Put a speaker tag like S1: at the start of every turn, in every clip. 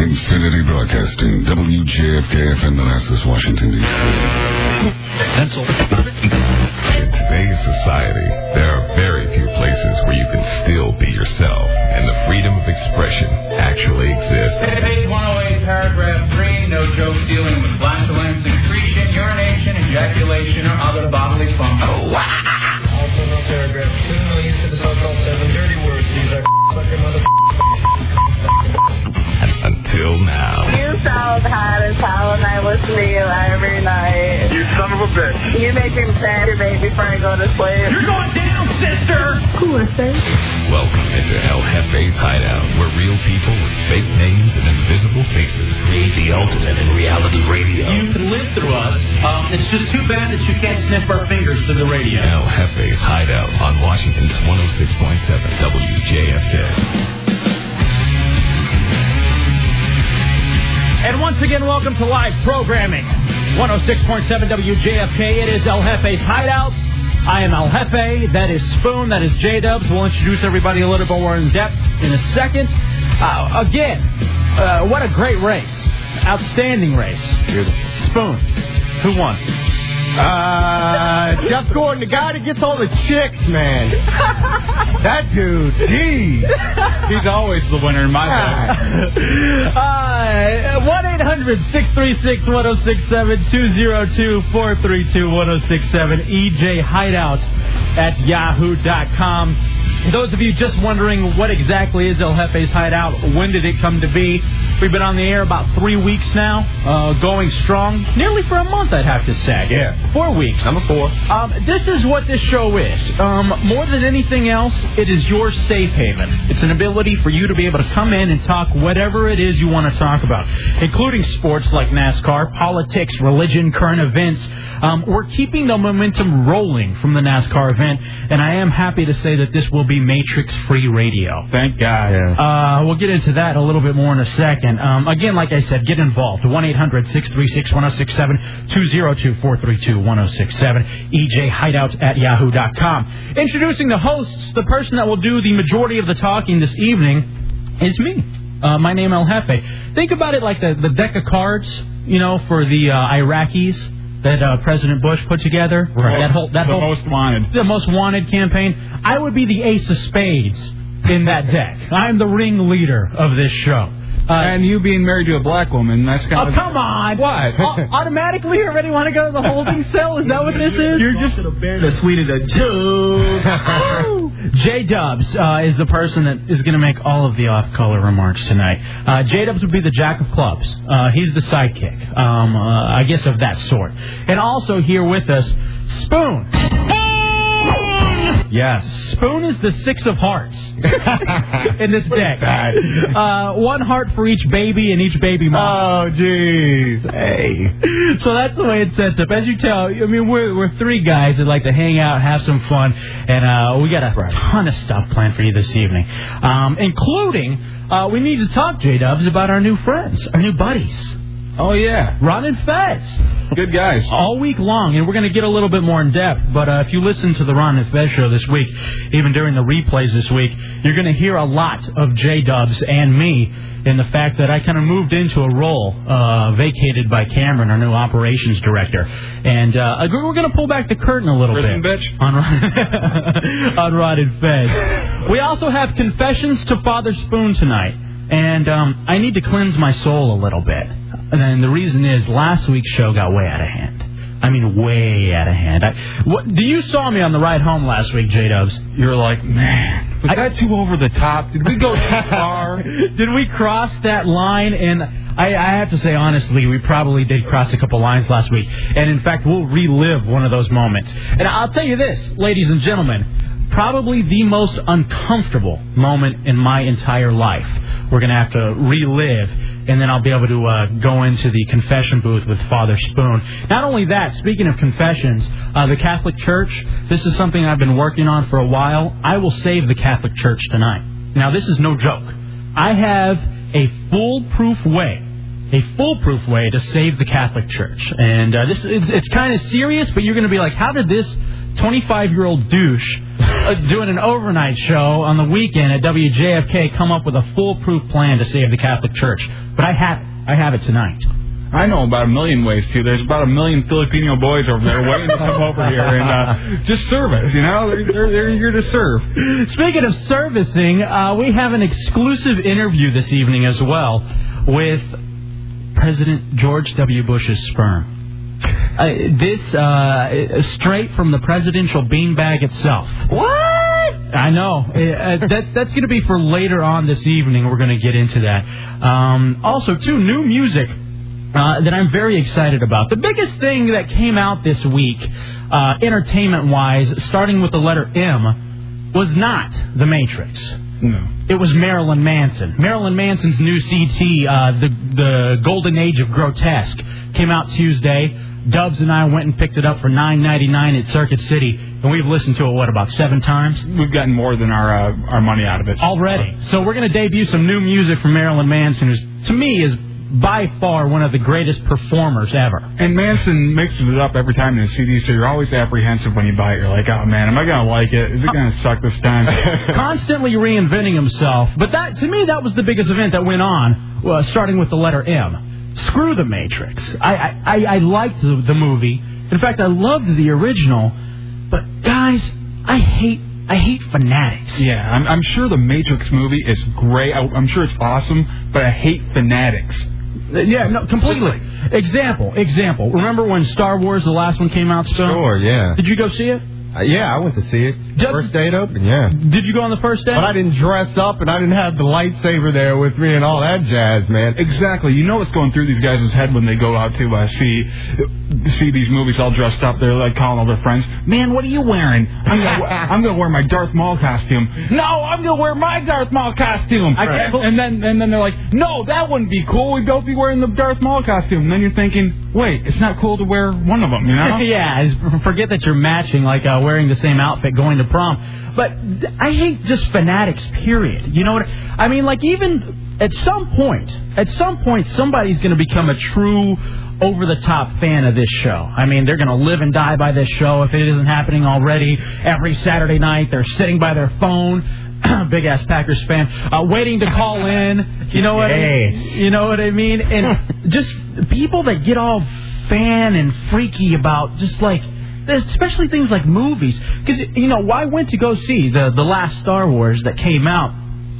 S1: Infinity Broadcasting, WJFK FM, Manassas, Washington, D.C.
S2: Pencil.
S3: In today's society, there are very few places where you can still be yourself, and the freedom of expression actually exists.
S4: Page 108, paragraph 3, no jokes dealing with flatulence, excretion, urination, ejaculation, or other bodily function.
S5: Also, no paragraph two, no use of the so-called seven dirty words. These are suck your mother.
S3: Until now.
S6: You sound hot as hell, and I listen to you every night.
S7: You son of a bitch.
S6: You make me masturbate before I go to sleep.
S4: You're going down, sister!
S6: Cool, sir.
S3: Welcome into El Jefe's Hideout, where real people with fake names and invisible faces create the ultimate in reality radio.
S2: You can live through us. Um, it's just too bad that you can't sniff our fingers to the radio.
S3: El Jefe's Hideout on Washington's 106.7 WJFK.
S2: And once again, welcome to live programming. 106.7 WJFK. It is El Jefe's Hideout. I am El Jefe. That is Spoon. That is J Dubs. We'll introduce everybody a little bit more in depth in a second. Uh, again, uh, what a great race. Outstanding race. Spoon. Who won?
S8: Uh, Jeff Gordon, the guy that gets all the chicks, man. That dude, geez.
S9: He's always the winner in my book.
S2: Uh, 1-800-636-1067, 202-432-1067, EJ E Hideout at yahoo.com. Those of you just wondering what exactly is El Jefe's Hideout, when did it come to be? We've been on the air about three weeks now, uh, going strong, nearly for a month, I'd have to say.
S8: Yeah.
S2: Four weeks.
S8: Number four.
S2: Um, this is what this show is. Um, more than anything else, it is your safe haven. It's an ability for you to be able to come in and talk whatever it is you want to talk about, including sports like NASCAR, politics, religion, current events. Um, we're keeping the momentum rolling from the NASCAR event, and I am happy to say that this will be Matrix Free Radio.
S9: Thank God.
S2: Uh, we'll get into that a little bit more in a second. Um, again, like I said, get involved. 1 800 636 1067 202 432 1067. EJHideout E at yahoo.com. Introducing the hosts, the person that will do the majority of the talking this evening is me. Uh, my name El Jefe. Think about it like the, the deck of cards, you know, for the uh, Iraqis that uh, President Bush put together.
S9: Right.
S2: That whole, that
S9: the
S2: whole,
S9: most wanted.
S2: the most wanted campaign. I would be the ace of spades in that deck. I'm the ringleader of this show. Uh,
S9: And you being married to a black woman, that's kind
S2: oh,
S9: of.
S2: come on. Oh,
S9: What?
S2: Au- automatically, you already want to go to the holding cell? Is that what this is?
S8: You're just a bear that sweeted a joke.
S2: J Dubs uh, is the person that is going to make all of the off color remarks tonight. Uh, J Dubs would be the jack of clubs. Uh, he's the sidekick, um, uh, I guess, of that sort. And also here with us, Spoon. Yes, Spoon is the six of hearts in this deck. Uh, one heart for each baby and each baby mom.
S8: oh, jeez. Hey.
S2: So that's the way it sets up. As you tell, I mean, we're, we're three guys that like to hang out, have some fun, and uh, we got a
S8: Right.
S2: ton of stuff planned for you this evening, um, including uh, we need to talk, J Dubs, about our new friends, our new buddies,
S9: Oh, yeah.
S2: Ron and Fez
S9: Good guys.
S2: all week long, and we're going to get a little bit more in depth. But uh, if you listen to the Ron and Fez show this week, even during the replays this week, you're going to hear a lot of J Dubs and me in the fact that I kind of moved into a role uh, vacated by Cameron, our new operations director, and uh, we're going to pull back the curtain a little
S9: Prison
S2: bit
S9: bitch.
S2: on Ron, on Ron and Fez. We also have confessions to Father Spoon tonight, and um, I need to cleanse my soul a little bit. And the reason is last week's show got way out of hand. I mean, way out of hand. I, what, do you saw me on the ride home last week, J Dubs?
S9: You're like, man, was that too over the top? Did we go too far?
S2: Did we cross that line? And I, I have to say, honestly, we probably did cross a couple lines last week. And in fact, we'll relive one of those moments. And I'll tell you this, ladies and gentlemen, probably the most uncomfortable moment in my entire life. We're going to have to relive, and then I'll be able to uh, go into the confession booth with Father Spoon. Not only that, speaking of confessions, uh, the Catholic Church, this is something I've been working on for a while. I will save the Catholic Church tonight. Now, this is no joke. I have a foolproof way, a foolproof way to save the Catholic Church. And uh, this it's, it's kind of serious, but you're going to be like, how did this 25 year old douche uh, doing an overnight show on the weekend at WJFK come up with a foolproof plan to save the Catholic Church. But I have it. I have it tonight.
S9: I know about a million ways too. There's about a million Filipino boys over there waiting to come over here and uh, just serve us. You know, they're, they're, they're here to serve.
S2: Speaking of servicing, uh, we have an exclusive interview this evening as well with President George W. Bush's sperm. Uh, this uh, straight from the presidential beanbag itself.
S7: What?
S2: I know. Uh, that's that's going to be for later on this evening. We're going to get into that. Um, also, two new music uh, that I'm very excited about. The biggest thing that came out this week, uh, entertainment-wise, starting with the letter M, was not The Matrix.
S9: No.
S2: It was Marilyn Manson. Marilyn Manson's new CT, uh, the the Golden Age of Grotesque, came out Tuesday. Dubs and I went and picked it up for nine ninety nine at Circuit City, and we've listened to it what about seven times
S9: We've gotten more than our uh, our money out of it
S2: already. So we're going to debut some new music from Marilyn Manson, who to me is by far one of the greatest performers ever.
S9: And Manson mixes it up every time in his CD, so you're always apprehensive when you buy it. You're like, oh man, am I gonna like it? Is it gonna suck this time?
S2: Constantly reinventing himself, but that to me that was the biggest event that went on, uh, starting with the letter M. Screw the Matrix. I I, I, I liked the, the movie. In fact, I loved the original, but guys, I hate I hate fanatics.
S9: yeah, I'm, I'm sure the Matrix movie is great. I, I'm sure it's awesome, but I hate fanatics.
S2: Uh, Yeah, no, completely. Example, example. Remember when Star Wars, the last one came out? Stone?
S8: Sure, yeah.
S2: Did you go see it?
S8: Uh, yeah, I went to see it.
S2: Does-
S8: First date open, yeah.
S2: Did you go on the first day?
S8: But I didn't dress up and I didn't have the lightsaber there with me and all that jazz, man.
S9: Exactly. You know what's going through these guys' head when they go out to uh, see see these movies all dressed up. They're like calling all their friends, "Man, what are you wearing? I'm gonna, I'm gonna wear my Darth Maul costume." No, I'm gonna wear my Darth Maul costume.
S2: I can't bel-
S9: and then and then they're like, "No, that wouldn't be cool. We'd both be wearing the Darth Maul costume." And then you're thinking, "Wait, it's not cool to wear one of them." You know?
S2: yeah, is- forget that you're matching, like uh, wearing the same outfit going to prom. But th- I hate just fanatics, period. You know what? I mean, like, even at some point, at some point, somebody's going to become a true over the top fan of this show. I mean, they're going to live and die by this show if it isn't happening already. Every Saturday night, they're sitting by their phone. Big ass Packers fan, uh, waiting to call in. You know what? I mean?
S8: Yes.
S2: You know what I mean? And just people that get all fan and freaky about just like especially things like movies because you know why went to go see the the last Star Wars that came out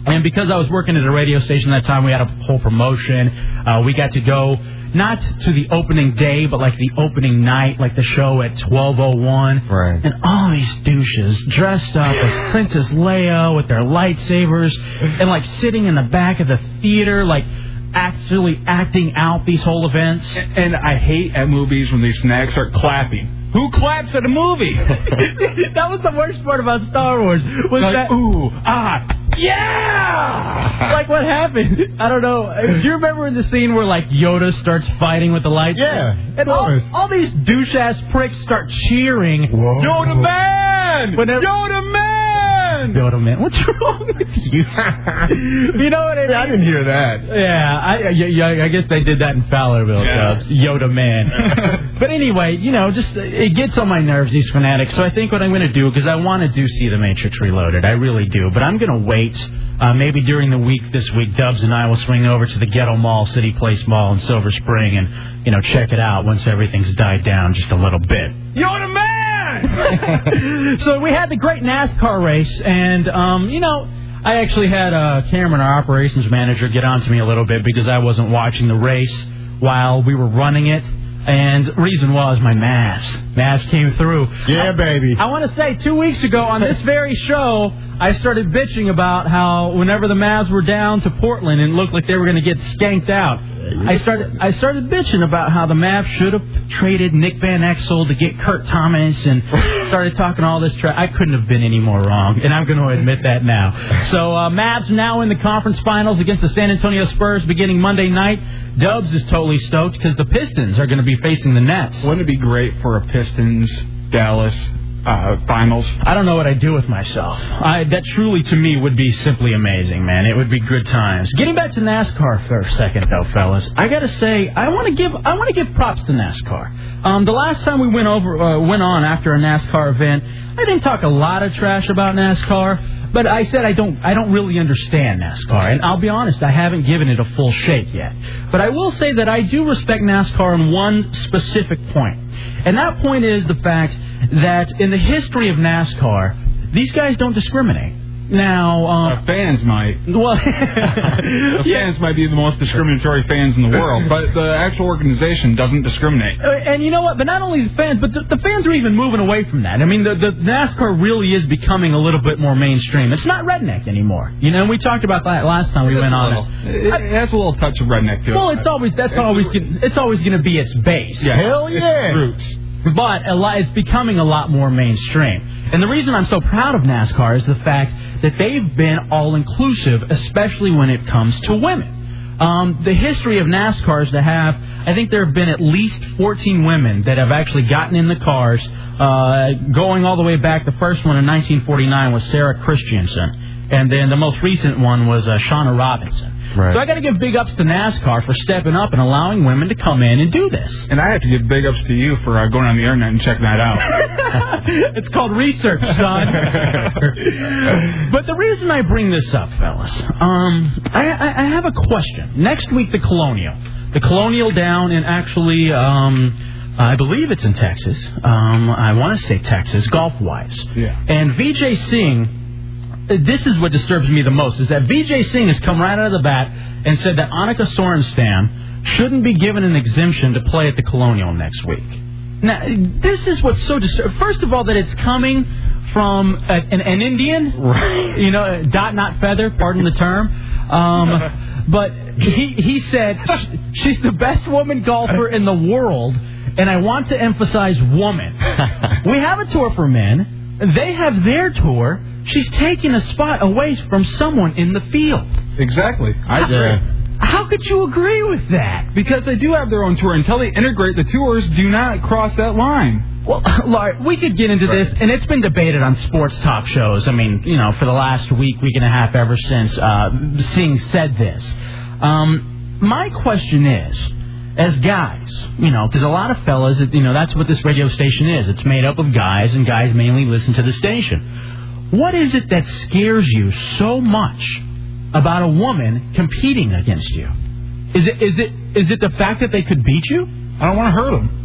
S2: and because I was working at a radio station that time we had a whole promotion uh, we got to go not to the opening day but like the opening night like the show at 1201
S8: Right.
S2: and all these douches dressed up as Princess Leia with their lightsabers and like sitting in the back of the theater, like actually acting out these whole events.
S9: And I hate at movies when these snacks are clapping. Who claps at a movie?
S2: that was the worst part about Star Wars was
S9: like,
S2: that
S9: ooh, ah,
S2: yeah, like what happened? I don't know. Do you remember in the scene where like Yoda starts fighting with the lightsaber?
S8: Yeah,
S2: and all,
S8: course.
S2: all these douche ass pricks start cheering.
S8: Whoa.
S2: Yoda man.
S9: man!
S2: Whenever-
S9: Yoda man!
S2: Yoda man, what's wrong with you? you know what I mean?
S8: I didn't hear that.
S2: Yeah, I, I, yeah, I guess they did that in Fowlerville,
S9: Yeah.
S2: Cubs. Yoda man. but anyway, you know, just uh, it gets on my nerves these fanatics. So I think what I'm going to do because I want to do see the Matrix Reloaded, I really do. But I'm going to wait. Uh, maybe during the week this week, Dubs and I will swing over to the Ghetto Mall, City Place Mall in Silver Spring, and you know check it out once everything's died down just a little bit.
S9: Yoda man!
S2: so we had the great NASCAR race, and um, you know, I actually had uh, Cameron, our operations manager, get onto me a little bit because I wasn't watching the race while we were running it, and reason was my Mavs. Mavs came through.
S8: Yeah, baby.
S2: I want to say two weeks ago on this very show, I started bitching about how whenever the Mavs were down to Portland and looked like they were going to get skanked out, I started I started bitching about how the Mavs should have traded Nick Van Exel to get Kurt Thomas and started talking all this trash. I couldn't have been any more wrong, and I'm going to admit that now. So uh, Mavs now in the conference finals against the San Antonio Spurs beginning Monday night. Dubs is totally stoked because the Pistons are going to be facing the Nets.
S9: Wouldn't it be great for a Pistons Dallas uh, finals.
S2: I don't know what I'd do with myself. I, that truly, to me, would be simply amazing, man. It would be good times. Getting back to NASCAR for a second, though, fellas, I gotta say, I want to give I want to give props to NASCAR. Um, the last time we went over uh, went on after a NASCAR event, I didn't talk a lot of trash about NASCAR, but I said I don't I don't really understand NASCAR, and I'll be honest, I haven't given it a full shake yet. But I will say that I do respect NASCAR on one specific point. And that point is the fact that in the history of NASCAR, these guys don't discriminate. Now, uh,
S9: fans might.
S2: well,
S9: The fans might be the most discriminatory fans in the world, but the actual organization doesn't discriminate.
S2: Uh, and you know what? But not only the fans, but the, the fans are even moving away from that. I mean, the, the NASCAR really is becoming a little bit more mainstream. It's not redneck anymore. You know, and we talked about that last time we went on. it.
S9: It, it has a little touch of redneck to it.
S2: Well, it's always that's always gonna- it's always going to be its base.
S9: Yeah, it's-
S8: Hell
S9: it's
S8: yeah.
S9: roots.
S2: but a lot, it's becoming a lot more mainstream. And the reason I'm so proud of NASCAR is the fact that they've been all inclusive, especially when it comes to women. Um, the history of NASCAR is to have, I think there have been at least 14 women that have actually gotten in the cars, uh, going all the way back. The first one in 1949 was Sarah Christiansen, and then the most recent one was uh, Shauna Robinson.
S8: Right.
S2: So I got to give big ups to NASCAR for stepping up and allowing women to come in and do this.
S9: And I have to give big ups to you for uh, going on the internet and checking that out.
S2: it's called research, son. but the reason I bring this up, fellas, um, I, I, I have a question. Next week, the Colonial, the Colonial down in actually, um, I believe it's in Texas. Um, I want to say Texas, golf wise.
S9: Yeah.
S2: And VJ Singh this is what disturbs me the most is that Vijay Singh has come right out of the bat and said that Annika Sorenstam shouldn't be given an exemption to play at the Colonial next week. Now, this is what's so disturbing. First of all, that it's coming from a, an, an Indian, right? You know, dot not feather. Pardon the term. Um, but he he said she's the best woman golfer in the world, and I want to emphasize woman. we have a tour for men. They have their tour. She's taking a spot away from someone in the field.
S9: exactly. I agree.
S2: How could you agree with that?
S9: Because they do have their own tour. Until they integrate the tours, do not cross that line.
S2: Well, Larry, we could get into this, and it's been debated on sports talk shows. I mean, you know, for the last week, week and a half, ever since uh, Singh said this. Um, my question is, as guys, you know, because a lot of fellas, you know, that's what this radio station is. It's made up of guys, and guys mainly listen to the station. What is it that scares you so much about a woman competing against you? Is it is it is it the fact that they could beat you?
S9: I don't want to hurt them.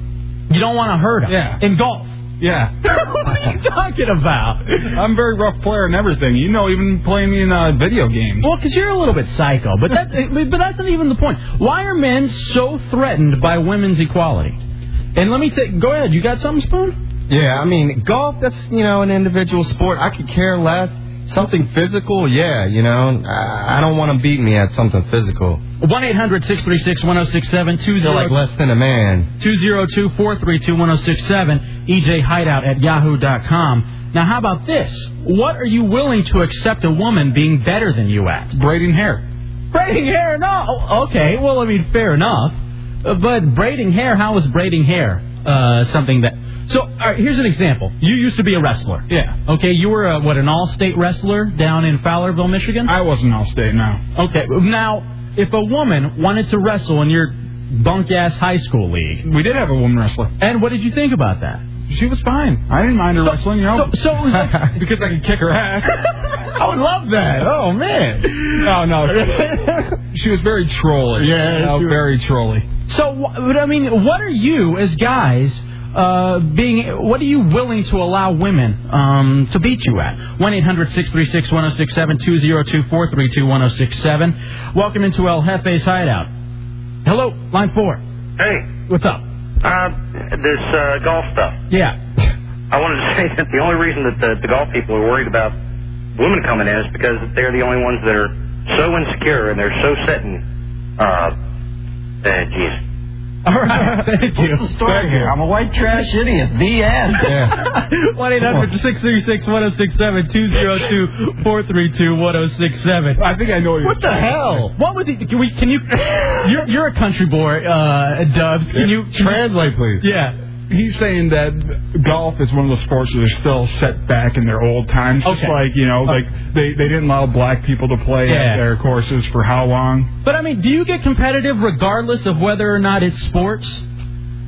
S2: You don't want to hurt them.
S9: Yeah.
S2: In golf.
S9: Yeah.
S2: what are you talking about?
S9: I'm a very rough player and everything. You know, even playing me in uh, video games.
S2: Well, because you're a little bit psycho, but that, but that's not even the point. Why are men so threatened by women's equality? And let me take. Go ahead. You got something, Spoon?
S8: Yeah, I mean, golf, that's, you know, an individual sport. I could care less. Something physical, yeah, you know. I, I don't want them beat me at something physical.
S2: One 1067
S8: Feel like less than a man.
S2: 202 432 1067, ejhideout E at yahoo.com. Now, how about this? What are you willing to accept a woman being better than you at?
S9: Braiding hair.
S2: Braiding hair, no. Okay, well, I mean, fair enough. Uh, But braiding hair, how is braiding hair uh, something that? So, all right, here's an example. You used to be a wrestler.
S9: Yeah.
S2: Okay, you were a, what an all-state wrestler down in Fowlerville, Michigan.
S9: I wasn't all state now.
S2: Okay, now if a woman wanted to wrestle in your bunk ass high school league,
S9: We did have a woman wrestler.
S2: and what did you think about that?
S9: She was fine. I didn't mind her wrestling. You know,
S2: So, so it was like,
S9: because I could kick her ass.
S8: I would love that. Oh, man.
S9: no, no. She was very trolly.
S8: Yeah,
S9: You know,
S8: she was-
S9: very trolly.
S2: So, wh- but I mean, what are you as guys uh, being? What are you willing to allow women um, to beat you at? One oh 636 1067 202-432-1067. Welcome into El Jefe's hideout. Hello, line four.
S7: Hey,
S2: What's up?
S7: uh, this uh, golf stuff.
S2: Yeah.
S7: I wanted to say that the only reason that the, the golf people are worried about women coming in is because they're the only ones that are so insecure and they're so set in. Uh, uh, geez.
S2: All right. Thank you.
S9: Thank you.
S5: I'm a white trash idiot. The end.
S8: Yeah.
S2: 1 800 636 1067 202 432 1067.
S9: I think I know what you're saying.
S2: hell? What would the, can we? Can you? You're, you're a country boy, uh, Dubs. Can you?
S8: Translate, please.
S2: Yeah.
S9: He's saying that golf is one of those sports that are still set back in their old times. Just
S2: Okay.
S9: like you know, like they they didn't allow black people to play
S2: Yeah.
S9: at their courses for how long?
S2: But I mean, do you get competitive regardless of whether or not it's sports?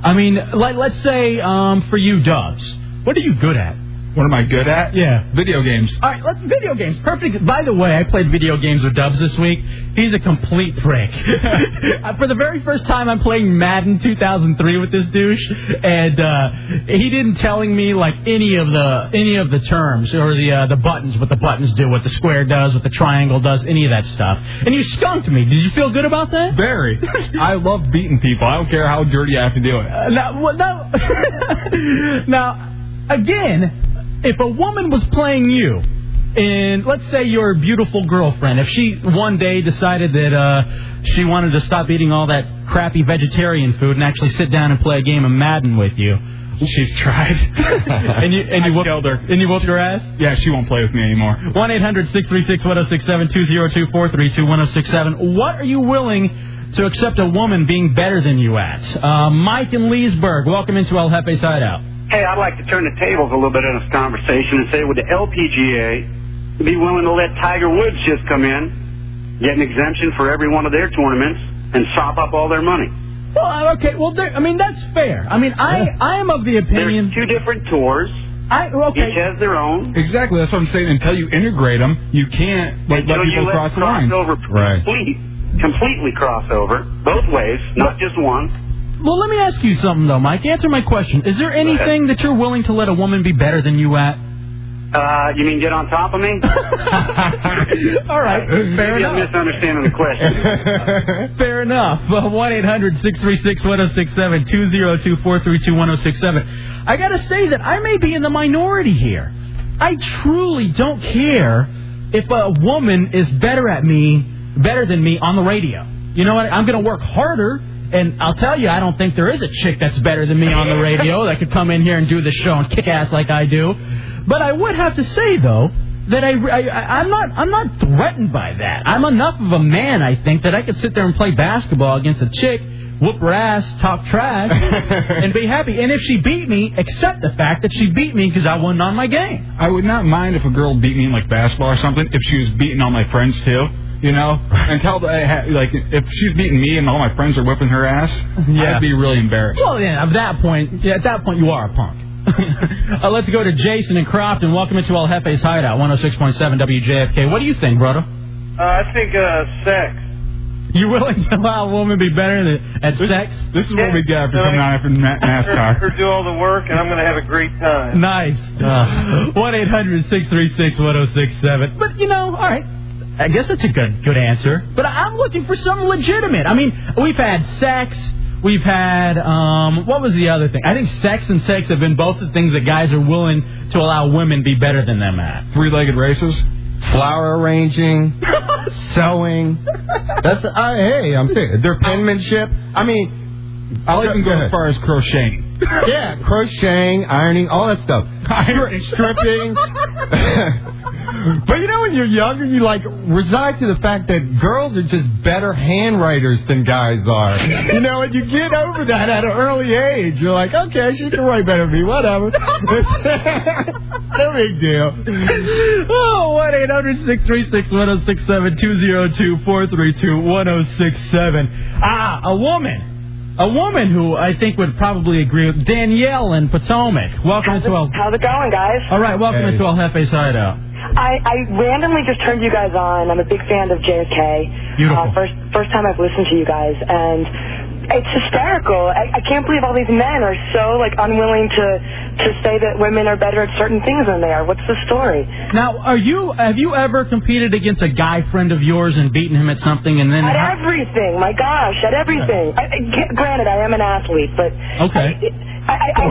S2: I mean, like let's say um, for you, Dubs, what are you good at?
S9: What am I good at?
S2: Yeah.
S9: Video games.
S2: All right, let's video games. Perfect. By the way, I played video games with Dubs this week. He's a complete prick. Uh, For the very first time, I'm playing Madden 2003 with this douche, and uh, he didn't telling me like any of the any of the terms or the uh, the buttons, what the buttons do, what the square does, what the triangle does, any of that stuff. And you skunked me. Did you feel good about that?
S9: Very. I love beating people. I don't care how dirty I have to do it.
S2: Uh, now, well, now, now, again, if a woman was playing you, and let's say your beautiful girlfriend, if she one day decided that uh, she wanted to stop eating all that crappy vegetarian food and actually sit down and play a game of Madden with you,
S9: She's tried.
S2: and you and you whoop,
S9: killed her.
S2: and you whooped your ass.
S9: Yeah, she won't play with me anymore.
S2: 1 800 636 1067 202 432 1067. What are you willing to accept a woman being better than you at? Uh, Mike in Leesburg, welcome into El Jefe Side Out.
S7: Hey, I'd like to turn the tables a little bit on this conversation and say, would the LPGA be willing to let Tiger Woods just come in, get an exemption for every one of their tournaments, and sop up all their money?
S2: Well, uh, okay. Well, there, I mean that's fair. I mean, I I am of the
S7: There's
S2: opinion.
S7: two different tours.
S2: I
S7: Each
S2: okay.
S7: has their own.
S9: Exactly. That's what I'm saying. Until you integrate them, you can't like let
S7: Until you
S9: people
S7: let
S9: cross the
S7: cross
S9: lines.
S7: over
S8: Right.
S7: complete, completely cross over both ways, not just one.
S2: Well, let me ask you something though, Mike. Answer my question. Is there anything that you're willing to let a woman be better than you at?
S7: Uh, you mean get on top of me?
S2: All right. Fair
S7: Maybe I'm
S2: enough.
S7: misunderstanding the question.
S2: Fair enough. Uh, One 1067 202-432-1067. I gotta say that I may be in the minority here. I truly don't care if a woman is better at me, better than me on the radio. You know what? I'm gonna work harder. And I'll tell you, I don't think there is a chick that's better than me on the radio that could come in here and do the show and kick ass like I do. But I would have to say though that I, I I'm not I'm not threatened by that. I'm enough of a man, I think, that I could sit there and play basketball against a chick, whoop her ass, talk trash, and be happy. And if she beat me, accept the fact that she beat me because I wasn't on my game.
S9: I would not mind if a girl beat me in like basketball or something. If she was beating all my friends too, you know, until I ha- like if she's beating me and all my friends are whipping her ass,
S2: Yeah.
S9: I'd be really embarrassed.
S2: Well, yeah, at that point, yeah, at that point, you are a punk. uh, let's go to Jason and Crofton. Welcome into El Jefe's Hideout, 106.7 WJFK. What do you think, brother?
S7: Uh, I think uh, sex.
S2: You willing to allow a woman to be better than, at sex?
S9: This is what we get after
S5: Yeah.
S9: coming out after Na- NASCAR.
S5: do all the work, and I'm going to have a great time.
S2: Nice. Uh, One eight hundred six three six one zero six seven. But you know, all right. I guess that's a good good answer. But I- I'm looking for something legitimate. I mean, we've had sex. We've had um, what was the other thing? I think sex and sex have been both the things that guys are willing to allow women be better than them at.
S9: Three-legged races.
S8: Flower arranging, sewing. That's I, hey, I'm saying their penmanship. I mean,
S9: I'll even
S8: Go
S9: go
S8: ahead.
S9: as far as crocheting.
S8: yeah, crocheting, ironing, all that stuff. Stri- Stripping. but you know, when you're younger, you like reside to the fact that girls are just better handwriters than guys are. You know, and you get over that at an early age. You're like, okay, she can write better than me, whatever. no big deal.
S2: oh, 1 800 636 1067 202 432 1067. Ah, a woman. A woman who I think would probably agree with Danielle in Potomac. Welcome to El.
S6: How's it going, guys?
S2: All right, welcome
S8: Hey.
S2: to El Jefe's Hideout.
S6: I, I randomly just turned you guys on. I'm a big fan of JFK.
S2: Beautiful.
S6: Uh, first first time I've listened to you guys, and it's hysterical. I, I can't believe all these men are so like unwilling to to say that women are better at certain things than they are. What's the story?
S2: Now, are you have you ever competed against a guy friend of yours and beaten him at something and then?
S6: At everything, my gosh, at everything. I, I, g- granted, I am an athlete, but
S2: Okay.
S6: I, I, I'll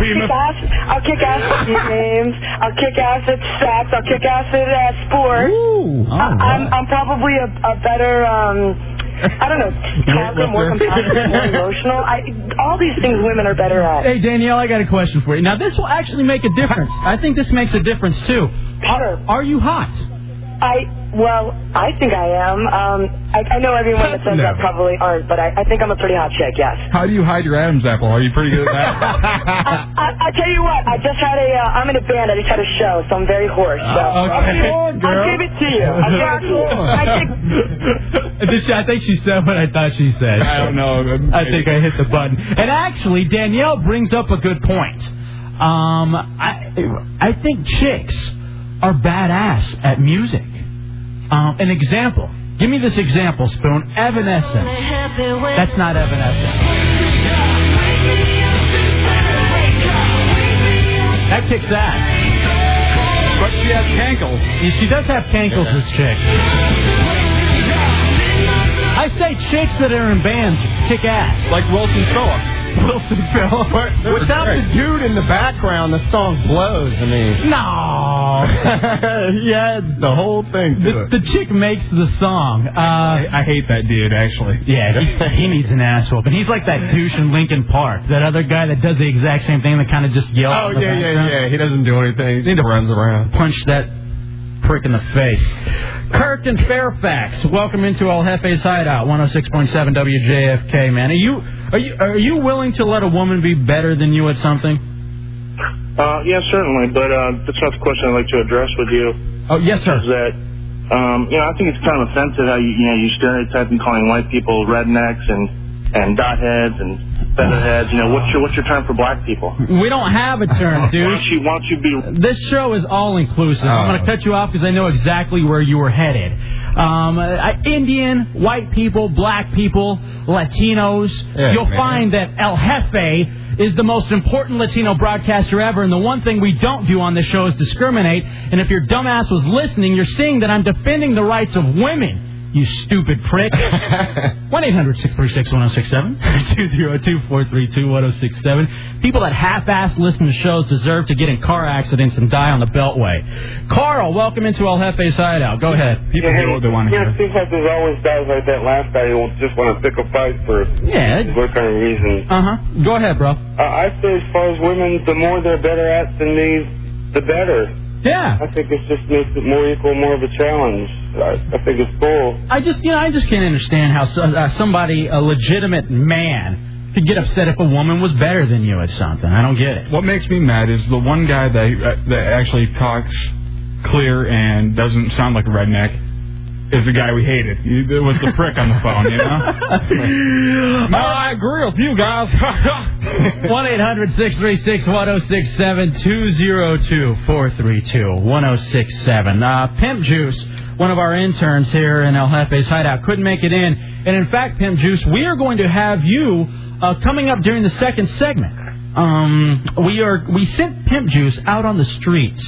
S6: kick ass. I'll kick ass at games. I'll kick ass at sex. I'll kick ass at uh, sports.
S2: Ooh. Oh. all
S6: I- I'm,
S2: right.
S6: I'm probably a, a better, um, I don't know, calmer, more compassionate, more emotional. I, all these things women are better at.
S2: Hey Danielle, I got a question for you. Now this will actually make a difference. I think this makes a difference too.
S6: Sure.
S2: Are you hot?
S6: I, Well, I think I am. Um, I, I know everyone that says that
S9: No.
S6: probably aren't, but I, I think I'm a pretty hot chick, yes.
S9: How do you hide your Adam's apple? Are you pretty good at that?
S6: I, I tell you what, I just had a, uh, I'm in a band, I just had a show, so I'm very hoarse. So.
S2: Ah, okay.
S6: I'll, give, I'll give it to you. I'll give it to you. I think,
S2: Did she- I think she said what I thought she said.
S9: I don't know.
S2: I think I hit the button. And actually, Danielle brings up a good point. Um, I, I think chicks are badass at music. Um, an example. Give me this example, Spoon. Evanescence. That's not Evanescence. That kicks ass.
S9: But she has cankles.
S2: Yeah, She does have cankles, this chick. I say chicks that are in bands kick ass.
S9: Like Wilson Phillips.
S2: Wilson Phillips.
S8: Without the dude in the background, the song blows. I mean,
S2: No.
S8: he adds the whole thing to
S2: The,
S8: it.
S2: the chick makes the song. Uh,
S9: I hate that dude, actually.
S2: yeah, he, he needs an ass whooping. He's like that douche in Lincoln Park, that other guy that does the exact same thing that kind of just yells.
S8: Oh
S2: in the
S8: yeah, yeah,
S2: background.
S8: yeah. He doesn't do anything. He just runs around.
S2: punch that prick in the face. Kirk and Fairfax, welcome into El Jefe's Hideout, 106.7 WJFK. Man, are you are you are you willing to let a woman be better than you at something?
S10: Uh, yeah, certainly, but uh, that's not the question I'd like to address with you.
S2: Oh yes, sir.
S10: Is that um, you know I think it's kind of offensive how you you know you stereotype and calling white people rednecks and and dotheads and featherheads. You know what's your what's your term for black people? Why
S2: We don't have a term, dude.
S10: don't you why don't you be
S2: This show is all inclusive. I'm
S8: Oh.
S2: going to cut you off because I know exactly where you were headed. Um, I, Indian, white people, black people, Latinos.
S8: Yeah,
S2: You'll
S8: man.
S2: find that El Jefe is the most important Latino broadcaster ever. And the one thing we don't do on this show is discriminate. And if your dumbass was listening, you're seeing that I'm defending the rights of women. You stupid prick. 1 800 636 1067. 202 432 1067. People that half ass listen to shows deserve to get in car accidents and die on the Beltway. Carl, welcome into El Jefe's Hideout. Go ahead.
S9: People hear what they want to
S10: Yeah, it
S9: hear.
S10: seems like there's always guys like that last guy who just want to pick a fight for
S2: Yeah.
S10: what kind of reason.
S2: Uh huh. Go ahead, bro.
S10: Uh, I say as far as women, the more they're better at than these, the better.
S2: Yeah.
S10: I think it just makes it more equal, more of a challenge. I, I think it's cool.
S2: I just, you know, I just can't understand how so, uh, somebody, a legitimate man, could get upset if a woman was better than you at something. I don't get it.
S9: What makes me mad is the one guy that uh, that actually talks clear and doesn't sound like a redneck is the guy we hated. He- It was the prick on the phone, you know. no, I agree with you guys.
S2: 1 800 636 1067 202 432 1067. Uh, Pimp Juice, one of our interns here in El Jefe's Hideout, couldn't make it in. And in fact, Pimp Juice, we are going to have you uh, coming up during the second segment. Um, we are we sent Pimp Juice out on the streets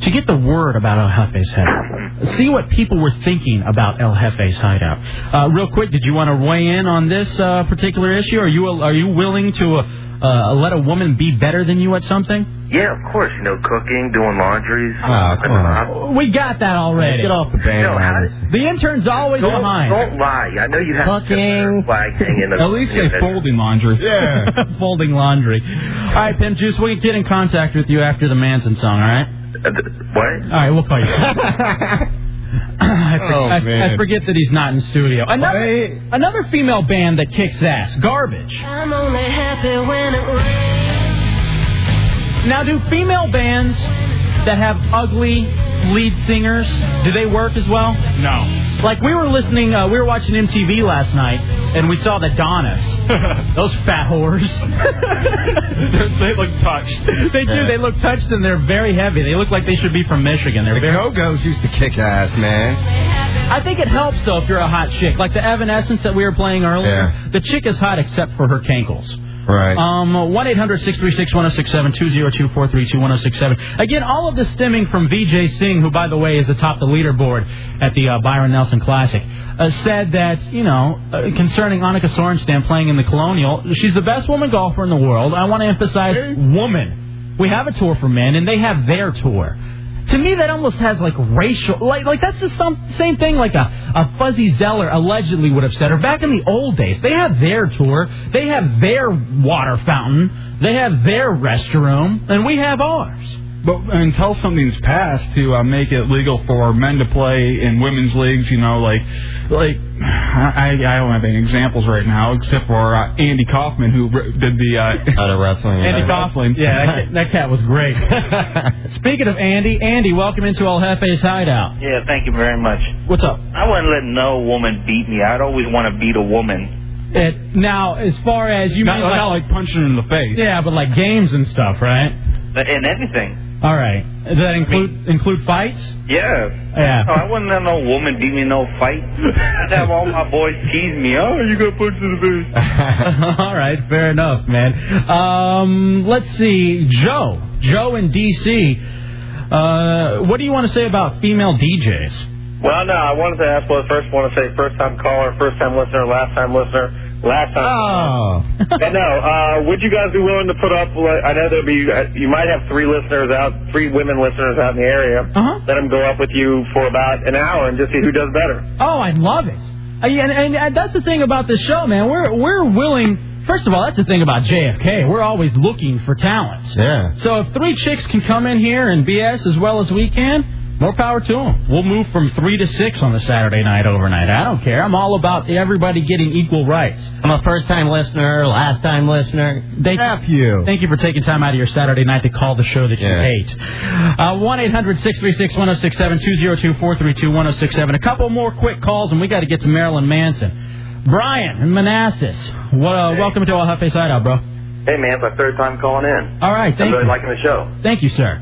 S2: to get the word about El Jefe's Hideout. See what people were thinking about El Jefe's Hideout. Uh, real quick, did you want to weigh in on this uh, particular issue? Are you are you willing to uh, uh, let a woman be better than you at something?
S10: Yeah, of course. You know, cooking, doing laundries.
S8: Ah, come on.
S2: We got that already.
S8: Get off the bandwagon.
S2: The intern's always behind.
S10: lie. I know you
S8: have Cooking.
S10: flag hanging.
S9: At least say folding laundry.
S8: Yeah.
S2: Folding laundry. All right, Pimp Juice, we can get in contact with you after the Manson song. All right.
S10: What?
S2: All right, we'll call you. I, for-
S8: Oh,
S2: I- I
S8: man.
S2: forget that he's not in studio. Another,
S8: Hey.
S2: another female band that kicks ass, Garbage.
S11: I'm only happy when it rains.
S2: Now, do female bands that have ugly lead singers do they work as well?
S9: No.
S2: Like we were listening, uh, we were watching MTV last night, and we saw the Donnas. Those fat whores.
S9: they look touched.
S2: they do. They look touched, and they're very heavy. They look like they should be from Michigan. They're
S8: The
S2: very
S8: Go Go's used to kick ass, man.
S2: I think it helps though if you're a hot chick, like the Evanescence that we were playing earlier.
S8: Yeah.
S2: The chick is hot except for her cankles.
S8: Right.
S2: Um, 1 800 636 1067 202 432 1067. Again, all of this stemming from Vijay Singh, who, by the way, is atop the leaderboard at the uh, Byron Nelson Classic, uh, said that, you know, uh, concerning Annika Sorenstam playing in the Colonial, she's the best woman golfer in the world. I want to emphasize woman. We have a tour for men, and they have their tour. To me, that almost has like racial, like like that's the some, same thing. Like a, a Fuzzy Zeller allegedly would have said, or back in the old days, they have their tour, they have their water fountain, they have their restroom, and we have ours.
S9: But until something's passed to uh, make it legal for men to play in women's leagues, you know, like, like I, I don't have any examples right now except for uh, Andy Kaufman who r- did the uh,
S8: out of wrestling.
S2: Andy
S9: Andy
S2: Goslin.
S9: Kaufman,
S2: Yeah, that, ki- that cat was great. Speaking of Andy, Andy, welcome into El Jefe's Hideout.
S12: Yeah, thank you very much.
S2: What's up?
S12: I wouldn't let no woman beat me. I'd always want to beat a woman.
S2: Uh, now, as far as you
S12: Not-
S2: mean, like,
S12: not
S9: like punching in the face.
S2: Yeah, but like games and stuff, right?
S12: But in everything.
S2: All right. Does that include include fights?
S12: Yeah.
S2: Yeah.
S10: Oh,
S12: No, Oh, I wouldn't let no woman beat me in no fight. I'd have all my boys tease me. Oh, you got punched in the face.
S2: All right, fair enough, man. Um, let's see, Joe, Joe in D.C. Uh, what do you want to say about female DJs?
S13: Well, no, I wanted to ask. Well, first, I want to say first time caller, first time listener, last time listener, last time.
S8: Oh.
S13: and no, uh, would you guys be willing to put up? Like, I know there'll be. uh, You might have three listeners out, three women listeners out in the area.
S2: Uh-huh.
S13: Let them go up with you for about an hour and just see who does better.
S2: Oh, I love it. Uh, yeah, and, and, and that's the thing about this show, man. We're we're willing. First of all, that's the thing about JFK. We're always looking for talent.
S8: Yeah.
S2: So if three chicks can come in here and BS as well as we can, more power to them. We'll move from three to six on the Saturday night overnight. I don't care. I'm all about everybody getting equal rights.
S14: I'm a first time listener, last time listener.
S2: Thank you. Thank you for taking time out of your Saturday night to call the show that
S14: Yeah.
S2: you hate. Uh, One eight hundred six three six one zero six seven two zero two four three two one zero six seven. A couple more quick calls, and we got to get to Marilyn Manson, Brian in Manassas. Well, uh, welcome to El Jefe Side Out, bro.
S15: Hey man, it's my third time calling in.
S2: All right,
S15: I'm
S2: thank
S15: really
S2: you.
S15: liking the show.
S2: Thank you, sir.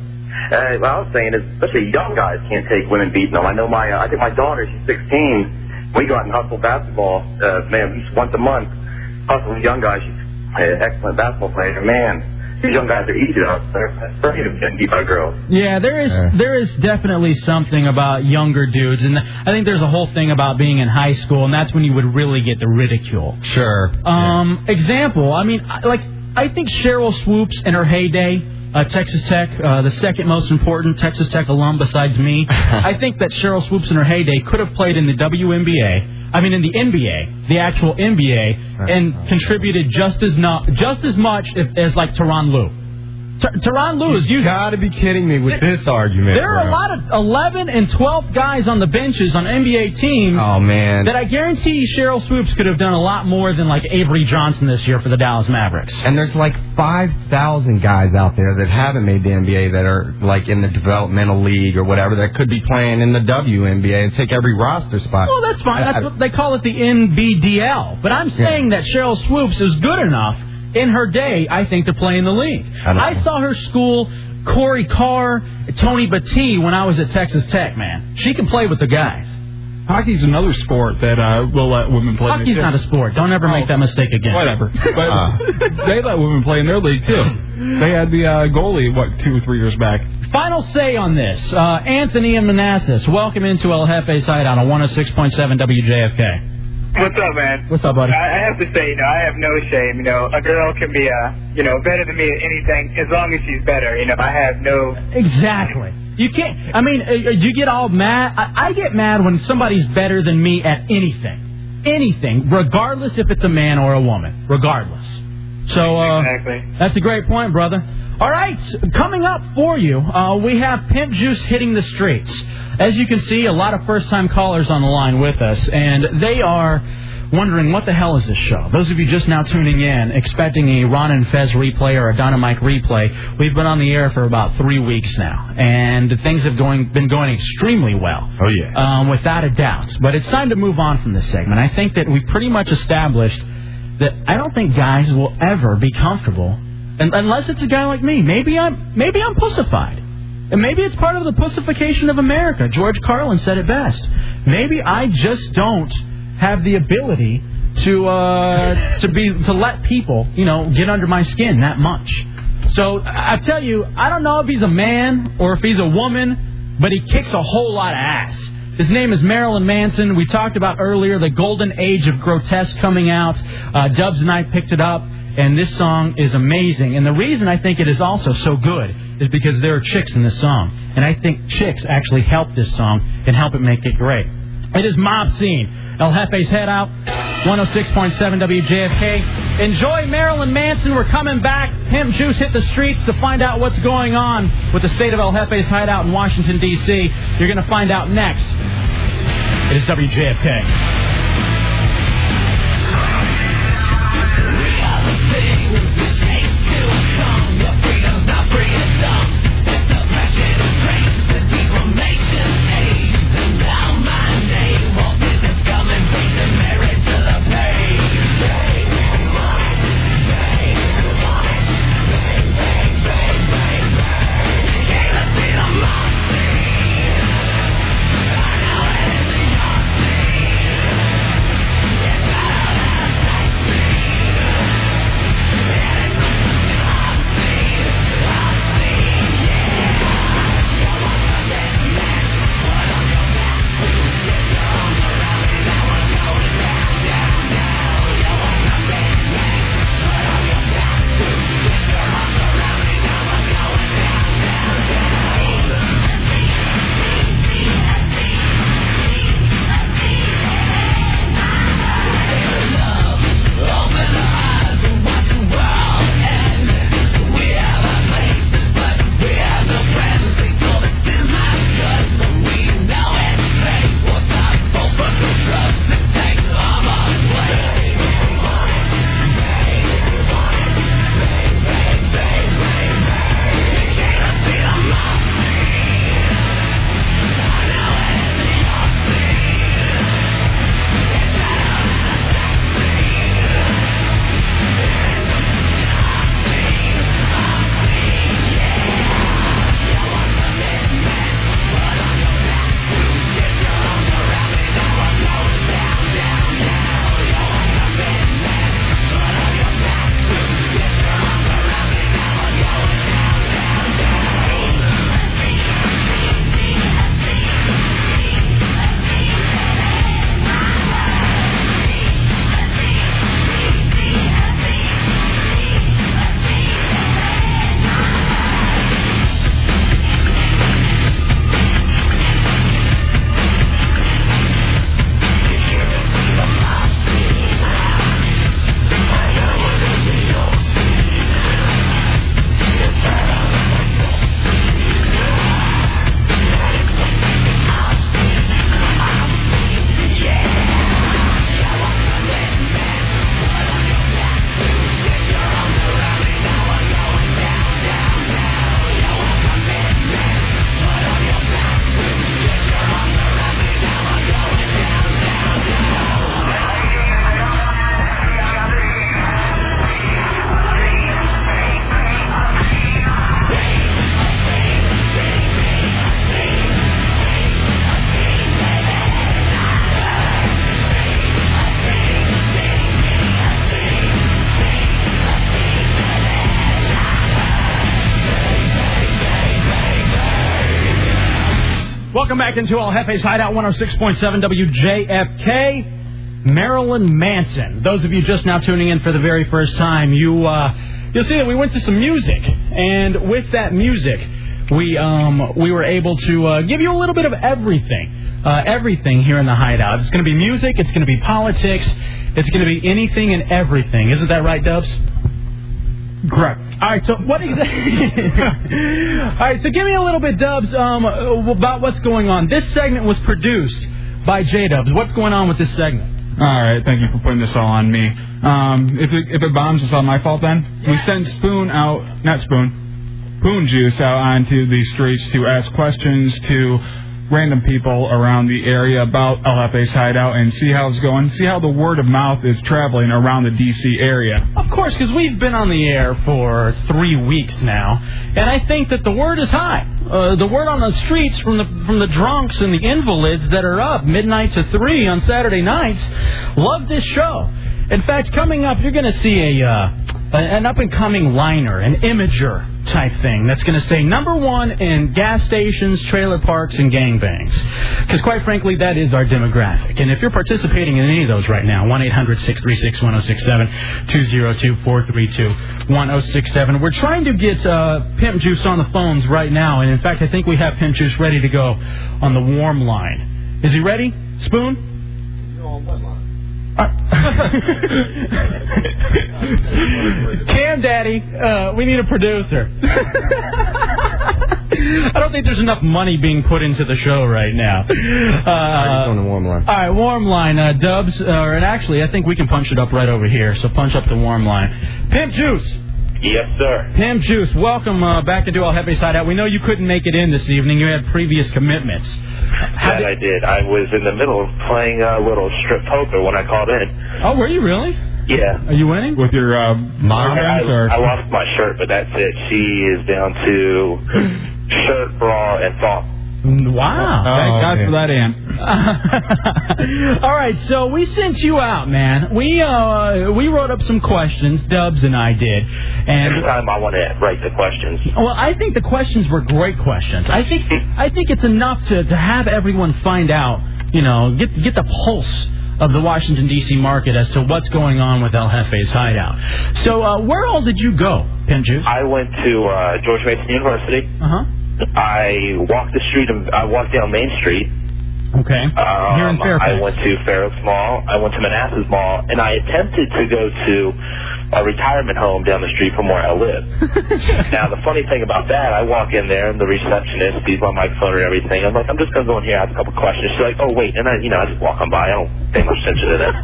S15: Uh, what I was saying is, especially young guys can't take women beating them. I know my, uh, I think my daughter, she's 16. We go out and hustle basketball, uh, man, at least once a month. Hustle with young guys. She's an excellent basketball player. Man, these young guys are easy to hustle. They're afraid of getting beat by girls.
S2: Yeah, there is there is definitely something about younger dudes, and I think there's a whole thing about being in high school, and that's when you would really get the ridicule.
S8: Sure.
S2: Um, example, I mean, I- like I think Cheryl Swoops in her heyday. Uh, Texas Tech, uh, the second most important Texas Tech alum besides me. I think that Cheryl Swoops in her heyday could have played in the WNBA. I mean, in the NBA, the actual NBA, and contributed just as not just as much if, as like Teron Lou. Ter- Teron Lou is you
S8: got to be kidding me with this argument.
S2: there are a
S8: bro.
S2: lot of 11 and 12 guys on the benches on NBA teams.
S8: Oh, man.
S2: That I guarantee Cheryl Swoops could have done a lot more than like Avery Johnson this year for the Dallas Mavericks.
S14: And there's like 5,000 guys out there that haven't made the NBA that are like in the developmental league or whatever that could be playing in the WNBA and take every roster spot.
S2: Well, that's fine.
S14: I-
S2: That's
S14: I-
S2: what they call it the NBDL. But I'm saying that Cheryl Swoops is good enough in her day, I think, to play in the league.
S14: I don't
S2: I, saw her school Corey Carr, Tony Battee when I was at Texas Tech. Man, she can play with the guys.
S9: Hockey's another sport that uh, will let women play.
S2: Hockey's not a sport. Don't ever make that mistake again.
S9: Whatever. But
S2: Ah.
S9: they let women play in their league too. They had the uh, goalie what two or three years back.
S2: Final say on this. Uh, Anthony and Manassas, welcome into El Jefe Side on 106.7 WJFK.
S16: What's up, man?
S2: What's up, buddy?
S16: I I have to say, you know, I have no shame. You know, a girl can be, uh, you know, better than me at anything as long as she's better. You know, I have no.
S2: Exactly. You can't, I mean, uh, you get all mad. I, I get mad when somebody's better than me at anything. Anything, regardless if it's a man or a woman. Regardless. So, uh, that's a great point, brother. All right, coming up for you, uh, we have Pimp Juice hitting the streets. As you can see, a lot of first time callers on the line with us, and they are wondering what the hell is this show? Those of you just now tuning in, expecting a Ron and Fez replay or a Dynamite replay, we've been on the air for about three weeks now, and things have going been going extremely well.
S8: Oh, yeah.
S2: Um, without a doubt. But it's time to move on from this segment. I think that we pretty much established that I don't think guys will ever be comfortable un- unless it's a guy like me. Maybe I'm maybe I'm pussified. And maybe it's part of the pussification of America. George Carlin said it best. Maybe I just don't have the ability to uh, to be to let people, you know, get under my skin that much. So I I tell you, I don't know if he's a man or if he's a woman, but he kicks a whole lot of ass. His name is Marilyn Manson. We talked about earlier the golden age of grotesque coming out. Uh, Dubs and I picked it up, and this song is amazing. And the reason I think it is also so good is because there are chicks in this song. And I think chicks actually help this song and help it make it great. oh It is Mob Scene. El Jefe's Head Out, 106.7 WJFK. Enjoy Marilyn Manson. We're coming back. Him Juice hit the streets to find out what's going on with the state of El Jefe's hideout in Washington, D.C. You're going to find out next. It is WJFK. Welcome back into El Jefe's Hideout 106.7 WJFK. Marilyn Manson. Those of you just now tuning in for the very first time, you uh, you'll see that we went to some music, and with that music, we um, we were able to uh, give you a little bit of everything, uh, everything here in the Hideout. It's going to be music, it's going to be politics, it's going to be anything and everything. Isn't that right, Dubs? Correct. All right. So what exactly? All right. So give me a little bit, Dubs, um, about what's going on. This segment was produced by J Dubs. What's going on with this segment?
S9: All right, thank you for putting this all on me. Um, if it, if it bombs, it's all my fault then. We sent Spoon out, not Spoon, Poon Juice out onto the streets to ask questions to random people around the area about LFA's hideout and see how it's going, see how the word of mouth is traveling around the DC area.
S2: Of course, because we've been on the air for three weeks now, and I think that the word is high. Uh, the word on the streets from the from the drunks and the invalids that are up midnight to three on Saturday nights love this show. In fact, coming up, you're going to see a uh, an an up and coming liner, an imager type thing that's going to say number one in gas stations, trailer parks, and gangbangs. Because quite frankly, that is our demographic. And if you're participating in any of those right now, 1 800 636 1067 202 432 1067. We're trying to get uh, Pimp Juice on the phones right now. And in fact, I think we have Pimp Juice ready to go on the warm line. Is he ready? Spoon?
S5: on what line?
S2: Uh, Listen, Daddy, uh, we need a producer. I don't think there's enough money being put into the show right now. Uh,
S14: on the warm line.
S2: all right, warm line, uh, Dubs. Uh, and actually, I think we can punch it up right over here. So punch up the warm line. Pimp Juice.
S17: Yes, sir.
S2: Pam Juice, welcome uh, back to Do All Heavy Side Out. We know you couldn't make it in this evening. You had previous commitments.
S17: That I did. I was in the middle of playing a little strip poker when I called in.
S2: Oh, were you really?
S17: Yeah.
S2: Are you winning?
S9: With your uh, mom?
S17: I, I lost my shirt, but that's it. She is down to shirt, bra, and thong.
S2: Wow.
S9: Thank God for that, Aunt.
S2: All right, so we sent you out, man. We uh, we wrote up some questions, Dubs and I did,
S17: Every
S2: and
S17: time I want to write the questions.
S2: well, I think the questions were great questions. I think I think it's enough to to have everyone find out, you know, get get the pulse of the Washington D.C. market as to what's going on with El Jefe's hideout. So, uh, where all did you go, Pinju?
S17: I went to uh, George Mason University.
S2: Uh
S17: I walked the street. of- I walked down Main Street.
S2: huh. Okay.
S17: Um,
S2: Here in Fairfax.
S17: I went to Fair Oaks Mall. I went to Manassas Mall, and I attempted to go to a retirement home down the street from where I live. now, the funny thing about that, I walk in there, and the receptionist sees my microphone and everything. I'm like, I'm just gonna go in here, ask a couple questions. She's like, Oh wait, and I, you know, I just walk on by. I don't pay much attention to that.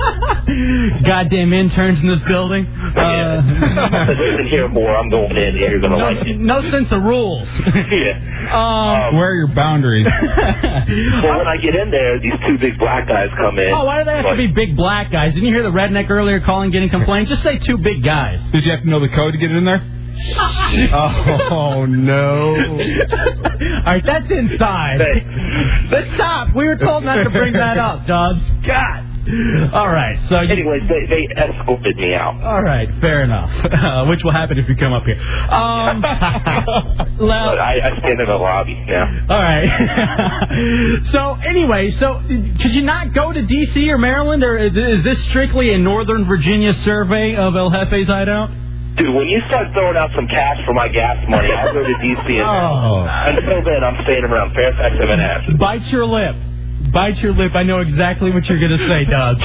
S2: Goddamn interns in this building. Uh,
S17: I said, Listen here, more. I'm going in here. You're gonna like it.
S2: No sense of rules.
S17: yeah. Uh,
S2: Um,
S9: Where are your boundaries?
S17: Well, when I get in there, these two big black guys come in.
S2: Oh, why do they have to be big black guys? Didn't you hear the redneck earlier calling, getting complaints? Just say two big guys.
S9: Did you have to know the code to get in there?
S2: oh
S9: no!
S2: All right, that's inside. Let's stop. We were told not to bring that up, Dubs. God. All right. So you,
S17: anyways, they they escorted me out.
S2: All right. Fair enough. Uh, which will happen if you come up here. Um,
S17: But I, I stand in the lobby. Yeah.
S2: all right. so anyway, so could you not go to D.C. or Maryland, or is this strictly a Northern Virginia survey of El Jefe's hideout?
S17: Dude, when you start throwing out some cash for my gas money, I'll go to DC and
S2: Oh.
S17: until then I'm staying around Fairfax and Manhattan.
S2: Bite your lip. Bite your lip. I know exactly what you're going to say, Dubs.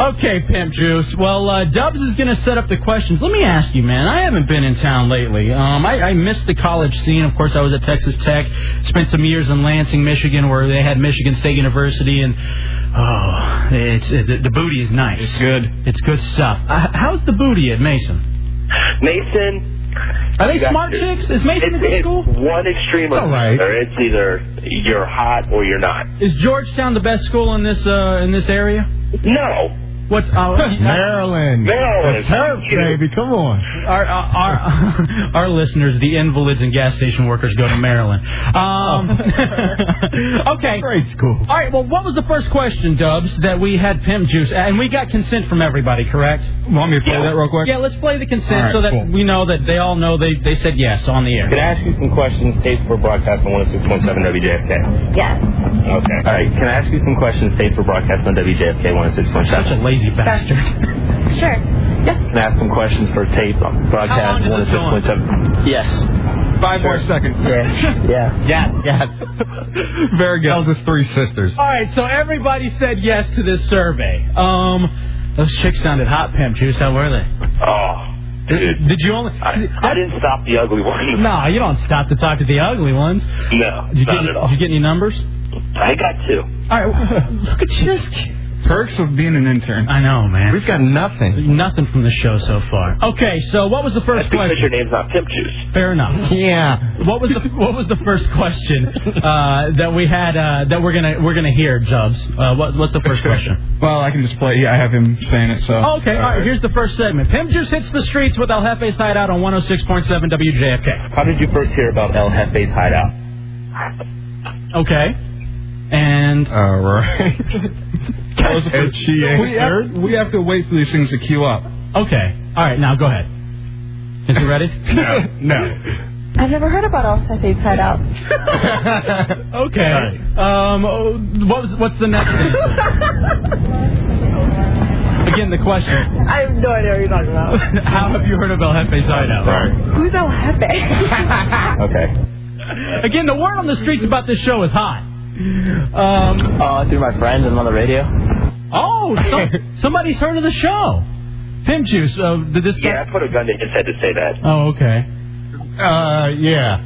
S2: okay, Pimp Juice. Well, uh, Dubs is going to set up the questions. Let me ask you, man. I haven't been in town lately. Um, I, I missed the college scene. Of course, I was at Texas Tech. Spent some years in Lansing, Michigan, where they had Michigan State University, and oh, it's it, the, the booty is nice. It's good. It's good stuff. Uh, how's the booty at Mason?
S17: Mason.
S2: Are they
S17: you got-
S2: smart chicks? Is Mason a
S17: it's,
S2: good
S17: it's
S2: school?
S17: One extreme or another. It's either you're hot or you're not.
S2: Is Georgetown the best school in this uh, in this area?
S17: No.
S2: What? Uh,
S8: Maryland.
S17: Maryland.
S8: The turf, baby. Come on.
S2: Our, uh, our our our listeners, the invalids and gas station workers, go to Maryland. Um, okay. Great
S8: school.
S2: All right. Well, what was the first question, Dubs, that we had pimp juice, and we got consent from everybody, correct?
S9: Want me to play that real quick?
S2: Yeah, let's play the consent so
S9: All right,
S2: that
S9: cool.
S2: we know that they all know they they said yes on the air.
S17: Can I ask you some questions? State for broadcast on 106.7 WJFK.
S18: Yes.
S17: Okay. All right. Can I ask you some questions? State for broadcast on WJFK 106.7.
S2: Such a lazy bastard.
S18: Sure.
S17: Can I ask some questions for tape on broadcast
S2: How long is this
S17: 106.7? Yes.
S9: Five more seconds.
S17: Yeah. Yeah.
S2: Yeah. Yes. uh,
S9: Very good.
S14: That was his three sisters.
S2: All right, so everybody said yes to this survey. Um, those chicks sounded hot, pimp juice. How were they?
S17: Oh. Dude.
S2: Did you only?
S17: I, I didn't stop the ugly one.
S2: No, you don't stop to talk to the ugly ones.
S17: No.
S2: Did you
S17: not
S2: get,
S17: at all.
S2: Did you get any numbers?
S17: I got two.
S2: All right, look at this.
S9: Perks of being an intern.
S2: I know, man.
S14: We've got nothing.
S2: Nothing from the show so far. Okay, so what was the
S17: That's
S2: first
S17: because your
S2: question?
S17: name's not Pimp Juice.
S2: Fair enough.
S14: Yeah.
S2: What was the What was the first question uh, that we had uh, that we're gonna we're gonna hear, Jubs? Uh, what, what's the first question?
S9: Well, I can just play. Yeah, I have him saying it. So.
S2: okay, all right. Here's the first segment. Pimp Juice hits the streets with El Jefe's hideout on 106.7 WJFK.
S17: How did you first hear about El Jefe's hideout?
S2: Okay, and
S9: Uh.
S14: All right.
S9: That was the first-
S8: she
S9: we, have, we have to wait for these things to queue up.
S2: okay, all right. Now go ahead. Is he ready?
S9: No. no.
S18: I've never heard about El Jefe's hideout.
S2: Okay. Um, oh, what was, what's the next thing? Again, the question.
S18: I have no idea what you're talking about.
S2: How have you heard of El Jefe's hideout?
S18: Who's El Jefe?
S17: Okay.
S2: Again, the word on the streets about this show is hot. Um,
S17: Uh, through my friends and on the radio.
S2: oh, some, somebody's heard of the show. Pimp juice. Uh, did this?
S17: Yeah, I put a gun to his head to say that.
S2: Oh, okay.
S8: Uh, yeah.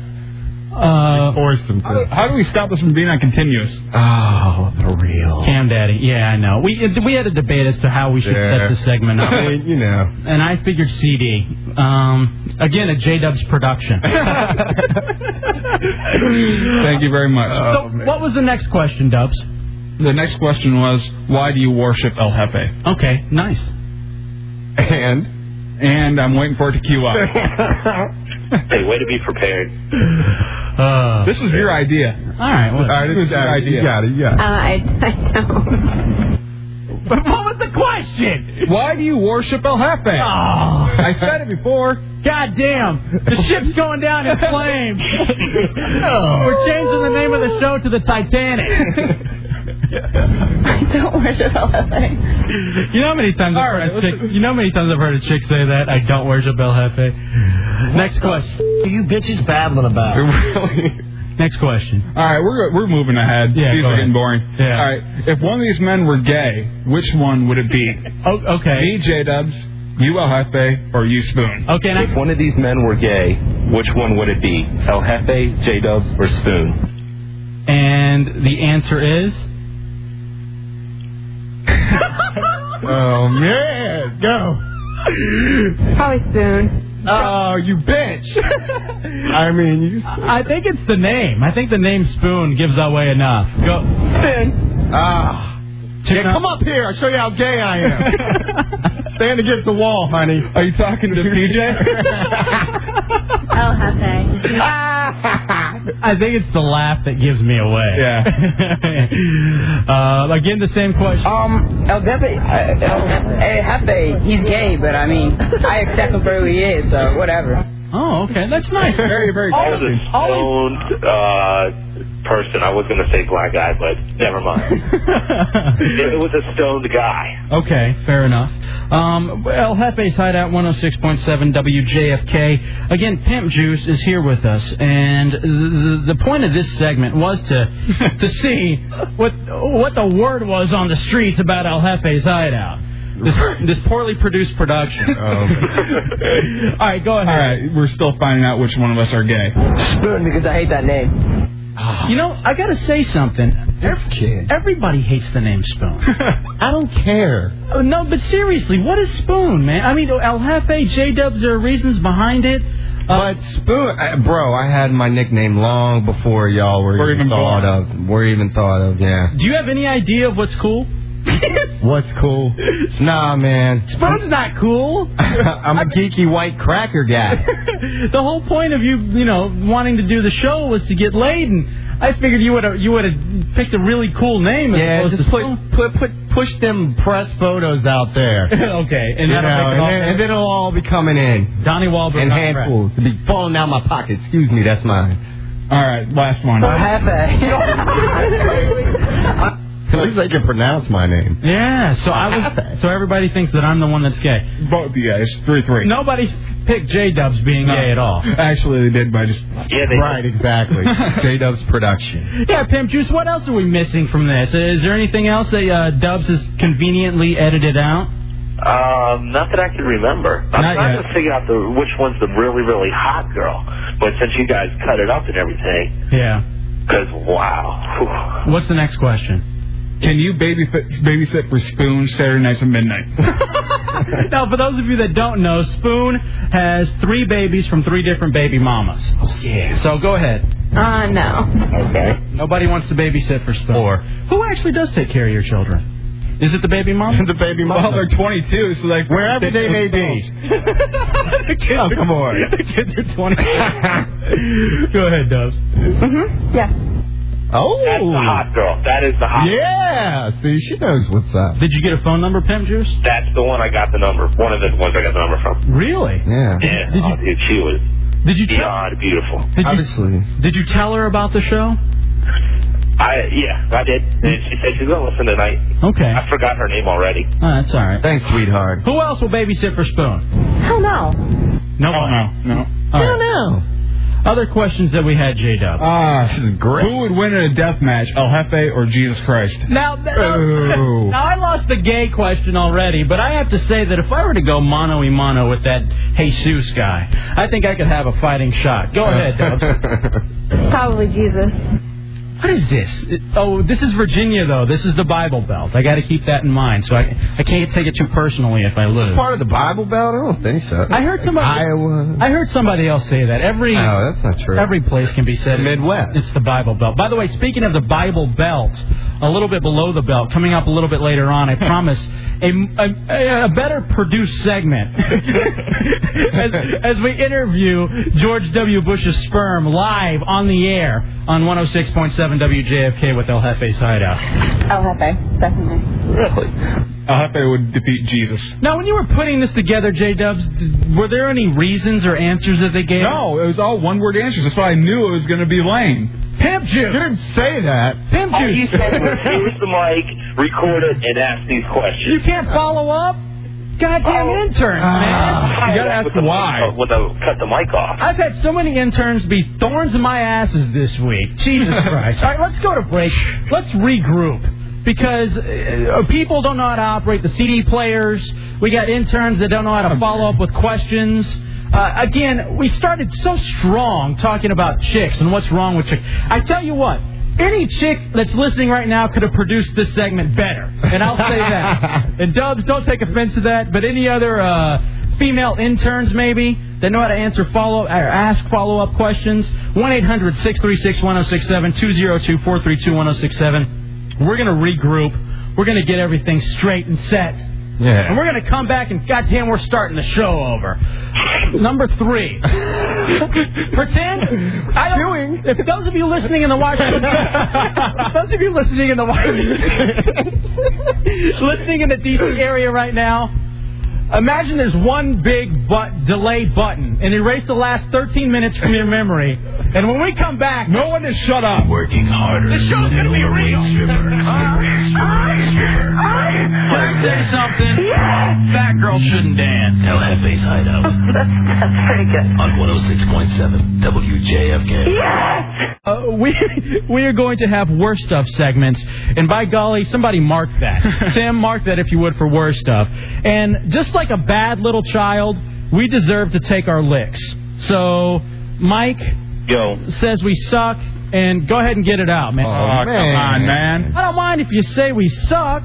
S2: Uh,
S8: forced them to.
S9: How do we stop this from being on continuous?
S14: Oh, the real.
S2: Cam Daddy. Yeah, I know. We we had a debate as to how we should set
S14: Yeah.
S2: the segment up.
S14: I mean, you know.
S2: And I figured CD. Um, again, a J Dub's production.
S9: Thank you very much.
S2: so, what was the next question, Dubs?
S9: The next question was, why do you worship El Jefe?
S2: Okay, nice.
S9: And? And I'm waiting for it to queue up.
S17: Hey, way to be prepared.
S2: Uh,
S9: this was your idea.
S2: All right, well,
S9: This was your idea.
S19: Uh, I, I don't.
S2: But what was the question? Ah.
S9: Why do you worship El Jefe? I said it before.
S2: God damn. The ship's going down in flames. We're changing the name of the show to the Titanic.
S18: I don't worship LFA.
S2: You know how many times I've heard a chick, you know how many times I've heard a chick say that I don't worship El Jefe. Next question.
S20: you bitches babbling about?
S2: Next question.
S9: All right, we're we're moving ahead.
S2: Yeah,
S9: These
S2: go
S9: are
S2: ahead.
S9: getting boring.
S2: Yeah.
S9: All right, if one of these men were gay, which one would it be?
S2: oh, okay.
S9: Me, J Dubs, you El Jefe, or you Spoon?
S2: Okay.
S21: If one of these men were gay, which one would it be? El Jefe, J Dubs, or Spoon?
S2: And the answer is
S8: Oh man, go.
S19: Probably soon.
S8: Oh, you bitch. I mean, you.
S2: I think it's the name. I think the name Spoon gives away enough. Go Spoon.
S8: Ah. Yeah, come up here. I'll show you how gay I
S2: Uh,
S8: am. Stand against the wall, honey.
S9: Are you talking to PJ?
S19: El Jefe.
S2: I think it's the laugh that gives me away. Yeah. uh, again, the same question.
S22: Um, El Jefe, uh, El El Jefe, he's gay, but I mean, I accept him for who he is, so whatever.
S2: Oh, okay. That's nice.
S8: very, very
S17: I was a stoned uh, person. I was going to say black guy, but never mind. it, it was a stoned guy.
S2: Okay, fair enough. Um, El Jefe's Hideout 106.7 WJFK. Again, Pimp Juice is here with us, and the, the point of this segment was to to see what what the word was on the streets about El Jefe's Hideout. This, this poorly produced production. All right, go ahead.
S9: Oh, All right, we're still finding out which one of us are gay.
S22: Spoon, because I hate that name.
S2: You know, I gotta say something. This
S14: kid.
S2: Everybody hates the name Spoon.
S14: I don't care.
S2: Oh, no, but seriously, what is Spoon, man? I mean, El Jefe, J Dubs, there are reasons behind it.
S14: But Spoon, I, bro, I had my nickname long before y'all were,
S2: Were
S14: even,
S2: even
S14: thought
S2: born.
S14: of. Were even thought of, yeah.
S2: Do you have any idea of what's cool?
S14: What's cool? Nah, man.
S2: Spoon's not cool.
S14: I'm a geeky white cracker guy.
S2: the whole point of you, you know, wanting to do the show was to get laid, and I figured you would have you would have picked a really cool name as
S14: Yeah,
S2: opposed
S14: just
S2: to
S14: put,
S2: Spoon.
S14: put, put, push them press photos out there.
S2: okay, and
S14: You
S2: that'll
S14: know,
S2: make it
S14: and
S2: all
S14: then, and then it'll all be coming in.
S2: Donnie Wahlberg.
S14: And
S2: on crack.
S14: handfuls to be falling down my pocket. Excuse me, that's mine.
S9: All right, last one.
S14: At least I can pronounce my name.
S2: Yeah, so I was. So everybody thinks that I'm the one that's gay.
S9: Both the guys, three three.
S2: Nobody's picked J Dubs being gay at all.
S9: Actually, they did by just.
S17: Yeah,
S2: they-
S14: right, exactly. J Dub's production.
S2: Yeah, Pimp Juice. What else are we missing from this? Is there anything else that uh, Dubs has conveniently edited out?
S17: Um, not that I can remember. I'm
S2: Not
S17: trying
S2: yet.
S17: to figure out the which one's the really really hot girl. But since you guys cut it up and everything,
S2: Yeah.
S17: because wow,
S2: What's the next question?
S9: Can you baby babysit for Spoon Saturday nights at midnight?
S2: now, for those of you that don't know, Spoon has three babies from three different baby mamas.
S14: Oh,
S2: Yeah. So go ahead.
S22: Ah,
S19: Uh, no.
S2: Okay. Nobody wants to babysit for Spoon. Or who actually does take care of your children? Is it the baby mom?
S14: the baby
S9: Well, they're 22, so like
S14: Wherever they may be. Oh, come on.
S2: The kids are 20. Go ahead, Dubs.
S18: Mm-hmm. Yeah.
S14: Oh.
S17: that's the hot girl. That is the hot.
S14: Yeah, see, she knows what's up.
S2: Did you get a phone number, Pimp Juice?
S17: That's the one I got the number. One of the ones I got the number from.
S2: Really?
S14: Yeah.
S17: Yeah, oh, dude, she was
S2: Did you tell?
S17: beyond beautiful.
S2: Did you,
S14: Obviously.
S2: Did you tell her about the show?
S17: I yeah, I did. And she said she's gonna listen tonight.
S2: Okay.
S17: I forgot her name already.
S2: Oh, that's all right.
S14: Thanks, sweetheart.
S2: Who else will babysit for Spoon?
S18: Hell no.
S2: No one.
S9: No.
S2: All right.
S18: Hell no.
S2: Other questions that we had, J Dub.
S9: Ah, this is great. Who would win in a death match, El Jefe or Jesus Christ?
S2: Now,
S9: Ooh.
S2: now I lost the gay question already, but I have to say that if I were to go mano y mano with that Jesus guy, I think I could have a fighting shot. Go ahead, Dubs.
S19: Probably Jesus.
S2: What is this? It- Oh, this is Virginia, though. This is the Bible Belt. I got to keep that in mind, so I I can't take it too personally if I lose.
S14: Part of the Bible Belt? I don't think so.
S2: I heard somebody. I heard somebody else say that. Every
S14: No, Oh, that's not true.
S2: Every place can be said. Midwest. It's the Bible Belt. By the way, speaking of the Bible Belt, a little bit below the belt, coming up a little bit later on, I promise a, a, a better produced segment as, as we interview George W. Bush's sperm live on the air on 106.7 WJFK with El Jefe's Hideout.
S18: El Jefe, Oh, definitely.
S9: Really? El Jefe would defeat Jesus.
S2: Now, when you were putting this together, J Dubs, were there any reasons or answers that they gave?
S9: No, it was all one word answers. That's why I knew it was going to be lame.
S2: Pimp juice. You
S9: didn't say that.
S2: Pimp
S17: All he said was use the mic, record it, and ask these questions.
S2: You can't follow up? Goddamn interns, man.
S17: With the mic- uh, With the cut the mic off.
S2: I've had so many interns be thorns in my asses this week. Jesus Christ. All right, let's go to break. Let's regroup because uh, people don't know how to operate the CD players. We got interns that don't know how to follow up with questions. Uh, again, we started so strong talking about chicks and what's wrong with chicks. I tell you what, any chick that's listening right now could have produced this segment better. And I'll say that. and Dubs, don't take offense to that, but any other uh, female interns maybe that know how to answer follow or ask follow up questions, 1 800 636 1067 202 432 1067. We're going to regroup. We're going to get everything straight and set.
S14: Yeah.
S2: And we're going to come back and goddamn, we're starting the show over. Number three. Pretend. I don't, If those of you listening in the Washington, those of you listening in the Washington, listening in the DC area right now, imagine there's one big but delay button and erase the last 13 minutes from your memory. And when we come back, no one is shut up.
S3: Working harder.
S2: The show's gonna be real.
S3: Let's say something. Fat girls shouldn't dance. El Jefe's Hideout. that's, that's pretty good. On 106.7 WJFK.
S2: Uh, we we are going to have worst stuff segments, and by golly, somebody mark that. Sam, mark that if you would for worst stuff. And just like a bad little child, we deserve to take our licks. So, Mike says we suck, and go ahead and get it out, man.
S9: Aw, Oh, come on, man.
S2: I don't mind if you say we suck,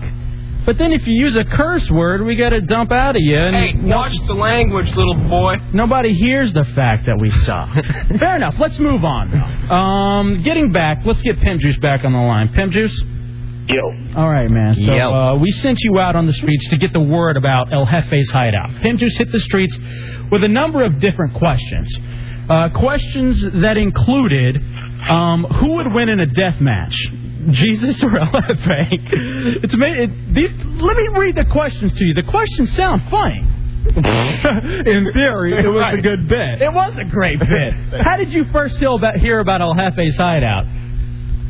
S2: but then if you use a curse word, we got to dump out of you. And
S1: watch the language, little boy.
S2: Nobody hears the fact that we suck. Fair enough. Let's move on. Though. Um, getting back, let's get Pimp Juice back on the line. Pimp Juice.
S17: Yo.
S2: All right, man. So
S17: Yo.
S2: uh, we sent you out on the streets to get the word about El Jefe's hideout. Pimp Juice hit the streets with a number of different questions. Uh, questions that included um, who would win in a death match, Jesus or El Jefe? It's ama- it, these. Let me read the questions to you. The questions sound funny. In theory,
S9: it was a good
S2: bit. It was a great bit. How did you first hear about, hear about El Jefe's hideout?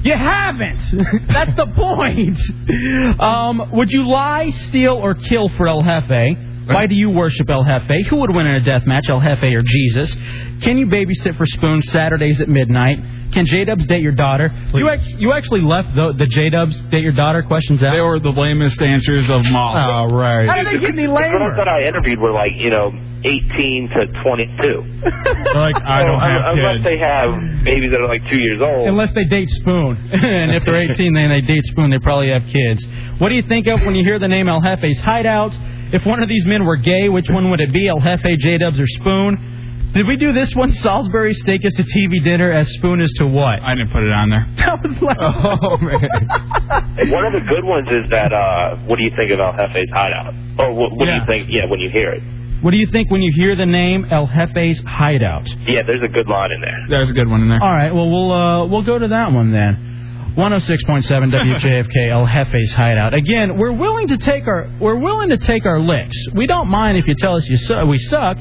S2: You haven't. That's the point. Um, would you lie, steal, or kill for El Jefe? Why do you worship El Jefe? Who would win in a death match, El Jefe or Jesus? Can you babysit for Spoon Saturdays at midnight? Can J Dubs date your daughter? You ex- you actually left the, the J Dubs date your daughter questions out. They
S9: were the lamest answers of them all.
S14: All right.
S2: How did they get me
S17: The girls that I interviewed were like, you know, 18 to 22.
S9: like, I don't
S17: So,
S9: have
S17: un- Unless they have babies that are like two years old.
S2: Unless they date Spoon. and if they're 18, then they date Spoon. They probably have kids. What do you think of when you hear the name El Jefe's Hideout? If one of these men were gay, which one would it be? El Jefe, J Dubs, or Spoon? Did we do this one? Salisbury steak is to TV dinner as Spoon is to what?
S9: I didn't put it on there.
S2: That was like.
S14: Oh, man.
S17: One of the good ones is that, uh, what do you think about Hefe's hideout? Or what, what do you think, yeah, when you hear it?
S2: What do you think when you hear the name El Jefe's Hideout?
S17: Yeah, there's a good line in there.
S9: There's a good one in there.
S2: All right, well we'll uh, we'll go to that one oh then. 106.7 WJFK El Jefe's Hideout. Again, we're willing to take our we're willing to take our licks. We don't mind if you tell us you su- we suck.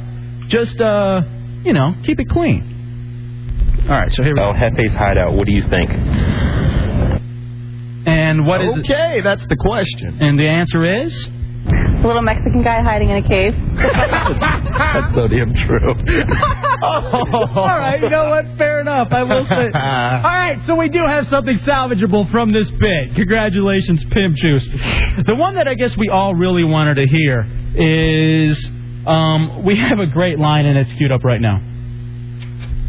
S2: Just uh, you know, keep it clean. All right, so here we
S20: go. El Jefe's Hideout, what do you think?
S2: And what is
S14: Okay, that's the question.
S2: And the answer is
S18: The little Mexican guy hiding in a cave.
S20: That's so damn true.
S14: Oh.
S2: All right, you know what? Fair enough. I will say. All right, so we do have something salvageable from this bit. Congratulations, Pimp Juice. The one that I guess we all really wanted to hear is um, we have a great line and it's queued up right now.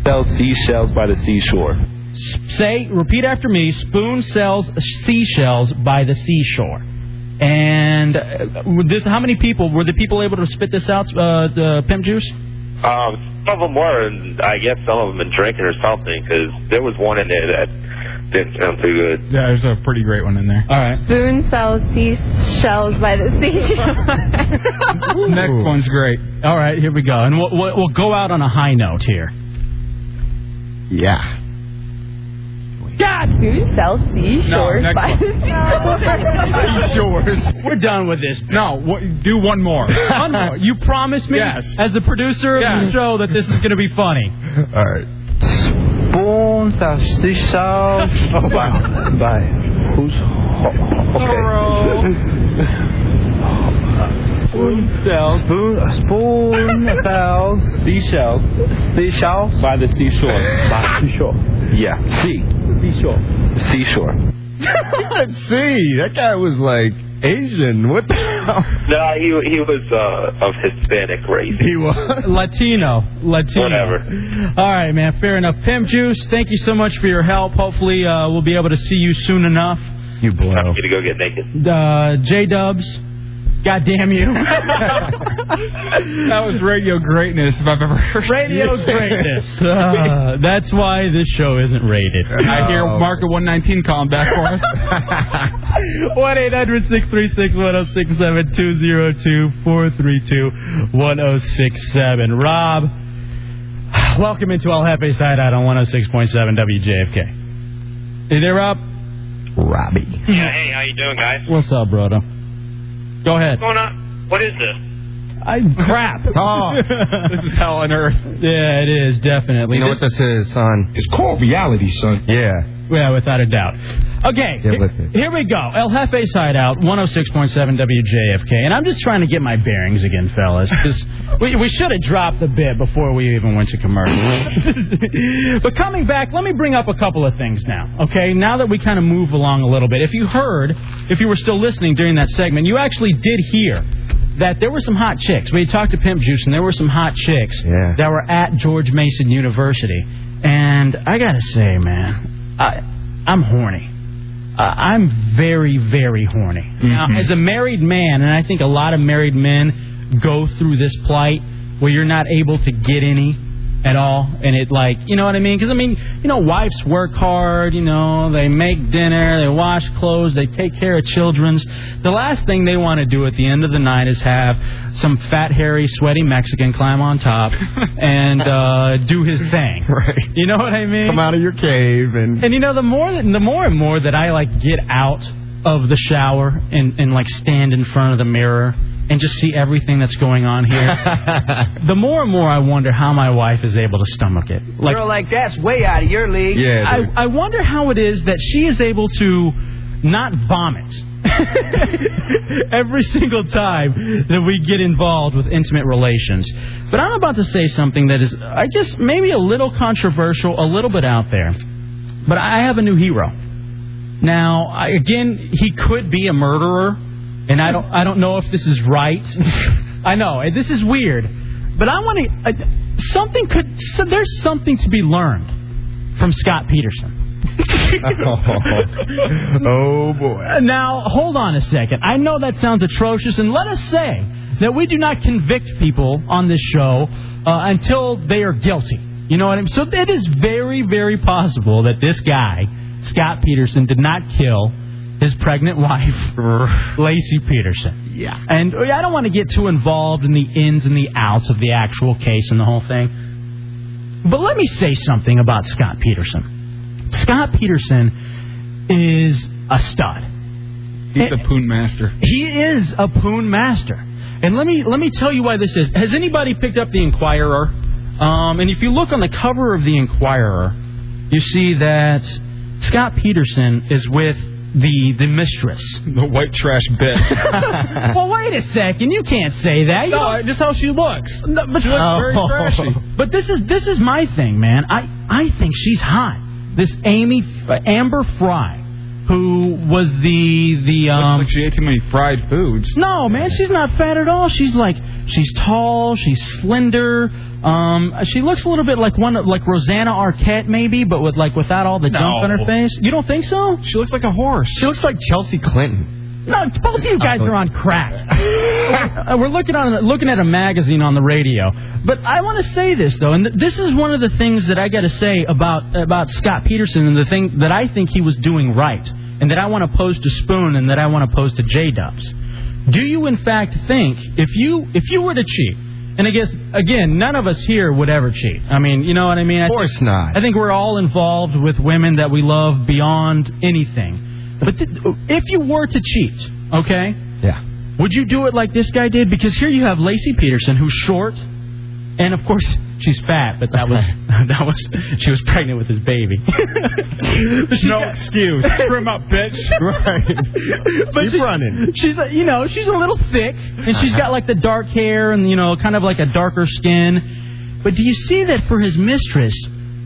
S20: Sell seashells by the seashore.
S2: Say, repeat after me. Spoon sells seashells by the seashore. And uh, this, how many people were the people able to spit this out? Uh, the Pimp Juice.
S17: Um, some of them were, and I guess some of them been drinking or something, because there was one in there that didn't sound too good.
S9: Yeah, there's a pretty great one in there.
S2: All right.
S19: Spoon sells seashells by the seashore.
S9: Next one's great.
S2: All right, here we go, and we'll, we'll, we'll go out on a high note here.
S14: Yeah.
S19: God! Spoon sells seashores
S9: next
S19: by
S9: one.
S19: the seashore.
S2: We're done with this.
S9: No, w- do one more.
S2: One more. You promised me,
S9: Yes.
S2: as the producer of the show, that this is going to be funny.
S14: All right.
S4: Spoons of seashells. oh wow. By who's okay? Spoon sells. Spoon, spoon sells. Seashells. Seashells.
S20: By the seashore.
S4: By seashore.
S20: Yeah. Sea.
S4: Seashore.
S20: Seashore.
S8: He said, see, that guy was like Asian. What the hell?
S17: No, he he was uh, of Hispanic race.
S8: He was.
S2: Latino. Latino.
S17: Whatever.
S2: All right, man. Fair enough. Pimp Juice, thank you so much for your help. Hopefully, uh, we'll be able to see you soon enough.
S14: You blow.
S17: I'm gonna go get naked.
S2: Uh, J Dubs, God damn you.
S9: That was radio greatness if I've ever heard.
S2: Radio greatness. Uh, that's why this show isn't rated.
S9: I hear
S2: Oh.
S9: Mark the 119 calling back for us.
S2: 1 800 636 1067 202 432 1067. Rob, welcome into El Jefe Side Out on 106.7 WJFK. Hey there, Rob.
S14: Robbie.
S7: Yeah, hey, how you doing, guys?
S2: What's up, Brodo? Go
S7: What's
S2: ahead.
S7: going on? What is this?
S2: I crap.
S14: Oh.
S2: this is hell on earth. Yeah, it is definitely.
S14: You know what
S2: This-
S14: this is, son?
S4: It's called reality, son.
S14: Yeah.
S2: yeah, without a doubt. Okay,
S14: Yeah,
S2: he-
S14: with it.
S2: here we go. El Jefe Side Out, 106.7 WJFK. And I'm just trying to get my bearings again, fellas. 'cause we, we should have dropped the bit before we even went to commercial. but coming back, let me bring up a couple of things now, okay? Now that we kind of move along a little bit. If you heard, if you were still listening during that segment, you actually did hear that there were some hot chicks. We had talked to Pimp Juice, and there were some hot chicks
S14: Yeah.
S2: that were at George Mason University. And I gotta say, man, I, I'm horny. Uh, I'm very, very horny. Now, as a married man, and I think a lot of married men go through this plight where you're not able to get any at all, and it like, you know what I mean? Because I mean, you know, wives work hard. You know, they make dinner, they wash clothes, they take care of children's. The last thing they want to do at the end of the night is have some fat, hairy, sweaty Mexican climb on top and uh, do his thing.
S14: Right.
S2: You know what I mean?
S14: Come out of your cave and.
S2: And you know, the more that, the more and more that I like get out of the shower and and like stand in front of the mirror and just see everything that's going on here, the more and more I wonder how my wife is able to stomach it. Like,
S4: Girl, like that's way out of your league.
S14: Yeah. dude.
S2: I I wonder how it is that she is able to not vomit. Every single time that we get involved with intimate relations. But I'm about to say something that is, I guess, maybe a little controversial, a little bit out there. But I have a new hero. Now, I, again, he could be a murderer, and I don't, I don't know if this is right. I know and this is weird, but I want to. Uh, something could. So there's something to be learned from Scott Peterson.
S14: oh boy.
S2: Uh, Now, hold on a second. I know that sounds atrocious, and let us say that we do not convict people on this show uh, until they are guilty. You know what I mean? So it is very, very possible that this guy, Scott Peterson, did not kill his pregnant wife, Lacey Peterson.
S14: Yeah.
S2: And oh, I don't want to get too involved in the ins and the outs of the actual case and the whole thing. But let me say something about Scott Peterson. Scott Peterson is a stud.
S9: He's the poon master.
S2: He is a poon master. And let me let me tell you why this is. Has anybody picked up the Inquirer? Um, and if you look on the cover of the Inquirer, you see that Scott Peterson is with the the mistress.
S9: The white trash bitch.
S2: well, wait a second. You can't say that. You
S9: No,
S2: don't-
S9: just how she looks.
S2: No, but
S9: She looks very
S2: Oh.
S9: trashy.
S2: But this is this is my thing, man. I I think she's hot. This Amy uh, Amber Fry, who was the the um.
S9: like she ate too many fried foods.
S2: No, man, she's not fat at all. She's like she's tall, she's slender. Um, she looks a little bit like one like Rosanna Arquette maybe, but with like without all the
S9: No.
S2: junk on her face. You don't think so?
S9: She looks like a horse.
S2: She looks like Chelsea Clinton. No, it's both of you guys are on crack. Uh, We're looking on looking at a magazine on the radio. But I want to say this though, and th- this is one of the things that I got to say about about Scott Peterson and the thing that I think he was doing right, and that I want to pose to Spoon and that I want to pose to J Dubs. Do you in fact think if you if you were to cheat? And I guess again, none of us here would ever cheat. I mean, you know what I mean. Of course not. I think we're all involved with women that we love beyond anything. But th- if you were to cheat, okay?
S14: Yeah.
S2: Would you do it like this guy did? Because here you have Lacey Peterson, who's short, and of course she's fat. But that was that was she was pregnant with his baby. no excuse. Trim up, bitch. Right. but she's running. She's a- you know she's a little thick, and she's got like the dark hair and you know kind of like a darker skin. But do you see that for his mistress,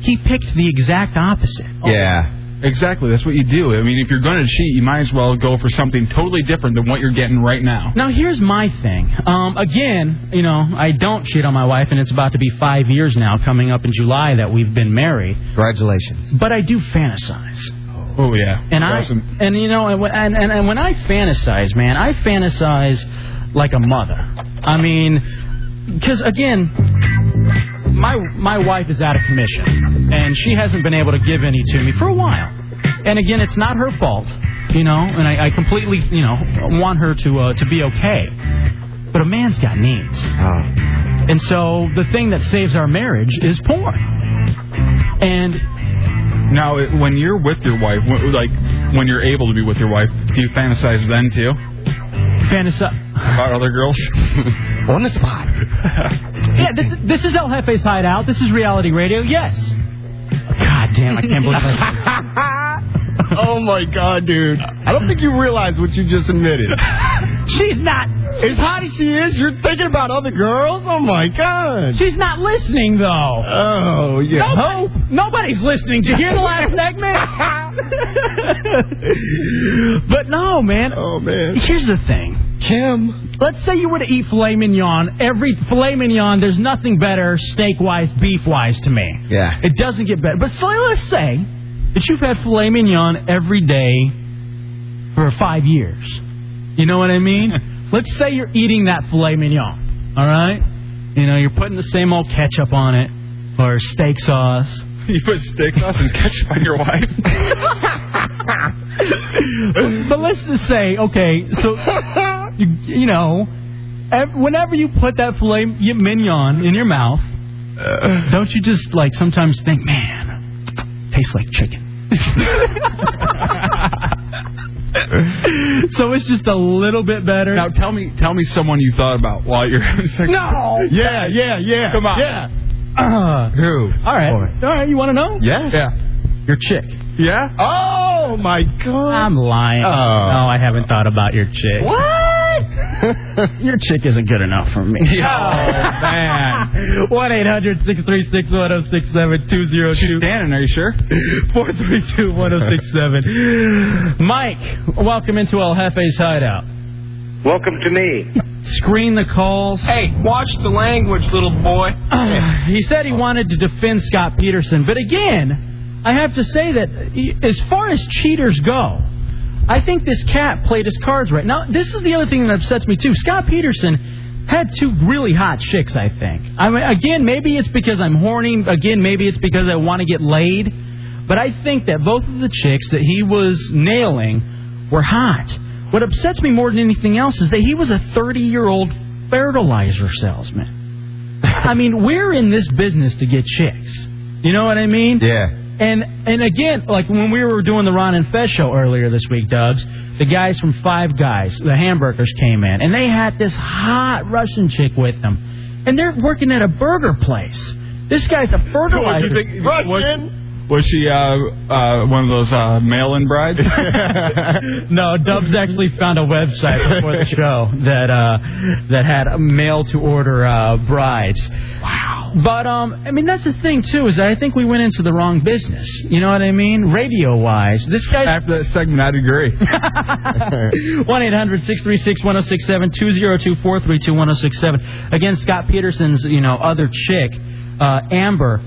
S2: he picked the exact opposite.
S9: Yeah. Exactly. That's what you do. I mean, if you're going to cheat, you might as well go for something totally different than what you're getting right now.
S2: Now here's my thing. Um, again, you know, I don't cheat on my wife, and it's about to be five years now, coming up in July that we've been married.
S14: Congratulations.
S2: But I do fantasize,
S9: Oh yeah.
S2: and
S9: Awesome.
S2: I and you know, and when, and, and, and when I fantasize, man, I fantasize like a mother. I mean, because again, my my wife is out of commission, and she hasn't been able to give any to me for a while. And again, it's not her fault, you know. And I, I completely, you know, want her to uh, to be okay. But a man's got needs, and so the thing that saves our marriage is porn. And
S9: now, it- when you're with your wife, when, like when you're able to be with your wife, do you fantasize then too?
S2: Fantasize
S9: about other girls
S14: on the spot.
S2: Yeah, this this is El Jefe's Hideout. This is reality radio. Yes. God damn, I can't believe I
S8: oh my god, dude! I don't think you realize what you just admitted.
S2: She's not.
S8: As hot as she is, you're thinking about other girls. Oh my god.
S2: She's not listening though.
S8: Oh yeah.
S2: Nobody- nobody's listening. Did you hear the last segment? but no, man.
S8: Oh man.
S2: Here's the thing,
S8: Kim.
S2: Let's say you were to eat filet mignon. Every filet mignon, there's nothing better steak wise, beef wise to me.
S14: Yeah.
S2: It doesn't get better. But so let's say that you've had filet mignon every day for five years. You know what I mean? let's say you're eating that filet mignon. All right? You know, you're putting the same old ketchup on it or steak sauce.
S9: You put steak sauce and ketchup on your wife?
S2: but let's just say, okay, so you, you know, ev- whenever you put that filet mignon in your mouth,
S9: Uh.
S2: don't you just like sometimes think, man, tastes like chicken. so it's just a little bit better.
S9: Now tell me, tell me someone you thought about while you're having sex.
S2: No.
S9: Yeah, yeah, yeah. Come on.
S2: Yeah. Uh,
S9: Who?
S2: all right, all right. You want to know?
S9: Yeah. Yeah.
S2: Your chick.
S9: Yeah.
S8: Oh my god.
S2: I'm lying. Oh. No, I haven't thought about your chick. What? your chick isn't good enough for me.
S9: Oh, man.
S2: 1 800 636 1067 202.
S9: Dannon, are you sure?
S2: 432 1067. Mike, welcome into El Jefe's Hideout.
S1: Welcome to me.
S2: Screen the calls.
S1: Hey, watch the language, little boy.
S2: he said he wanted to defend Scott Peterson, but again, I have to say that he- as far as cheaters go, I think this cat played his cards right. Now, this is the other thing that upsets me too. Scott Peterson had two really hot chicks, I think. I mean, again, maybe it's because I'm horny. Again, maybe it's because I want to get laid. But I think that both of the chicks that he was nailing were hot. What upsets me more than anything else is that he was a 30 year old fertilizer salesman. I mean, we're in this business to get chicks. You know what I mean?
S14: Yeah.
S2: And and again, like when we were doing the Ron and Fez show earlier this week, Dubs, the guys from Five Guys, the Hamburgers, came in, and they had this hot Russian chick with them, and they're working at a burger place. This guy's a fertilizer.
S9: Russian? Was she uh, uh, one of those uh, mail-in brides?
S2: no, Dubs actually found a website before the show that uh, that had mail to order uh, brides. Wow. But um, I mean that's the thing too is that I think we went into the wrong business. You know what I mean? Radio wise, this guy.
S9: After that segment, I'd agree.
S2: One 1067 202-432-1067. Again, Scott Peterson's you know other chick, uh, Amber.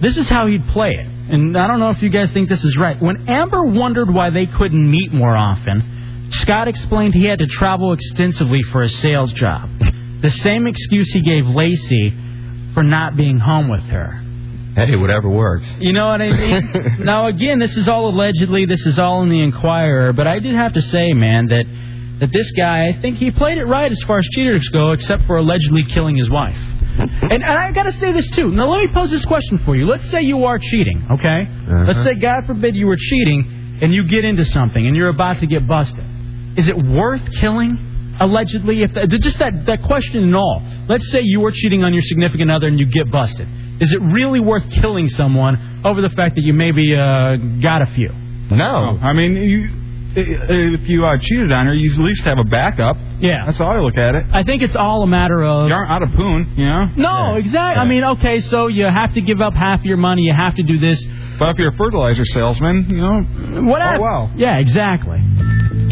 S2: This is how he'd play it, and I don't know if you guys think this is right. When Amber wondered why they couldn't meet more often, Scott explained he had to travel extensively for a sales job. The same excuse he gave Lacey for not being home with her.
S14: Hey, whatever works.
S2: You know what I mean? now again, this is all allegedly. This is all in the Inquirer, but I did have to say, man, that that this guy, I think he played it right as far as cheaters go, except for allegedly killing his wife. And, and I got to say this too. Now let me pose this question for you. Let's say you are cheating, okay? Let's say, God forbid, you were cheating and you get into something and you're about to get busted. Is it worth killing? Allegedly, if that, just that that question and all. Let's say you were cheating on your significant other and you get busted. Is it really worth killing someone over the fact that you maybe uh, got a few?
S9: No, I mean, you, i- if you uh, cheated on her, you at least have a backup.
S2: Yeah,
S9: that's how I look at it.
S2: I think it's all a matter of
S9: you aren't out of poon, you know.
S2: No, exactly. I mean, okay, so you have to give up half your money. You have to do this.
S9: But if you're a fertilizer salesman, you know.
S2: What? Oh, wow. Yeah, exactly.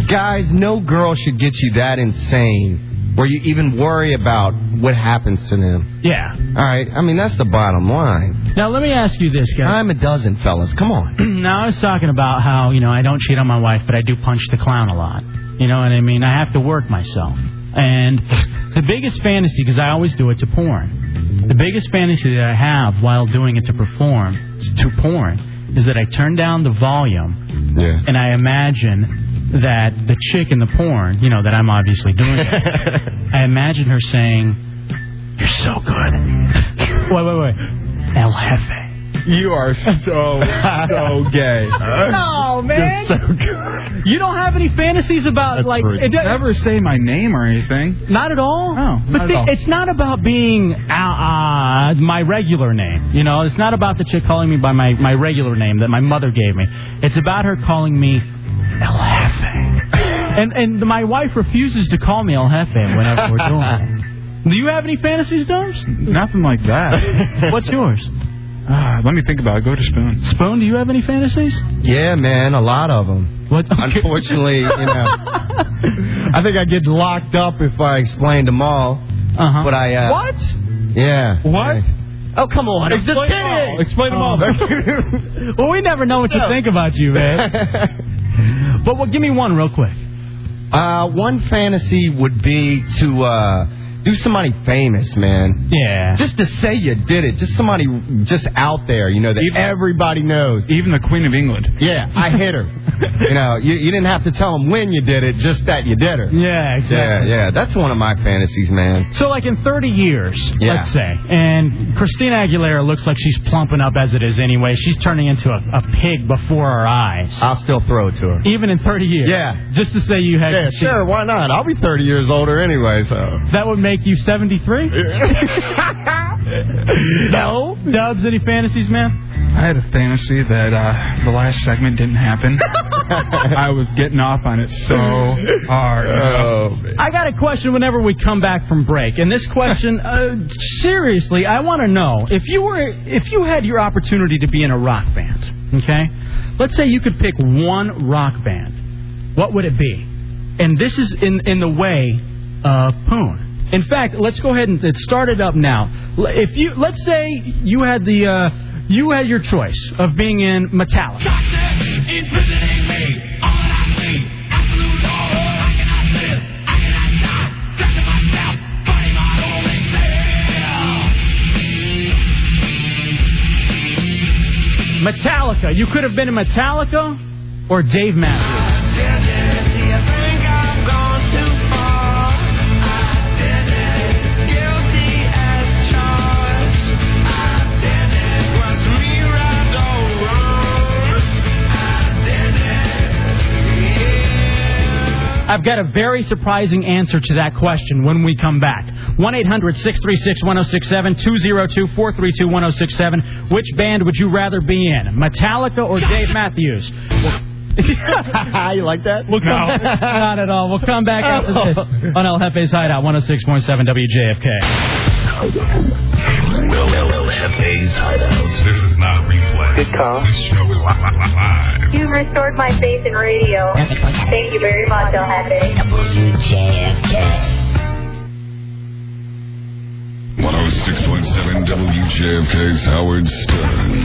S14: Guys, no girl should get you that insane where you even worry about what happens to them.
S2: Yeah.
S14: All right. I mean, that's the bottom line.
S2: Now let me ask you this, guy.
S14: I'm a dozen, fellas. Come on.
S2: now I was talking about how you know I don't cheat on my wife, but I do punch the clown a lot. You know what I mean? I have to work myself. And the biggest fantasy, because I always do it to porn. The biggest fantasy that I have while doing it to perform to porn is that I turn down the volume, and I imagine that the chick in the porn, you know, that I'm obviously doing it. I imagine her saying, "You're so good." wait, wait, wait. El Jefe.
S9: You are so so gay.
S2: No, Oh, man. You don't have any fantasies about like it doesn't-
S9: never say my name or anything.
S2: Not at all. No, but
S9: not at
S2: thi-
S9: all.
S2: it's not about being uh, uh, my regular name. You know, it's not about the chick calling me by my, my regular name that my mother gave me. It's about her calling me El Jefe. and and my wife refuses to call me El Jefe whenever we're doing it. Do you have any fantasies, Domes?
S9: Nothing like that.
S2: What's yours?
S9: Ah, let me think about it. Go to Spoon.
S2: Spoon, do you have any fantasies?
S14: Yeah, man, a lot of them.
S2: What?
S14: Unfortunately, you know, I think I get locked up if I explain them all.
S2: Uh-huh.
S14: But I uh,
S2: What?
S14: Yeah.
S2: What?
S14: Oh come on! I'm just
S2: Explain them all.
S14: kidding.
S2: Explain them all.
S14: Oh.
S2: well, we never know what you think about you, man. but well, give me one real quick.
S14: Uh, one fantasy would be to uh, do somebody famous, man.
S2: Yeah.
S14: Just to say you did it. Just somebody just out there, you know, that everybody knows.
S9: Even the Queen of England.
S14: Yeah, I hit her. you know, you, you didn't have to tell them when you did it, just that you did her.
S2: Yeah, exactly.
S14: Yeah, yeah. That's one of my fantasies, man.
S2: So, like in 30 years,
S14: Yeah.
S2: let's say, and Christina Aguilera looks like she's plumping up as it is anyway. She's turning into a, a pig before our eyes.
S14: I'll still throw it to her.
S2: Even in 30 years.
S14: Yeah.
S2: Just to say you had.
S14: Yeah,
S2: cheated.
S14: sure, why not? I'll be 30 years older anyway, so.
S2: That would make you 73? no. Dubs, any fantasies, man?
S9: I had a fantasy that uh, the last segment didn't happen. I was getting off on it so uh, hard.
S14: Oh,
S2: I got a question whenever we come back from break, and this question, uh, seriously, I want to know if you were, if you had your opportunity to be in a rock band, okay? Let's say you could pick one rock band, what would it be? And this is in in the way of Poon. In fact, let's go ahead and and start it up now. L- If you, let's say you had the, uh, you had your choice of being in Metallica.
S19: Imprisoning me, all I see, absolute horror. I cannot live, I cannot die. Death to myself, body my only
S2: Metallica. You could have been in Metallica or Dave Matthews. I've got a very surprising answer to that question when we come back. 1 800 636 1067 202 432 1067. Which band would you rather be in, Metallica or Dave Matthews? you like that? We'll come
S19: No.
S2: not at all. We'll come back after this on El Jefe's Hideout 106.7 WJFK.
S3: This is not replay. Good call. This show is li- li- li- live.
S6: You restored my faith in radio. Thank you very much, El Jefe.
S3: 106.7 WJFK's Howard Stern.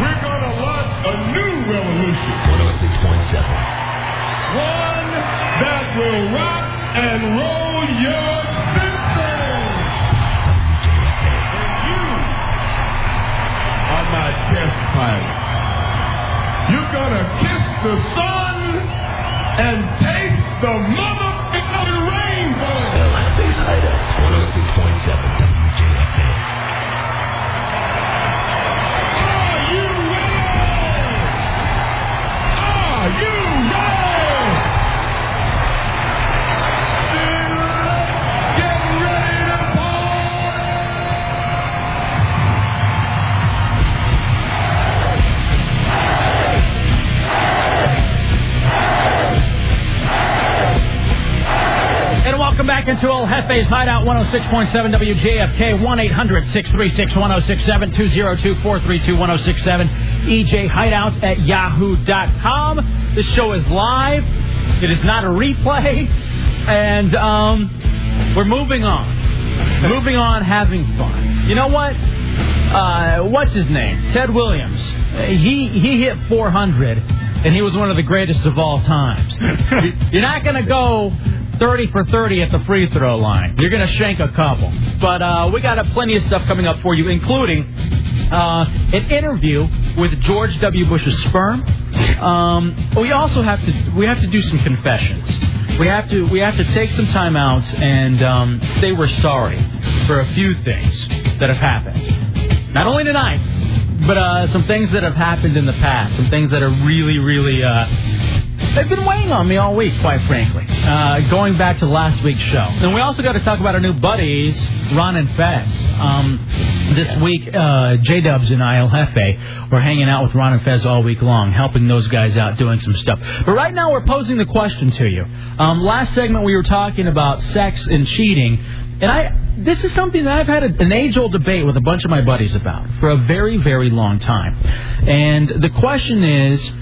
S19: We're gonna launch a new revolution. 106.7. One that will rock and roll your system. And you are my test pilot. You're gonna kiss the sun and taste the motherfucking rainbow. LFA's Hideout, 106.7 WJFA.
S2: Oh, And welcome back into El Jefe's Hideout 106.7 WJFK 1 800 636 1067 202 432 1067 EJHideout E at yahoo.com. This show is live, it is not a replay, and um, we're moving on. Moving on, having fun. You know what? uh, what's his name? Ted Williams. Uh, He he hit 400, and he was one of the greatest of all times. You're not going to go 30 for 30 at the free throw line. You're going to shank a couple. But uh, we got uh, plenty of stuff coming up for you, including uh, an interview with George W. Bush's sperm. Um, we also have to we have to do some confessions. We have to we have to take some time out and um, say we're sorry for a few things that have happened. Not only tonight, but uh, some things that have happened in the past. Some things that are really, really uh, they've been weighing on me all week, quite frankly. Uh, going back to last week's show, and we also got to talk about our new buddies, Ron and Fez. Um, this week, uh, J Dubs and IL Hefe were hanging out with Ron and Fez all week long, helping those guys out, doing some stuff. But right now, we're posing the question to you. Um, last segment, we were talking about sex and cheating, and I. This is something that I've had a- an age-old debate with a bunch of my buddies about for a very, very long time. And the question is,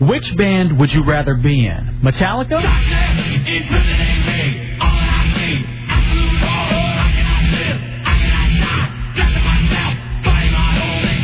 S2: which band would you rather be in? Metallica?
S19: Incriminate me. All I see, absolute horror. How can I live? How can I die? Dressing myself, body,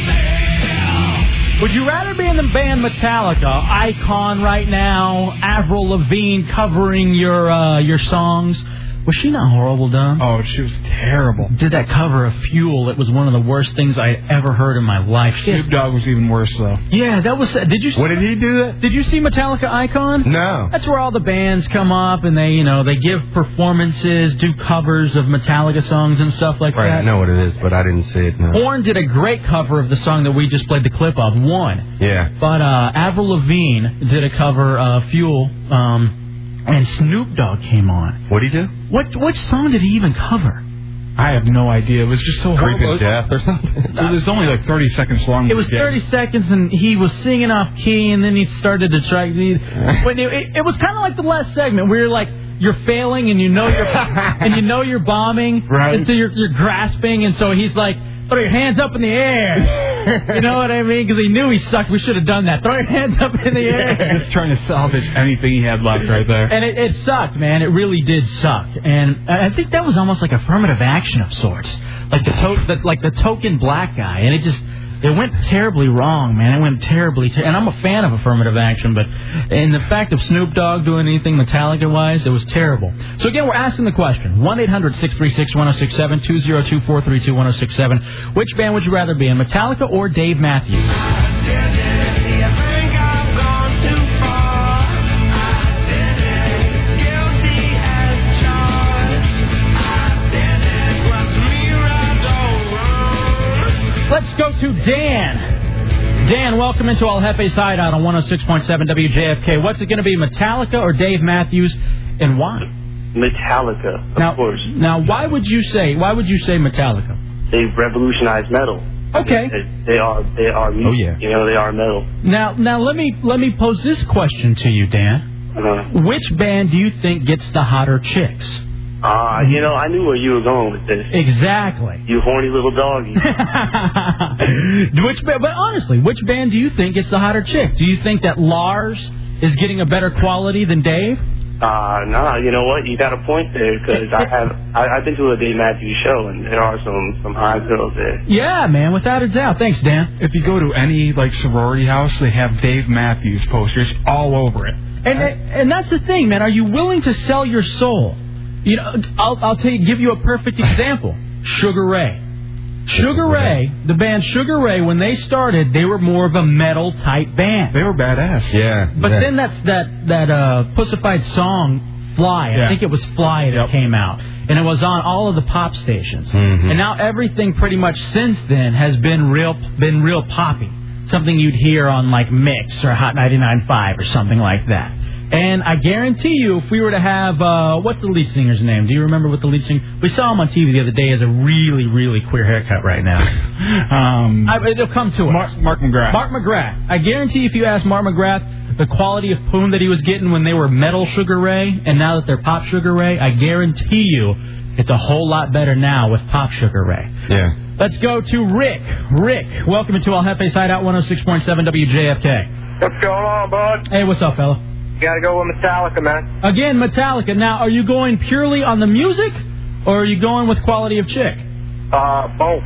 S19: my only self.
S2: Would you rather be in the band Metallica, Icon right now, Avril Lavigne covering your uh, your songs? Was she not horrible, Don?
S9: Oh, she was terrible.
S2: Did that cover of Fuel? It was one of the worst things I ever heard in my life.
S9: Snoop Dogg was even worse uh, though.
S2: Yeah, that was. uh, Did you? What did he do? That? Did you see Metallica Icon?
S9: No.
S2: That's where all the bands come up and they, you know, they give performances, do covers of Metallica songs and stuff like
S14: Right,
S2: that.
S14: I know what it is, but I didn't see it. No.
S2: Horn did a great cover of the song that we just played the clip of, One.
S14: Yeah.
S2: But uh, Avril Lavigne did a cover of Fuel, um, and Snoop Dogg came on.
S14: What did he do?
S2: What what song did he even cover?
S9: I have no idea. It was just so horrible. It was-
S14: or something.
S9: It was only like 30 seconds long.
S2: It was 30 seconds, and he was singing off key, and then he started to try. He, when it, it, it was kind of like the last segment where you're like, you're failing, and you know you're and you know you're bombing,
S19: Right.
S2: And so you're you're grasping, and so he's like, throw your hands up in the air. you know what I mean? Because he knew he sucked. We should have done that. Throw your hands up in the air.
S9: Just trying to salvage anything he had left right there.
S2: And it, it sucked, man. It really did suck. And I I think that was almost like affirmative action of sorts, like the, to- the like the token black guy. And it just it went terribly wrong, man. It went terribly. Ter- and I'm a fan of affirmative action, but in the fact of Snoop Dogg doing anything Metallica wise, it was terrible. So again, we're asking the question: one oh 636 1067 202 432 1067 Which band would you rather be in, Metallica or Dave Matthews? Let's go to Dan. Dan, welcome into Al Jefe's Hideout on 106.7 WJFK. What's it going to be, Metallica or Dave Matthews, and why?
S17: Metallica, of course.
S2: Now, why would you say? Why would you say Metallica?
S17: They revolutionized metal.
S2: Okay.
S17: They, they are they are music.
S2: Oh, yeah.
S17: You know they are metal.
S2: Now, now let me let me pose this question to you, Dan.
S17: Uh,
S2: Which band do you think gets the hotter chicks?
S17: uh, you know I knew where you were going with this.
S2: Exactly.
S17: You horny little doggy.
S2: Which, ba- but honestly, which band do you think gets the hotter chick? Do you think that Lars is getting a better quality than Dave?
S17: Uh, nah, you know what? You got a point there because I have I, I've been to a Dave Matthews show and there are some some hot girls there.
S2: Yeah, man, without a doubt. Thanks, Dan.
S9: If you go to any like sorority house, they have Dave Matthews posters all over it.
S2: And and that's the thing, man. Are you willing to sell your soul? You know, I'll I'll tell you, give you a perfect example. Sugar Ray. Sugar Ray, the band Sugar Ray, when they started, they were more of a metal type band. They
S9: were badass.
S14: Yeah.
S2: But then that's that that uh, pussified song Fly. I
S9: Yeah.
S2: think it was Fly that came out, and it was on all of the pop stations.
S19: Mhm.
S2: And now everything pretty much since then has been real been real poppy, something you'd hear on like Mix or Hot 99.5 or something like that. And I guarantee you, if we were to have uh, what's the lead singer's name? Do you remember what the lead singer? We saw him on TV the other day. He Has a really really queer haircut right now. um, I, it'll come to us.
S9: Mark McGrath.
S2: Mark McGrath. I guarantee if you ask Mark McGrath the quality of poon that he was getting when they were metal Sugar Ray and now that they're pop Sugar Ray, I guarantee you it's a whole lot better now with pop Sugar Ray.
S14: Yeah.
S2: Let's go to Rick. Rick, welcome to El Jefe Side Out 106.7 WJFK.
S10: What's going on, bud?
S2: Hey, what's up, fella?
S10: You gotta go with Metallica, man.
S2: Again, Metallica. Now, are you going purely on the music or are you going with quality of chick?
S10: Uh, both.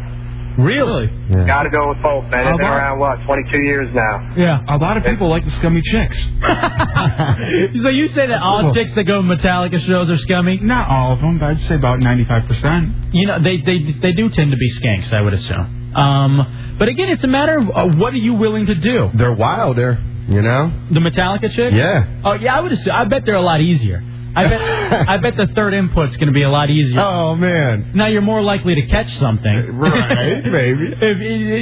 S2: Really?
S10: Gotta go with both, man.
S9: How
S10: It's been
S9: about-
S10: around, what, 22 years now?
S2: Yeah.
S9: A lot of people like the scummy chicks.
S2: so you say that all chicks that go Metallica shows are scummy?
S9: Not all of them, but I'd say about 95%.
S2: You know, they they they do tend to be skanks, I would assume. Um, but again, it's a matter of uh, what are you willing to do.
S14: They're wilder, you know.
S2: The Metallica chick.
S14: Yeah.
S2: Oh yeah, I would assume. I bet they're a lot easier. I bet I bet the third input's going to be a lot easier.
S14: Oh man.
S2: Now you're more likely to catch something.
S14: Right, maybe.
S2: If,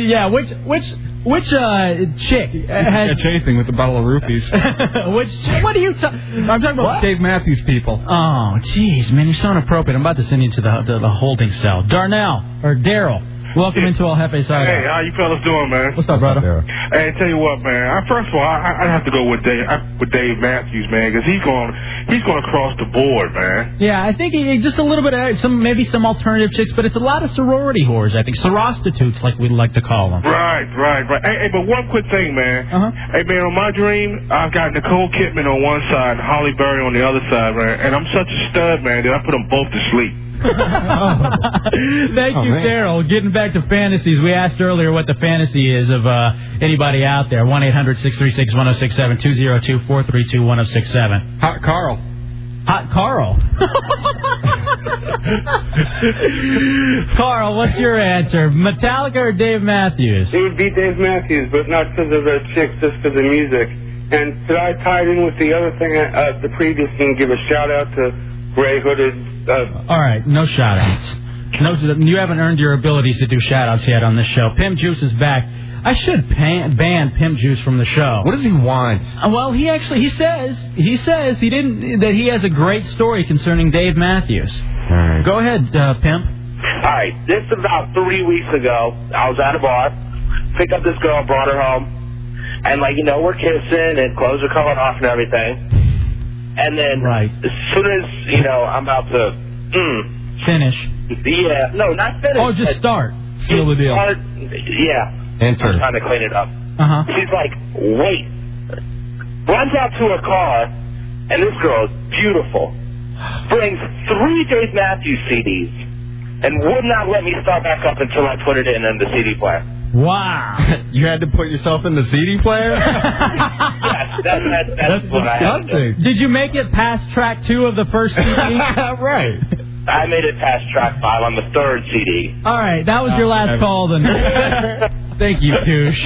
S2: yeah. Which which which uh, chick has
S9: Catch anything with a bottle of rupees.
S2: Which what are you? Ta- I'm talking about
S9: Dave Matthews people.
S2: Oh, jeez, man, you're so inappropriate. I'm about to send you to the the, the holding cell. Darnell or Daryl, welcome into El Jefe
S11: Hey,
S2: Saga.
S11: how you fellas doing, man?
S2: What's up, brother?
S11: Hey, I tell you what, man. I, first of all, I, I'd have to go with Dave I, with Dave Matthews, man, because he's going he's going to cross the board, man.
S2: Yeah, I think it- just a little bit of some maybe some alternative chicks, but it's a lot of sorority whores. I think sorostitutes, like we like to call them.
S11: Right, right, right. Hey, hey but one quick thing, man.
S2: Uh-huh.
S11: Hey, man, on my dream, I've got Nicole Kidman on one side, Holly Berry on the other side, man. And I'm such a stud, man, that I put them both to sleep.
S2: Thank
S11: Oh,
S2: you,
S11: man.
S2: Daryl. Getting back to fantasies, we asked earlier what the fantasy is of uh, anybody out there. 1 800 636 1067 202 432 1067.
S9: Hot Carl.
S2: Hot Carl. Carl, what's your answer? Metallica or Dave Matthews?
S23: It would be Dave Matthews, but not because of the chicks, just because of music. And could I tie it in with the other thing, uh, the previous thing, give a shout out to Gray Hooded? Uh,
S2: All right, no shout outs. No, you haven't earned your abilities to do shout outs yet on this show. Pim Juice is back. I should pan, ban Pim Juice from the show. What
S14: does he want?
S2: Well, he actually he says he says he didn't that he has a great story concerning Dave Matthews. Go ahead, uh, Pimp.
S17: All right, this is about three weeks ago. I was at a bar, picked up this girl, brought her home, and like you know, we're kissing and clothes are coming off and everything. And then
S2: Right.
S17: as soon as you know, I'm about to, mm,
S2: Finish.
S17: yeah, no, not finish.
S2: Oh, just start. Seal the deal.
S17: Start, yeah, I'm
S2: Enter.
S17: trying to clean it up.
S2: Uh
S17: She's like, wait. Runs out to her car, and this girl is beautiful. Brings three Dave Matthews CDs, and would not let me start back up until I put it in in the CD player.
S2: Wow.
S14: you had to put yourself in the CD player?
S17: That's, that's, that's, that's what I had to do.
S14: disgusting.
S2: Did you make it past track two of the first CD?
S14: right.
S17: I made it past track five on the third CD.
S2: All right, that was your last call then. Thank you, douche.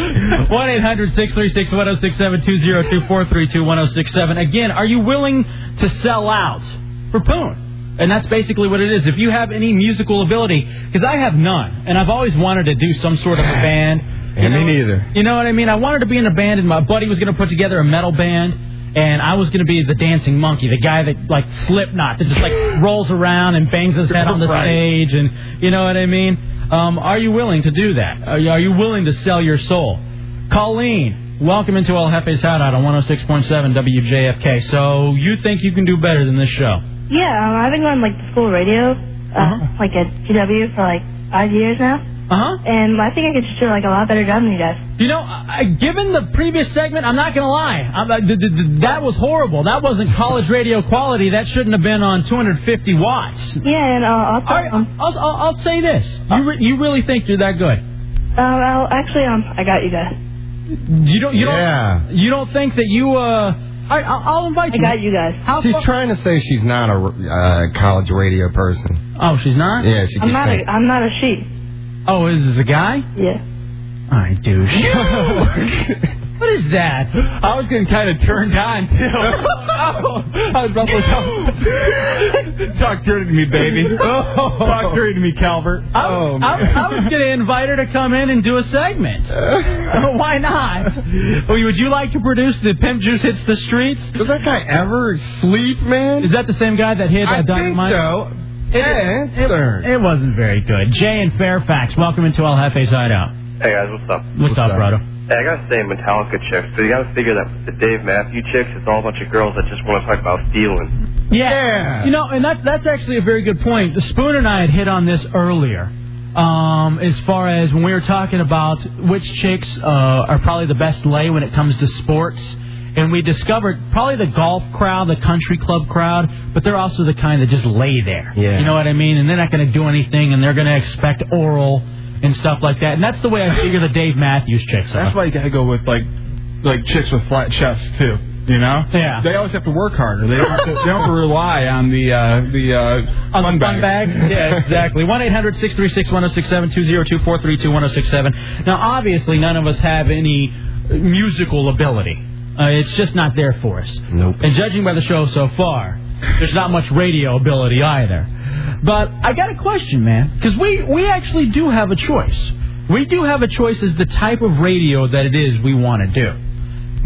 S2: 1 800 636 1067 202 432 1067. Again, are you willing to sell out for Poon? And that's basically what it is. If you have any musical ability, because I have none, and I've always wanted to do some sort of a band.
S14: Yeah, me neither.
S2: You know what I mean? I wanted to be in a band, and my buddy was going to put together a metal band. and I was going to be the dancing monkey, the guy that like Slipknot that just like rolls around and bangs his head on the
S19: Right.
S2: stage, and you know what I mean. Um, are you willing to do that? Are you, are you willing to sell your soul? Colleen, welcome into El Jefe's Hot Out on 106.7 WJFK. So you think you can do better than this show?
S12: Yeah, um, I've been going like the school radio, uh, like at GW for like five years now.
S2: Uh huh.
S12: And I think I could just do like a lot better job than you guys.
S2: You know, I, I- given the previous segment, I'm not going to lie. I'm, I, th- th- th- that was horrible. That wasn't college radio quality. That shouldn't have been on 250 watts.
S12: Yeah, and uh, also,
S2: All right, I'll, I'll, I'll say this. You, re- you really think you're that good?
S12: um, I'll actually, um, I got you guys.
S2: You don't. You
S8: Yeah.
S2: don't. You don't think that you. Uh, all right, I'll, I'll invite
S12: I
S2: you.
S12: got you guys.
S2: How
S8: She's
S2: fu-
S8: trying to say she's not a uh, college radio person.
S2: Oh, she's not.
S8: Yeah, she
S12: I'm
S8: keeps
S12: not a,
S8: saying.
S12: I'm not a sheep.
S2: Oh, is this a guy?
S12: Yeah.
S2: I douche. what is that? I was getting kind of turned on too. I was about
S9: to talk dirty to me, baby. Talk dirty to me, Calvert.
S2: Oh, I, I was going to invite her to come in and do a segment. Why not? Or Would you like to produce the Pimp Juice Hits the Streets? Does that guy ever sleep, man? Is that the same guy that hit
S8: I
S2: uh,
S8: think
S2: Dynamite?
S8: so.
S2: It,
S8: Yeah,
S2: it,
S8: sir.
S2: it wasn't very good. Jay in Fairfax, welcome into El Jefe's Hideout.
S13: Hey guys, what's up?
S2: What's, up, brother?
S13: Hey, I gotta say Metallica chicks. So you gotta figure that with the Dave Matthew chicks, it's all a bunch of girls that just want to talk about stealing.
S2: Yeah. You know, and that's that's actually a very good point. Spoon and I had hit on this earlier. Um, as far as when we were talking about which chicks uh, are probably the best lay when it comes to sports, and we discovered probably the golf crowd, the country club crowd, but they're also the kind that just lay there.
S19: Yeah.
S2: You know what I mean? And they're not going to do anything, and they're going to expect oral and stuff like that. And that's the way I figure the Dave Matthews chicks are.
S9: That's why you gotta go with like, like chicks with flat chests too. You know?
S2: Yeah.
S9: They always have to work harder. They don't have to, they don't have to rely on the uh, the uh, fun bag.
S2: Yeah, exactly. 1 800 636 1067 202 432 1067. Now, obviously, none of us have any musical ability. Uh, it's just not there for us. Nope. And judging by the show so far, there's not much radio ability either. But I got a question, man, because we, we actually do have a choice. We do have a choice as the type of radio that it is we want to do.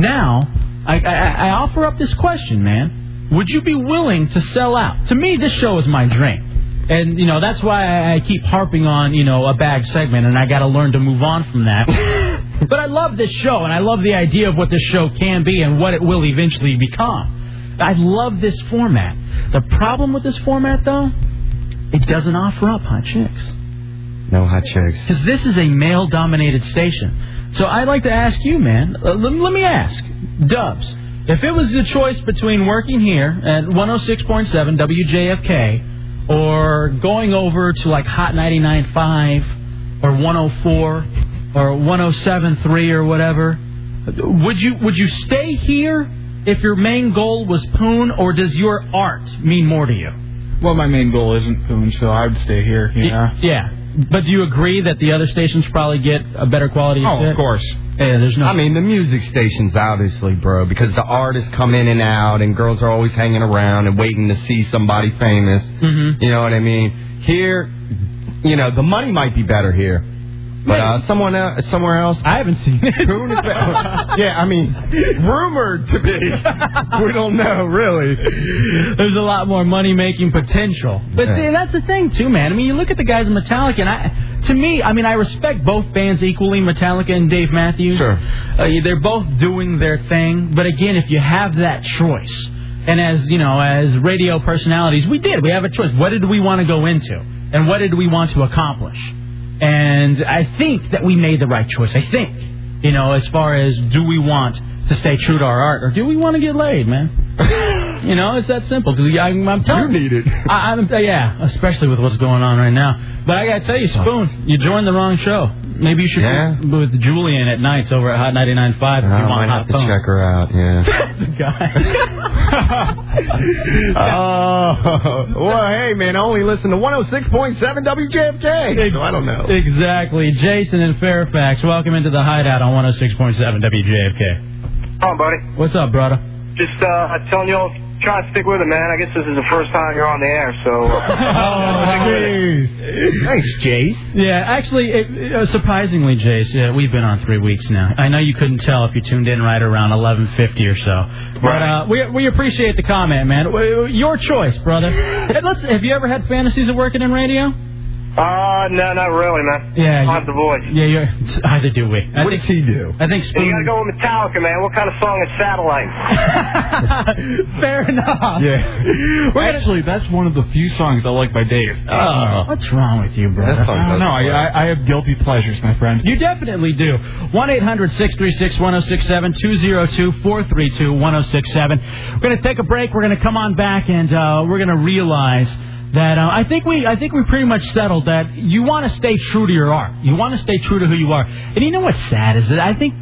S2: Now, I, I, I offer up this question, man. Would you be willing to sell out? To me, this show is my dream. And, you know, that's why I- I keep harping on, you know, a bag segment, and I got to learn to move on from that. but I love this show, and I love the idea of what this show can be and what it will eventually become. I love this format. The problem with this format, though, it doesn't offer up hot chicks.
S14: No hot chicks.
S2: Because this is a male dominated station. So I'd like to ask you, man, uh, let, let me ask, Dubs, if it was the choice between working here at 106.7 WJFK or going over to like Hot 99.5 or 104 or 107.3 or whatever, would you would you stay here if your main goal was Poon or does your art mean more to you?
S9: Well, my main goal isn't poon, so I would stay here. You know?
S2: Yeah. But do you agree that the other stations probably get a better quality?
S14: Oh, of
S2: fit?
S14: course.
S2: Yeah, there's no.
S14: I mean, the music stations obviously, bro, because the artists come in and out, and girls are always hanging around and waiting to see somebody famous. Mm-hmm. You know what I mean? Here, you know, the money might be better here, but uh, someone else, somewhere else.
S2: I haven't seen
S14: it. yeah, I mean, rumored to be. We don't know really.
S2: There's a lot more money making potential. But
S19: Yeah.
S2: see, that's the thing too, man. I mean, you look at the guys in Metallica, and I, to me, I mean, I respect both bands equally, Metallica and Dave Matthews. Sure. Uh, they're both doing their thing. But again, if you have that choice, and as you know, as radio personalities, we did. We have a choice. What did we want to go into, and what did we want to accomplish? And I think that we made the right choice. I think. You know, as far as do we want to stay true to our art, or do we want to get laid, man? You know, it's that simple. Because I'm, I'm telling you, need it. I, I'm, uh, yeah, especially with what's going on right now. But I gotta tell you, Spoon, you joined the wrong show. Maybe you should
S14: Yeah. Oh,
S2: be with Julian at nights over at Hot 99.5 if you
S14: I
S2: want
S14: might
S2: Hot
S14: have to
S2: Phone.
S14: check her out. Yeah. Oh, well, hey, man, I only listen to 106.7 WJFK, so I don't know.
S2: Exactly. Jason in Fairfax, welcome into the hideout on 106.7 WJFK.
S10: Come on, buddy.
S2: What's up, brother?
S10: Just uh, telling y'all Try to stick with it, man. I guess this is the first time you're on the air, so.
S2: Oh,
S10: Oh,
S2: Thanks, Jace. Yeah, actually, it, uh, surprisingly, Jace, yeah, we've been on three weeks now. I know you couldn't tell if you tuned in right around 11:50 or so. But uh, we we appreciate the comment, man. W- Your choice, brother. And let's, have you ever had fantasies of working in radio?
S10: Uh, no, not really, man.
S2: Yeah,
S10: On the voice.
S2: Yeah, you're, either do we. I
S10: What
S2: think,
S10: does he do?
S2: I think
S10: And you gotta
S2: Spoon.
S10: go with Metallica, man. What kind of song is Satellite?
S2: Fair enough.
S9: Yeah. Actually, that's one of the few songs I like by Dave.
S2: Oh, what's wrong with you, bro?
S9: I don't know. I, I, I have guilty pleasures, my friend.
S2: You definitely do. 1 800 636 1067 202 432 1067. We're going to take a break. We're going to come on back and uh, we're going to realize. That uh, I think we I think we pretty much settled that you want to stay true to your art. You want to stay true to who you are. And you know what's sad is that I think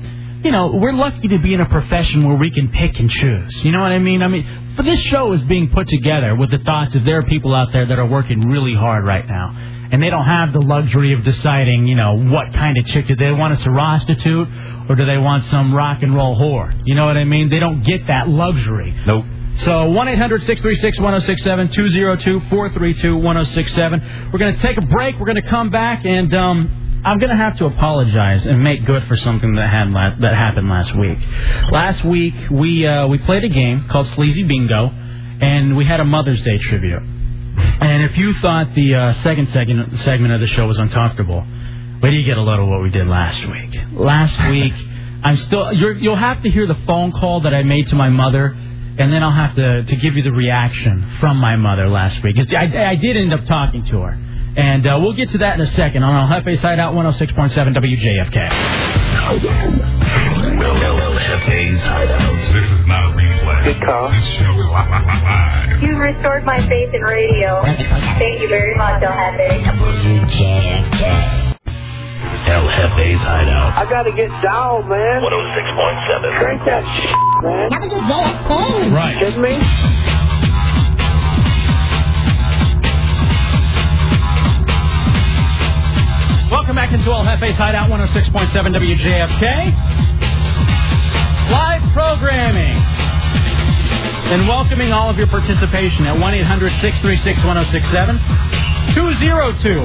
S2: you know we're lucky to be in a profession where we can pick and choose. You know what I mean? I mean, but this show is being put together with the thoughts of there are people out there that are working really hard right now and they don't have the luxury of deciding, you know, what kind of chick do they want us to prostitute or do they want some rock and roll whore? You know what I mean? They don't get that luxury. Nope. So 1 800 636 1067 202 432 1067. We're going to take a break. We're going to come back and. Um, I'm going to have to apologize and make good for something that had la- that happened last week. Last week we uh, we played a game called Sleazy Bingo, and we had a Mother's Day tribute. And if you thought the uh, second segment, segment of the show was uncomfortable, where do you get a load of what we did last week? Last week, I'm still. You're, you'll have to hear the phone call that I made to my mother, and then I'll have to, to give you the reaction from my mother last week. 'Cause I, I did end up talking to her, and uh, we'll get to that in a second on El Jefe Side Out 106.7 WJFK.
S3: This is not a replay. This show is live.
S6: You restored my faith in radio. Thank you very much, El Jefe.
S19: El Jefe's Hideout.
S10: I gotta get down, man.
S19: 106.7. Crank that shit, man. Have a good day at Spain.
S10: Right.
S19: Kidding me?
S2: Welcome back into El Jefe's Hideout 106.7 WJFK. Live programming. And welcoming all of your participation at 1 800 636 1067, 202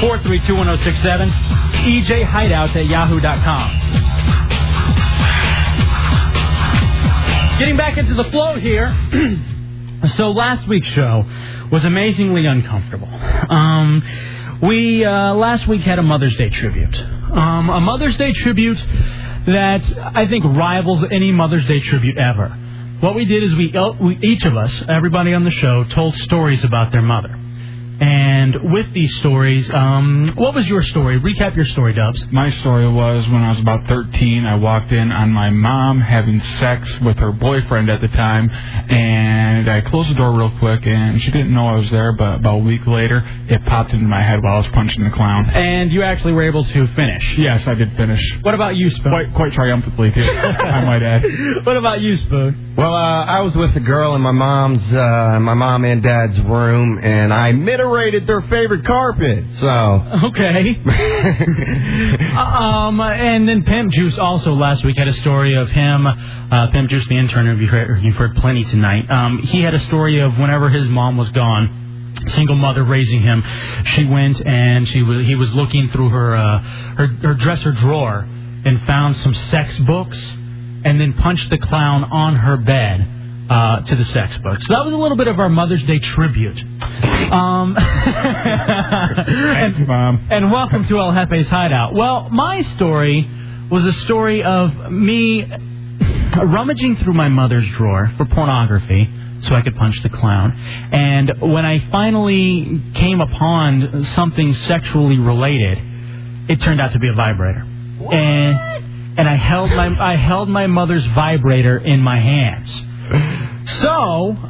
S2: 432 1067, ejhideouts E at yahoo.com. Getting back into the flow here. so last week's show was amazingly uncomfortable. Um, we uh, last week had a Mother's Day tribute. Um, a Mother's Day tribute that I think rivals any Mother's Day tribute ever. What we did is we, we each of us, everybody on the show, told stories about their mother. And with these stories, um, what was your story? Recap your story, Dubs.
S9: My story was when I was about 13, I walked in on my mom having sex with her boyfriend at the time, and I closed the door real quick, and she didn't know I was there, but about a week later, it popped into my head while I was punching the clown.
S2: And you actually were able to finish.
S9: Yes, I did finish.
S2: What about you, Spoon?
S9: Quite, quite triumphantly, too, I might add.
S2: What about you, Spoon?
S14: Well, uh, I was with a girl in my mom's, uh, my mom and dad's room, and I miterated their favorite carpet. So
S2: Okay. Uh, um, and then Pimp Juice also last week had a story of him, uh, Pimp Juice, the intern, who you've heard, you've heard plenty tonight. Um, he had a story of whenever his mom was gone. Single mother raising him, she went and she was, he was looking through her, uh, her her dresser drawer and found some sex books, and then punched the clown on her bed uh, to the sex books. So that was a little bit of our Mother's Day tribute. Um, and, and welcome to El Jefe's Hideout. Well, my story was a story of me rummaging through my mother's drawer for pornography so I could punch the clown. And when I finally came upon something sexually related, it turned out to be a vibrator. And and I held my I held my mother's vibrator in my hands. So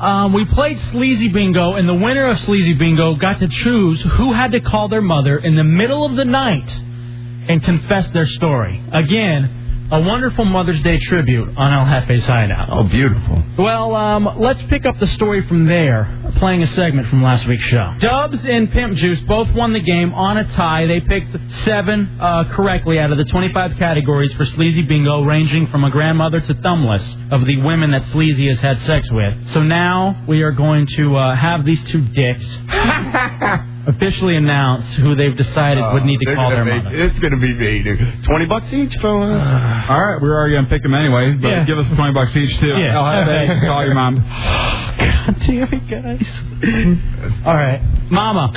S2: um, we played Sleazy Bingo, and the winner of Sleazy Bingo got to choose who had to call their mother in the middle of the night and confess their story. Again, a wonderful Mother's Day tribute on El Jefe's Hideout.
S14: Oh, beautiful.
S2: Well, um, let's pick up the story from there, playing a segment from last week's show. Dubs and Pimp Juice both won the game on a tie. They picked seven uh, correctly out of the 25 categories for Sleazy Bingo, ranging from a grandmother to thumbless of the women that Sleazy has had sex with. So now we are going to uh, have these two dicks officially announce who they've decided would need to
S8: Uh, they're
S2: call
S8: gonna
S2: their
S8: make-
S2: mother.
S8: It's gonna be me, dude. Twenty bucks each, fella.
S2: Uh.
S9: All right, we're already gonna pick them anyway, but
S8: Yeah.
S9: give us twenty bucks each too.
S8: Yeah.
S9: I'll have eggs. Call your mom.
S2: Damn it, guys. All right. Mama.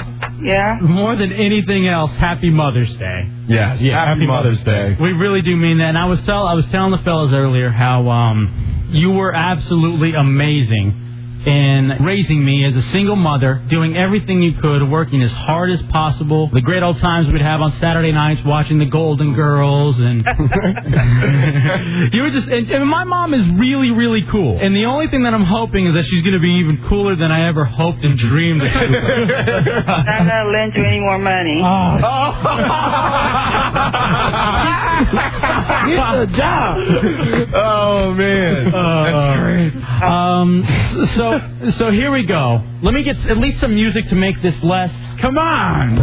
S2: Yeah? More than anything else, happy Mother's Day.
S8: Yes.
S2: Yeah,
S8: Happy, Mother's Day.
S2: We really do mean that. And I was tell I was telling the fellas earlier how um, you were absolutely amazing in raising me as a single mother, doing everything you could, working as hard as possible. The great old times we'd have on Saturday nights watching the Golden Girls and you were just and, and my mom is really really cool. And the only thing that I'm hoping is that she's going to be even cooler than I ever hoped and dreamed.
S19: Not gonna lend you any more money.
S2: Oh. It's a job.
S8: Oh man,
S2: that's great. Uh, Um, so so here we go. Let me get at least some music to make this less. Come on.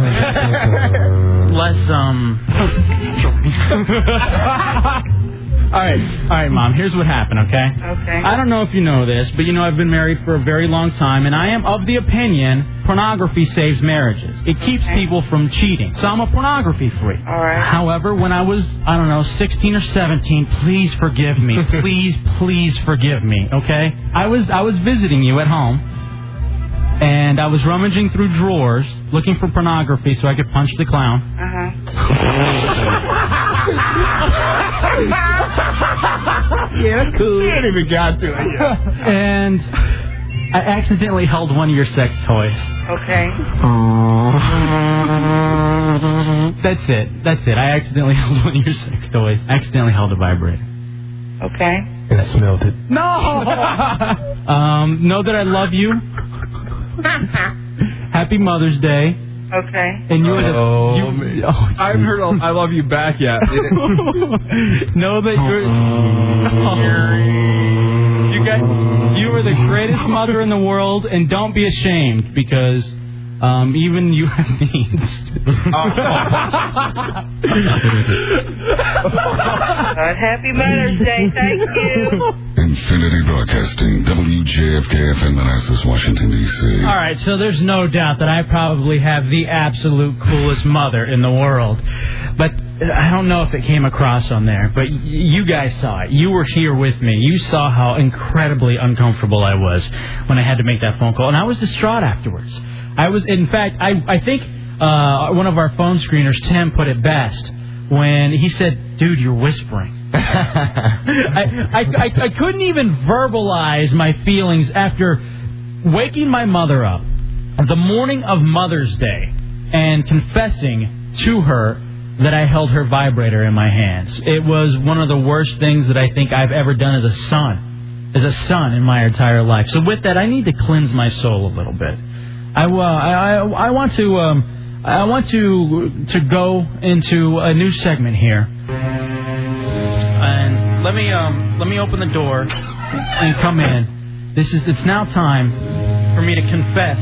S2: less um. All right, all right, mom. Here's what happened, okay? Okay. I don't know if you know this, but you know I've been married for a very long time, and I am of the opinion pornography saves marriages. It keeps people from cheating. So I'm a pornography freak. All right. However, when I was I don't know 16 or 17, please forgive me, please, please forgive me, okay? I was I was visiting you at home. And I was rummaging through drawers looking for pornography so I could punch the clown.
S19: Uh-huh. yeah,
S8: that's cool. You ain't even got to it yet.
S2: and I accidentally held one of your sex toys.
S19: Okay.
S2: That's it. That's it. I accidentally held one of your sex toys. I accidentally held a vibrator.
S19: Okay.
S2: And I smelled it.
S19: No.
S2: Um, know that I love you. Happy Mother's Day.
S19: okay.
S2: And you would have. you, oh, I haven't heard
S9: I love you back yet.
S2: know that you're. Oh. You guys, you are the greatest mother in the world, and don't be ashamed because um, even you have needs.
S19: Well, happy Mother's Day. Thank you.
S5: Infinity Broadcasting, WJFK FM, Manassas, Washington, D.C.
S2: All
S9: Ah,
S2: right, so there's no doubt that I probably have the absolute coolest mother in the world. But I don't know if it came across on there, but y- you guys saw it. You were here with me. You saw how incredibly uncomfortable I was when I had to make that phone call, and I was distraught afterwards. I was, in fact, I, I think uh, one of our phone screeners, Tim, put it best when he said, "Dude, you're whispering." I, I, I, I couldn't even verbalize my feelings after waking my mother up the morning of Mother's Day and confessing to her that I held her vibrator in my hands. It was one of the worst things that I think I've ever done as a son, as a son in my entire life. So with that, I need to cleanse my soul a little bit. I, uh, I, I, I want to um, I want to to go into a new segment here. And let me um, let me open the door and come in. This is it's now time for me to confess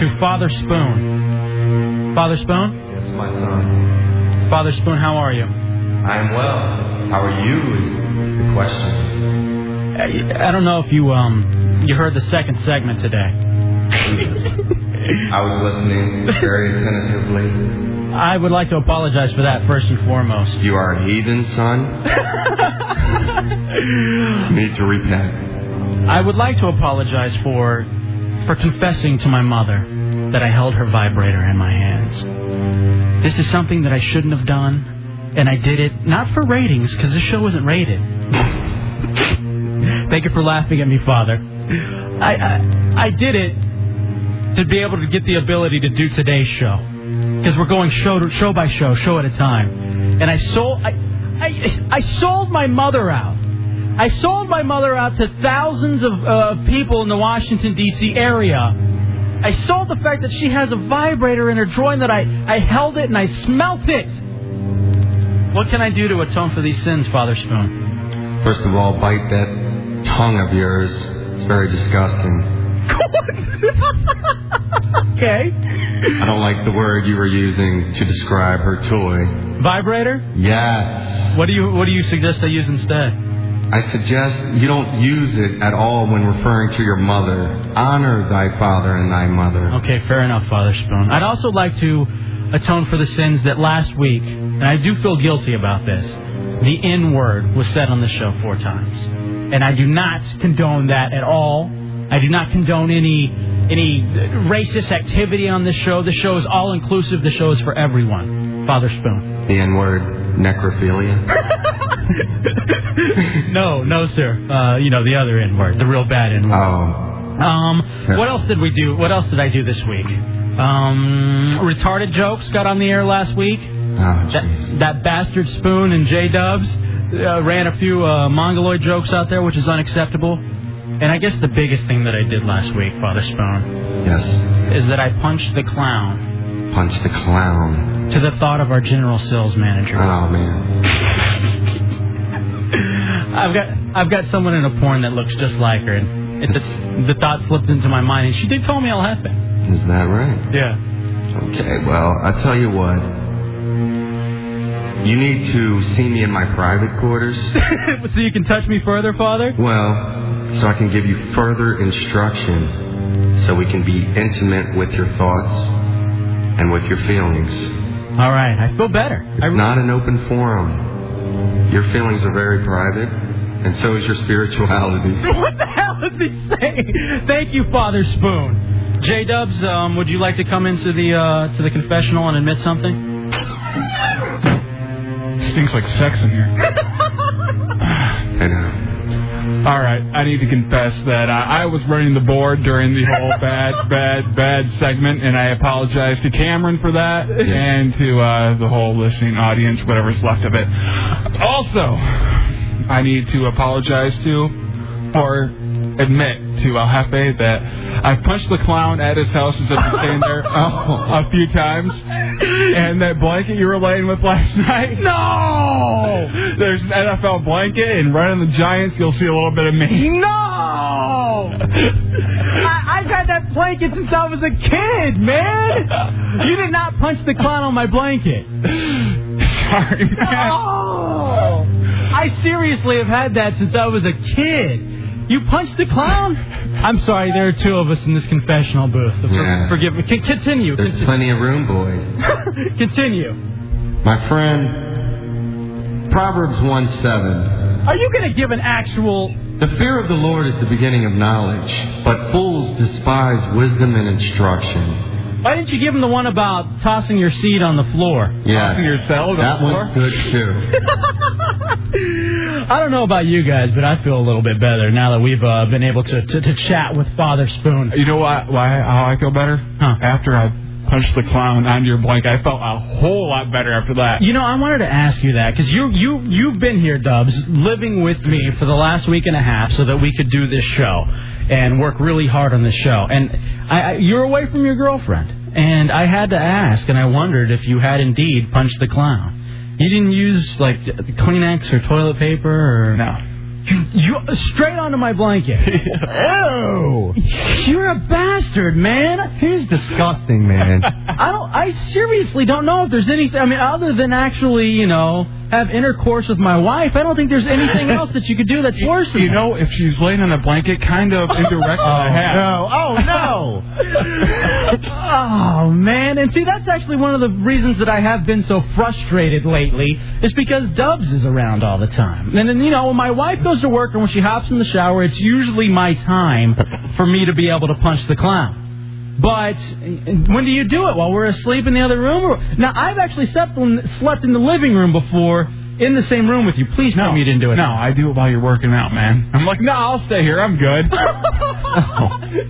S2: to Father Spoon. Father Spoon?
S14: Yes, my son.
S2: Father Spoon, how are you?
S14: I am well. How are you? Is the question.
S2: I, I don't know if you um you heard the second segment today.
S14: I was listening very attentively.
S2: I would like to apologize for that first and foremost.
S14: You are a heathen, son. You need to repent.
S2: I would like to apologize for for confessing to my mother that I held her vibrator in my hands. This is something that I shouldn't have done, and I did it not for ratings because this show isn't rated. Thank you for laughing at me, Father. I, I I did it to be able to get the ability to do today's show because we're going show to, show by show, show at a time, and I sold I, I I sold my mother out. I sold my mother out to thousands of uh, people in the Washington, D.C. area. I sold the fact that she has a vibrator in her drawer and that I, I held it and I smelt it. What can I do to atone for these sins, Father Spoon?
S14: First of all, bite that tongue of yours. It's very disgusting.
S2: okay.
S14: I don't like the word you were using to describe her toy.
S2: Vibrator?
S14: Yes.
S2: What do you What do you suggest I use instead?
S14: I suggest you don't use it at all when referring to your mother. Honor thy father and thy mother.
S2: Okay, fair enough, Father Spoon. I'd also like to atone for the sins that last week, and I do feel guilty about this. The N word was said on the show four times, and I do not condone that at all. I do not condone any any racist activity on this show. The show is all inclusive. The show is for everyone. Father Spoon.
S14: The N word, necrophilia.
S2: no, no, sir. Uh, you know the other N word, the real bad N word.
S14: Oh.
S2: Um, what else did we do? What else did I do this week? Um, retarded jokes got on the air last week. that, that bastard Spoon and J Dubs uh, ran a few uh, mongoloid jokes out there, which is unacceptable. And I guess the biggest thing that I did last week, Father Spoon, yes, is that I punched the clown
S14: Punch the clown.
S2: to the thought of our general sales manager.
S14: Oh man.
S2: I've got I've got someone in a porn that looks just like her, and it, the, the thought slipped into my mind, and she did call me El Jefe.
S14: Is that right?
S2: Yeah.
S14: Okay, well, I tell you what. You need to see me in my private quarters.
S2: so you can touch me further, Father.
S14: Well, so I can give you further instruction so we can be intimate with your thoughts and with your feelings.
S2: All right, I feel better. I,
S14: It's not an open forum. Your feelings are very private, and so is your spirituality.
S2: what the hell is he saying? Thank you, Father Spoon. J Dubs, um, would you like to come into the uh, to the confessional and admit something?
S9: Stinks like sex in here.
S14: I know.
S9: All right, I need to confess that I, I was running the board during the whole bad, bad, bad segment, and I apologize to Cameron for that and to uh, the whole listening audience, whatever's left of it. Also, I need to apologize to or admit to Al Jefe that I punched the clown at his house as I've been staying there a few times, and that blanket you were laying with last night. No, there's an NFL blanket, and right on the Giants, you'll see a little bit of me.
S2: No! I, I've had that blanket since I was a kid, man. You did not punch the clown on my blanket.
S9: Sorry, man.
S2: No! I seriously have had that since I was a kid. You punched the clown? I'm sorry, there are two of us in this confessional booth. For-
S14: Yeah.
S2: Forgive me. Con- continue.
S14: There's plenty of room, boy.
S2: Con- continue.
S14: My friend, Proverbs 1 7.
S2: Are you going to give an actual.
S14: The fear of the Lord is the beginning of knowledge, but fools despise wisdom and instruction.
S2: Why didn't you give him the one about tossing your seed on the floor?
S14: Yeah.
S9: yourself
S14: that one's good too.
S2: I don't know about you guys, but I feel a little bit better now that we've uh, been able to, to, to chat with Father Spoon.
S9: You know why, why how I feel better? After I punched the clown on your blanket, I felt a whole lot better after that.
S2: You know, I wanted to ask you that because you you you've been here, Dubs, living with me for the last week and a half, so that we could do this show and work really hard on this show. And I, I, you're away from your girlfriend, and I had to ask, and I wondered if you had indeed punched the clown. You didn't use like Kleenex or toilet paper or
S9: no.
S2: You, you straight onto my blanket. Ew! You're a bastard, man.
S14: He's disgusting, man.
S2: I don't. I seriously don't know if there's anything. I mean, other than actually, you know, have intercourse with my wife. I don't think there's anything else that you could do that's worse. Than
S9: You know, if she's laying on a blanket, kind of indirect.
S2: Oh,
S9: I have.
S2: no! oh man! And see, that's actually one of the reasons that I have been so frustrated lately is because Dubs is around all the time. And then you know, when my wife goes to work and when she hops in the shower, it's usually my time for me to be able to punch the clown. But when do you do it? While we're asleep in the other room? Or, now I've actually slept in, slept in the living room before, in the same room with you. Please tell me you didn't do it.
S9: No, I do it while you're working out, man. I'm like, no, I'll stay here. I'm good.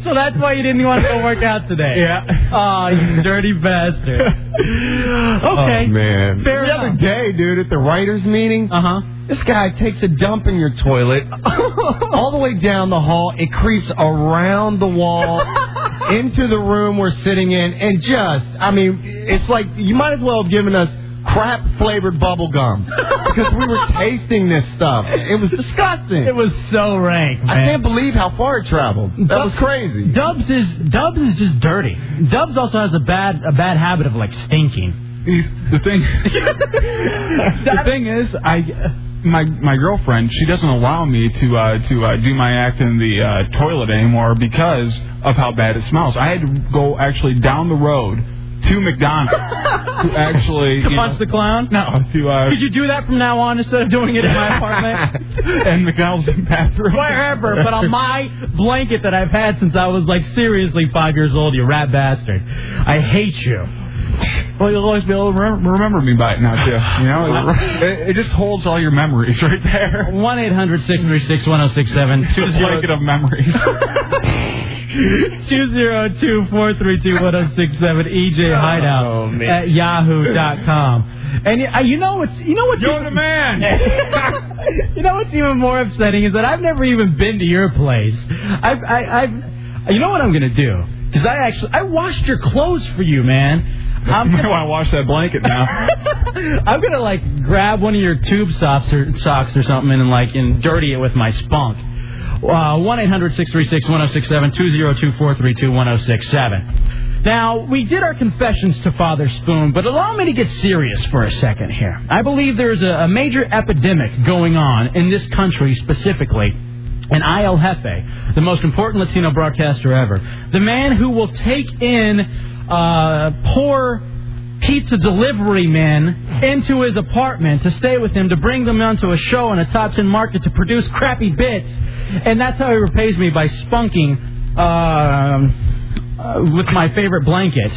S2: So that's why you didn't want to go work out today.
S9: Yeah.
S2: Oh, you dirty bastard. Okay.
S8: Oh, man.
S2: Fair
S8: the other
S2: enough.
S8: day, dude, at the writers' meeting,
S2: uh huh.
S8: This guy takes a dump in your toilet, all the way down the hall. It creeps around the wall, into the room we're sitting in, and just, I mean, it's like you might as well have given us crap flavored bubble gum because we were tasting this stuff. It was disgusting. It
S2: was so rank.
S8: I can't believe how far it traveled. That was crazy.
S2: Dubs is Dubs is just dirty. Dubs also has a bad a bad habit of like stinking.
S9: The thing. the thing is, I my my girlfriend she doesn't allow me to uh, to uh, do my act in the uh, toilet anymore because of how bad it smells. I had to go actually down the road to McDonald's to actually
S2: To
S9: you
S2: punch
S9: know,
S2: the clown?
S9: No, to uh,
S2: Could you do that from now on instead of doing it in my apartment?
S9: and McDonald's bathroom.
S2: Wherever, but on my blanket that I've had since I was like seriously five years old, you rat bastard. I hate you.
S9: Well, you'll always be able to remember, remember me by it now, too. You know, it, it just holds all your memories right there.
S2: One eight hundred six three six one zero six seven two
S9: It's a blanket of memories.
S2: 202-432-1067 EJ E Hideout
S19: Oh, man.
S2: at yahoo.com. And uh, you know what's you know what's You're the
S9: man.
S2: you know what's even more upsetting is that I've never even been to your place. I've I, I've you know what I'm gonna do because I actually I washed your clothes for you, man. I'm
S9: You want to wash that blanket now.
S2: I'm gonna like grab one of your tube socks or socks or something and like and dirty it with my spunk. Uh, One eight hundred six three six one zero six seven two zero two four three two one zero six seven. Now we did our confessions to Father Spoon, but allow me to get serious for a second here. I believe there is a, a major epidemic going on in this country specifically and I El Jefe, the most important Latino broadcaster ever, the man who will take in uh, poor pizza delivery men into his apartment to stay with him, to bring them onto a show in a top 10 market to produce crappy bits, and that's how he repays me by spunking um, uh, with my favorite blanket.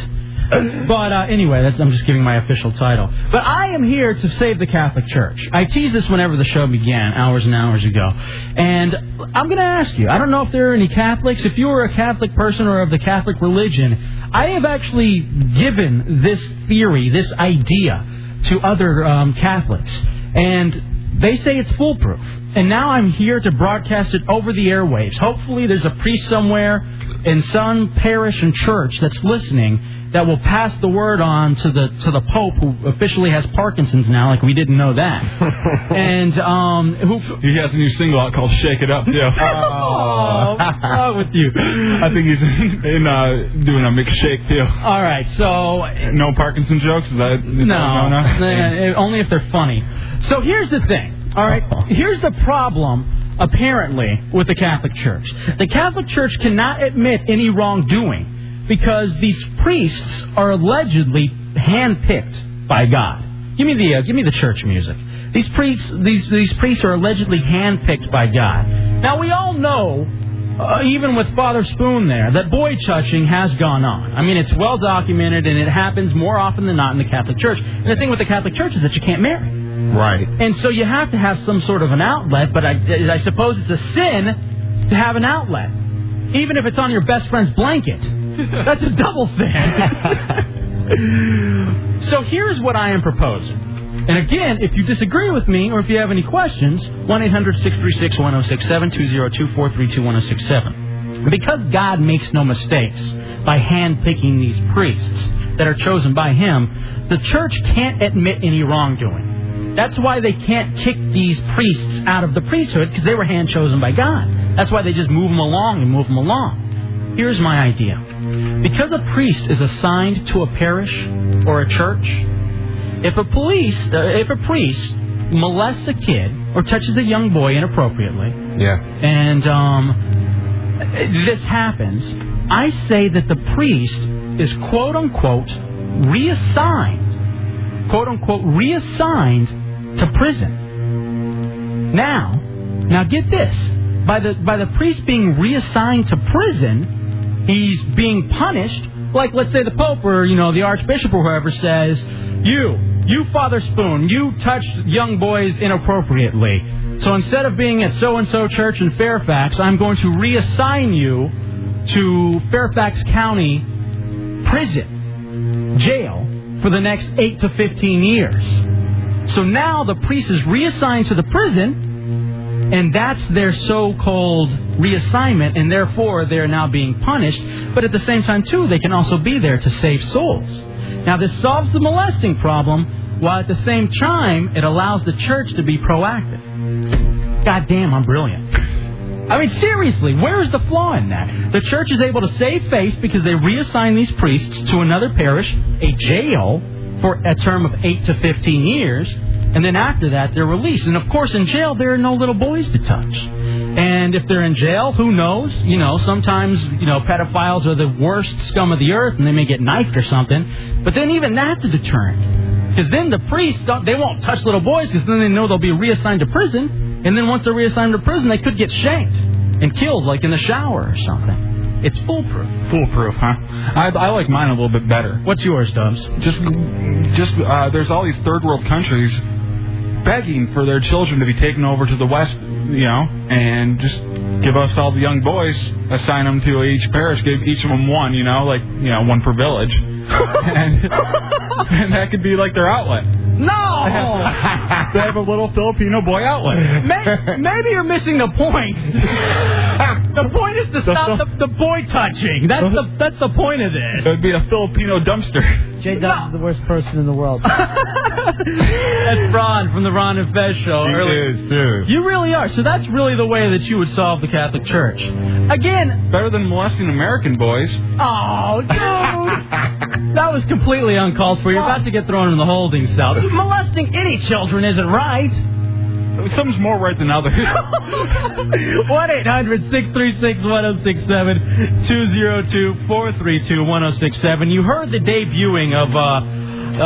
S2: But uh, anyway, that's, I'm just giving my official title. But I am here to save the Catholic Church. I teased this whenever the show began, hours and hours ago. And I'm going to ask you I don't know if there are any Catholics. If you are a Catholic person or of the Catholic religion, I have actually given this theory, this idea, to other um, Catholics. And they say it's foolproof. And now I'm here to broadcast it over the airwaves. Hopefully, there's a priest somewhere in some parish and church that's listening that will pass the word on to the to the Pope, who officially has Parkinson's now. Like we didn't know that, and um, who
S9: he has a new single out called "Shake It Up." Yeah.
S2: Oh, what's wrong with you? I
S9: think he's in, in uh, doing a McShake too.
S2: All right, so
S9: no Parkinson jokes. Is that
S2: No, eh, eh, only if they're funny. So here's the thing. All right, here's the problem. Apparently, with the Catholic Church, the Catholic Church cannot admit any wrongdoing because these priests are allegedly handpicked by God. Give me the uh, give me the church music. These priests these these priests are allegedly handpicked by God. Now we all know uh, even with Father Spoon there, that boy touching has gone on. I mean, it's well documented, and it happens more often than not in the Catholic Church. And the thing with the Catholic Church is that you can't marry.
S8: Right.
S2: And so you have to have some sort of an outlet, but I, I suppose it's a sin to have an outlet, even if it's on your best friend's blanket. That's a double sin. so here's what I am proposing. And again, if you disagree with me or if you have any questions, 1 800 636 1067 202 432 1067. Because God makes no mistakes by handpicking these priests that are chosen by Him, the church can't admit any wrongdoing. That's why they can't kick these priests out of the priesthood because they were hand chosen by God. That's why they just move them along and move them along. Here's my idea because a priest is assigned to a parish or a church, if a police, uh, if a priest molests a kid or touches a young boy inappropriately,
S8: Yeah.
S2: and um, this happens, I say that the priest is quote unquote reassigned, quote unquote reassigned to prison. Now, now get this: by the by the priest being reassigned to prison, he's being punished. Like let's say the pope or you know the archbishop or whoever says, you, you Father Spoon, you touched young boys inappropriately. So instead of being at so and so church in Fairfax, I'm going to reassign you to Fairfax County prison, jail, for the next 8 to 15 years. So now the priest is reassigned to the prison, and that's their so called reassignment, and therefore they're now being punished. But at the same time, too, they can also be there to save souls. Now, this solves the molesting problem, while at the same time, it allows the church to be proactive. God damn, I'm brilliant. I mean, seriously, where is the flaw in that? The church is able to save face because they reassign these priests to another parish, a jail, for a term of 8 to 15 years, and then after that, they're released. And of course, in jail, there are no little boys to touch. And if they're in jail, who knows? You know, sometimes, you know, pedophiles are the worst scum of the earth and they may get knifed or something. But then even that's a deterrent. Because then the priests, don't, they won't touch little boys because then they know they'll be reassigned to prison. And then once they're reassigned to prison, they could get shanked and killed, like in the shower or something. It's foolproof.
S9: Foolproof, huh? I, I like mine a little bit better.
S2: What's yours, Dubs?
S9: Just, just uh, there's all these third world countries begging for their children to be taken over to the West, you know, and just give us all the young boys, assign them to each parish, give each of them one, you know, like, you know, one per village. and, and that could be like their outlet.
S2: No!
S9: They have a little Filipino boy outlet.
S2: May- Maybe you're missing the point. Ah, the point is to stop the, the boy touching. That's the that's the point of this.
S9: It would be a Filipino dumpster.
S15: J Dubs is the worst person in the world.
S2: That's Ron from the Ron and Fez show.
S15: He
S2: earlier.
S15: is, too.
S2: You really are. So that's really the way that you would solve the Catholic Church. Again.
S9: Better than molesting American boys.
S2: Oh, dude. that was completely uncalled for. You're about to get thrown in the holding cell. Molesting any children isn't right.
S9: Some's more right than others.
S2: 1 800 636 1067 202 432 1067. You heard the debuting of uh, uh,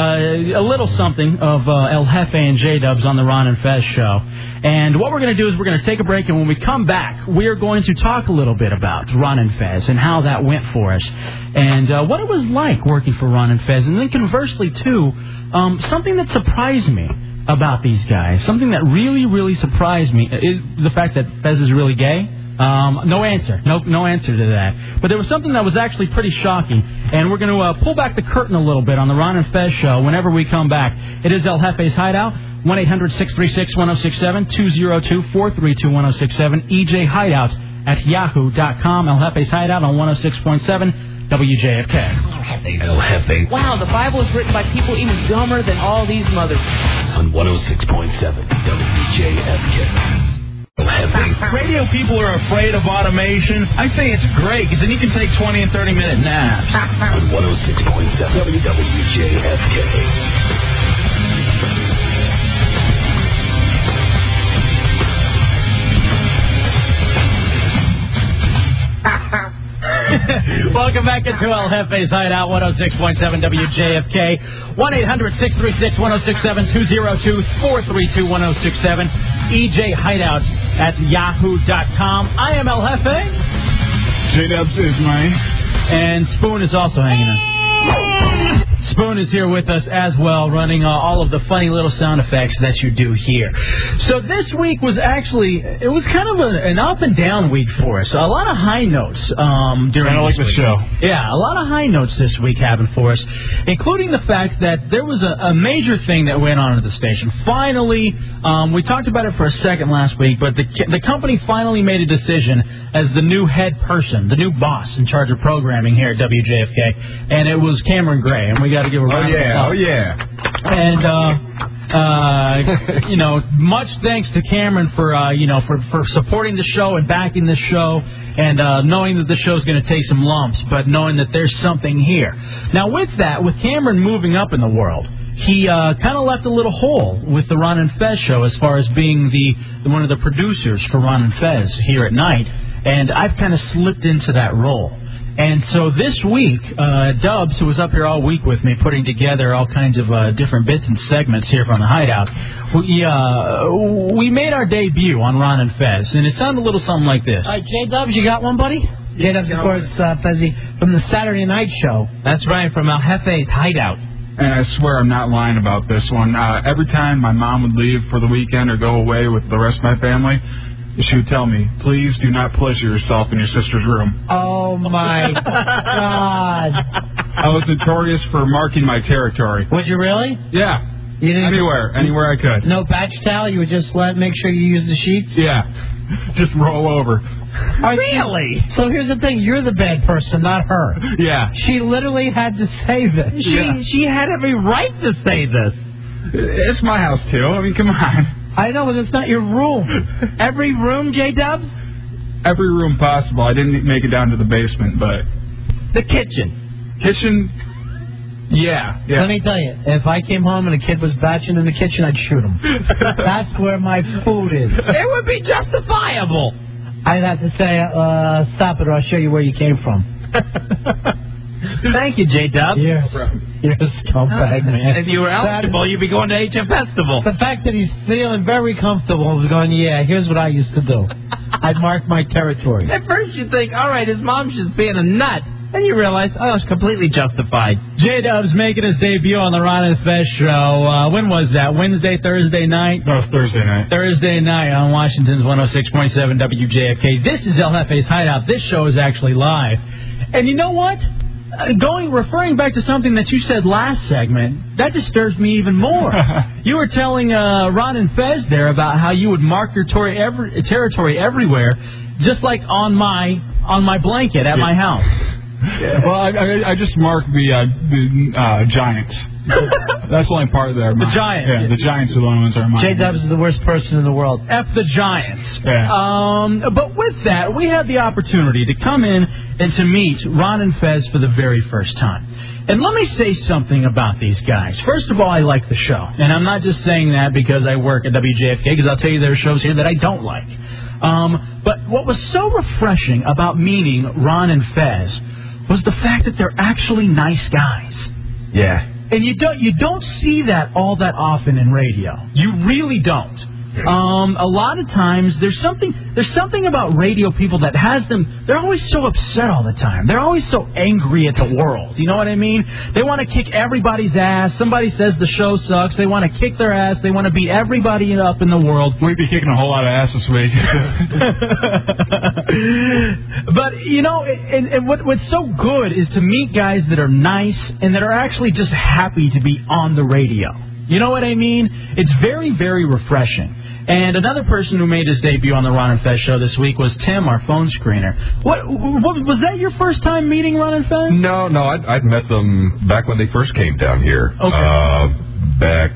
S2: a little something of uh, El Jefe and J Dubs on the Ron and Fez show. And what we're going to do is we're going to take a break, and when we come back, we are going to talk a little bit about Ron and Fez and how that went for us and uh, what it was like working for Ron and Fez. And then conversely, too, um, something that surprised me about these guys. Something that really, really surprised me is the fact that Fez is really gay. Um, no answer. No, no answer to that. But there was something that was actually pretty shocking, and we're going to uh, pull back the curtain a little bit on the Ron and Fez show whenever we come back. It is El Jefe's Hideout, 1-800-636-1067, 202-432-1067, EJ Hideout E at yahoo.com, El Jefe's Hideout on 106.7 WJFK.
S16: El Jefe
S21: Wow, the Bible is written by people even dumber than all these mothers.
S16: on 106.7 WJFK.
S24: Radio people are afraid of automation. I say it's great because then you can take 20 and 30 minute naps.
S16: On 106.7 WJFK.
S2: Welcome back into El Jefe's Hideout 106.7 WJFK. 1 800 636 1067 202 432 1067.
S24: E
S2: EJ Hideout at yahoo.com. I am El Jefe.
S9: J Dubs is mine.
S2: And Spoon is also hanging out. Spoon is here with us as well, running uh, all of the funny little sound effects that you do here. So this week was actually it was kind of a, an up and down week for us. A lot of high notes um, during.
S9: Kinda like
S2: this
S9: the
S2: week.
S9: show.
S2: Yeah, a lot of high notes this week happened for us, including the fact that there was a, a major thing that went on at the station. Finally, um, we talked about it for a second last week, but the the company finally made a decision as the new head person, the new boss in charge of programming here at WJFK, and it was Cameron Gray, and we got to give a
S8: Oh
S2: round of
S8: yeah,
S2: applause.
S8: oh yeah.
S2: And uh, uh, you know, much thanks to Cameron for uh, you know for for supporting the show and backing the show, and uh, knowing that the show's going to take some lumps, but knowing that there's something here. Now, with that, with Cameron moving up in the world, he uh, kind of left a little hole with the Ron and Fez show as far as being the one of the producers for Ron and Fez here at night, and I've kind of slipped into that role. And so this week, uh, Dubs, who was up here all week with me, putting together all kinds of uh, different bits and segments here from the Hideout, we uh, we made our debut on Ron and Fez, and it sounded a little something like this.
S15: All right, J Dubs, you got one, buddy? J Dubs, of course, uh, Fezzi from the Saturday Night Show.
S2: That's right, from Al Jefe's Hideout.
S9: And I swear I'm not lying about this one. Uh, every time my mom would leave for the weekend or go away with the rest of my family, she would tell me, please do not pleasure yourself in your sister's room.
S15: Oh my God!
S9: I was notorious for marking my territory.
S15: Was you really?
S9: Yeah.
S15: You didn't
S9: anywhere, anywhere I could.
S15: No batch towel. You would just let make sure you use the sheets.
S9: Yeah. Just roll over.
S15: really? So here's the thing: you're the bad person, not her.
S9: Yeah.
S15: She literally had to say this.
S9: She- Yeah.
S15: she had every right to say this.
S9: It's my house too. I mean, come on.
S15: I know, but it's not your room. Every room, J Dubs?
S9: Every room possible. I didn't make it down to the basement, but
S15: the kitchen.
S9: Kitchen. Yeah. yeah.
S15: Let me tell you, if I came home and a kid was batching in the kitchen, I'd shoot him. That's where my food is.
S19: It would be justifiable.
S15: I'd have to say, uh, stop it or I'll show you where you came from.
S24: Thank you, J Dub.
S15: Yes. You're a scumbag, man.
S24: If you were eligible, you'd be going to HF Festival.
S15: The fact that he's feeling very comfortable is going, yeah, here's what I used to do. I'd mark my territory.
S24: At first you think, all right, his mom's just being a nut. Then you realize, oh, it's completely justified.
S2: J Dub's making his debut on the Ron and Fez show. Uh, when was that? Wednesday, Thursday night?
S9: No, Thursday night.
S2: Thursday night on Washington's 106.7 WJFK. This is LFA's Hideout. This show is actually live. And you know what? Uh, going referring back to something that you said last segment, that disturbs me even more. you were telling uh, Ron and Fez there about how you would mark your tori- every, territory everywhere, just like on my on my blanket at my house.
S9: Well, I, I, I just marked the uh, the uh, Giants. That's the only part that are mine. The
S2: Giants.
S9: Yeah, the Giants are the only ones that are mine.
S15: J Dubs is the worst person in the world.
S2: F the Giants.
S9: Yeah.
S2: Um, but with that, we had the opportunity to come in and to meet Ron and Fez for the very first time. And let me say something about these guys. First of all, I like the show. And I'm not just saying that because I work at WJFK, because I'll tell you there are shows here that I don't like. Um, but what was so refreshing about meeting Ron and Fez was the fact that they're actually nice guys.
S14: Yeah.
S2: And you don't you don't see that all that often in radio. You really don't. Um, a lot of times there's something there's something about radio people that has them. They're always so upset all the time. They're always so angry at the world. You know what I mean? They want to kick everybody's ass. Somebody says the show sucks. They want to kick their ass. They want to beat everybody up in the world.
S9: We'd be kicking a whole lot of ass this week.
S2: But you know, and, and what, what's so good is to meet guys that are nice and that are actually just happy to be on the radio. You know what I mean? It's very, very refreshing. And another person who made his debut on the Ron and Fez show this week was Tim, our phone screener. What, what was that your first time meeting Ron and Fez?
S5: No, no, I'd, I'd met them back when they first came down here. Okay. Uh, back,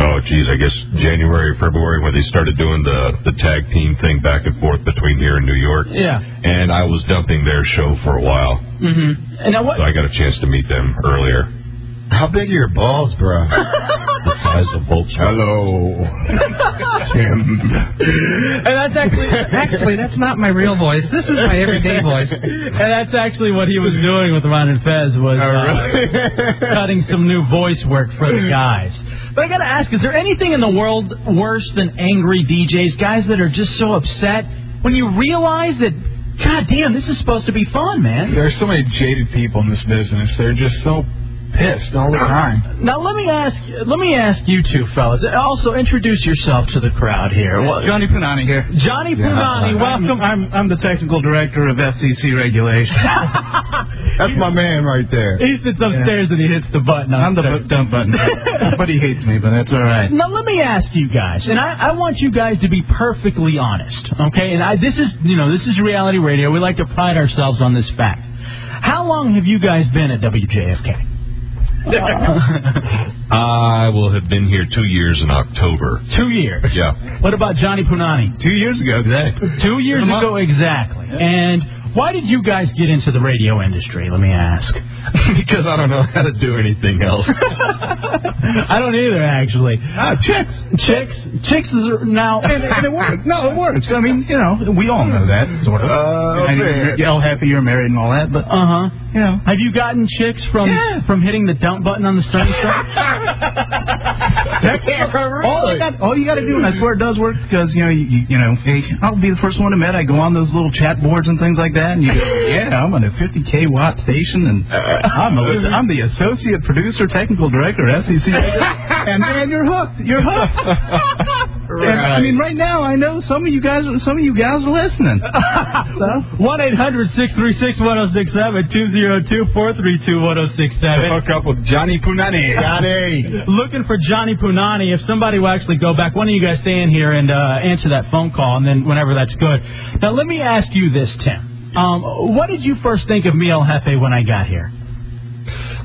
S5: oh, geez, I guess January, February, when they started doing the, the tag team thing back and forth between here and New York.
S2: Yeah.
S5: And I was dumping their show for a while.
S2: Mm-hmm. And now what?
S5: So I got a chance to meet them earlier.
S14: How big are your balls, bro?
S5: the size of Volkswagen. Hello.
S2: and that's actually
S15: Actually, that's not my real voice. This is my everyday voice.
S2: And that's actually what he was doing with Ron and Fez was
S15: Oh,
S2: uh, cutting some new voice work for the guys. But I got to ask, is there anything in the world worse than angry DJs, guys that are just so upset when you realize that, God damn, this is supposed to be fun, man?
S9: There are so many jaded people in this business. They're just so pissed all the time.
S2: Now let me ask let me ask you two fellas. Also introduce yourself to the crowd here. Well,
S7: Johnny Panani here.
S2: Johnny Panani, welcome.
S7: I'm, I'm, I'm the technical director of FCC regulation.
S8: That's my man right there.
S2: He sits upstairs and he hits the button.
S7: I'm the
S2: upstairs.
S7: bu- dumb button. but he hates me, but that's all right.
S2: Now let me ask you guys, and I, I want you guys to be perfectly honest, okay? And I, this is you know this is reality radio. We like to pride ourselves on this fact. How long have you guys been at WJFK?
S5: I will have been here two years in October.
S2: Two years.
S5: Yeah.
S2: What about Johnny Punani?
S7: Two years ago today.
S2: Two years
S7: In a month.
S2: ago exactly. And why did you guys get into the radio industry? Let me ask.
S5: because I don't know how to do anything else.
S2: I don't either, actually.
S7: Ah, chicks.
S2: Chicks, chicks is now.
S7: And, and it works. No, it works. I mean, you know, we all know that, sort of.
S2: Oh,
S7: and
S2: man.
S7: You're all happy you're married and all that, but,
S2: Uh huh.
S7: you know.
S2: Have you gotten chicks from from hitting the dump button on the starting strap?
S7: All you got, all you got to do, and I swear it does work, because you know, you, you you know, hey, I'll be the first one to admit. I go on those little chat boards and things like that, and you go, yeah, I'm on a 50k watt station, and I'm a, I'm the associate producer, technical director, SEC, and man, you're hooked. You're hooked. And, I mean, right now, I know some of you guys, some of you guys are listening. So,
S2: One 1067 202 432 1067
S9: Hook up with Johnny Punani.
S8: Johnny.
S2: looking for Johnny Punani. If somebody will actually go back, why don't you guys stay in here and uh, answer that phone call, and then whenever that's good. Now, let me ask you this, Tim. Um, what did you first think of me, El Jefe, when I got here?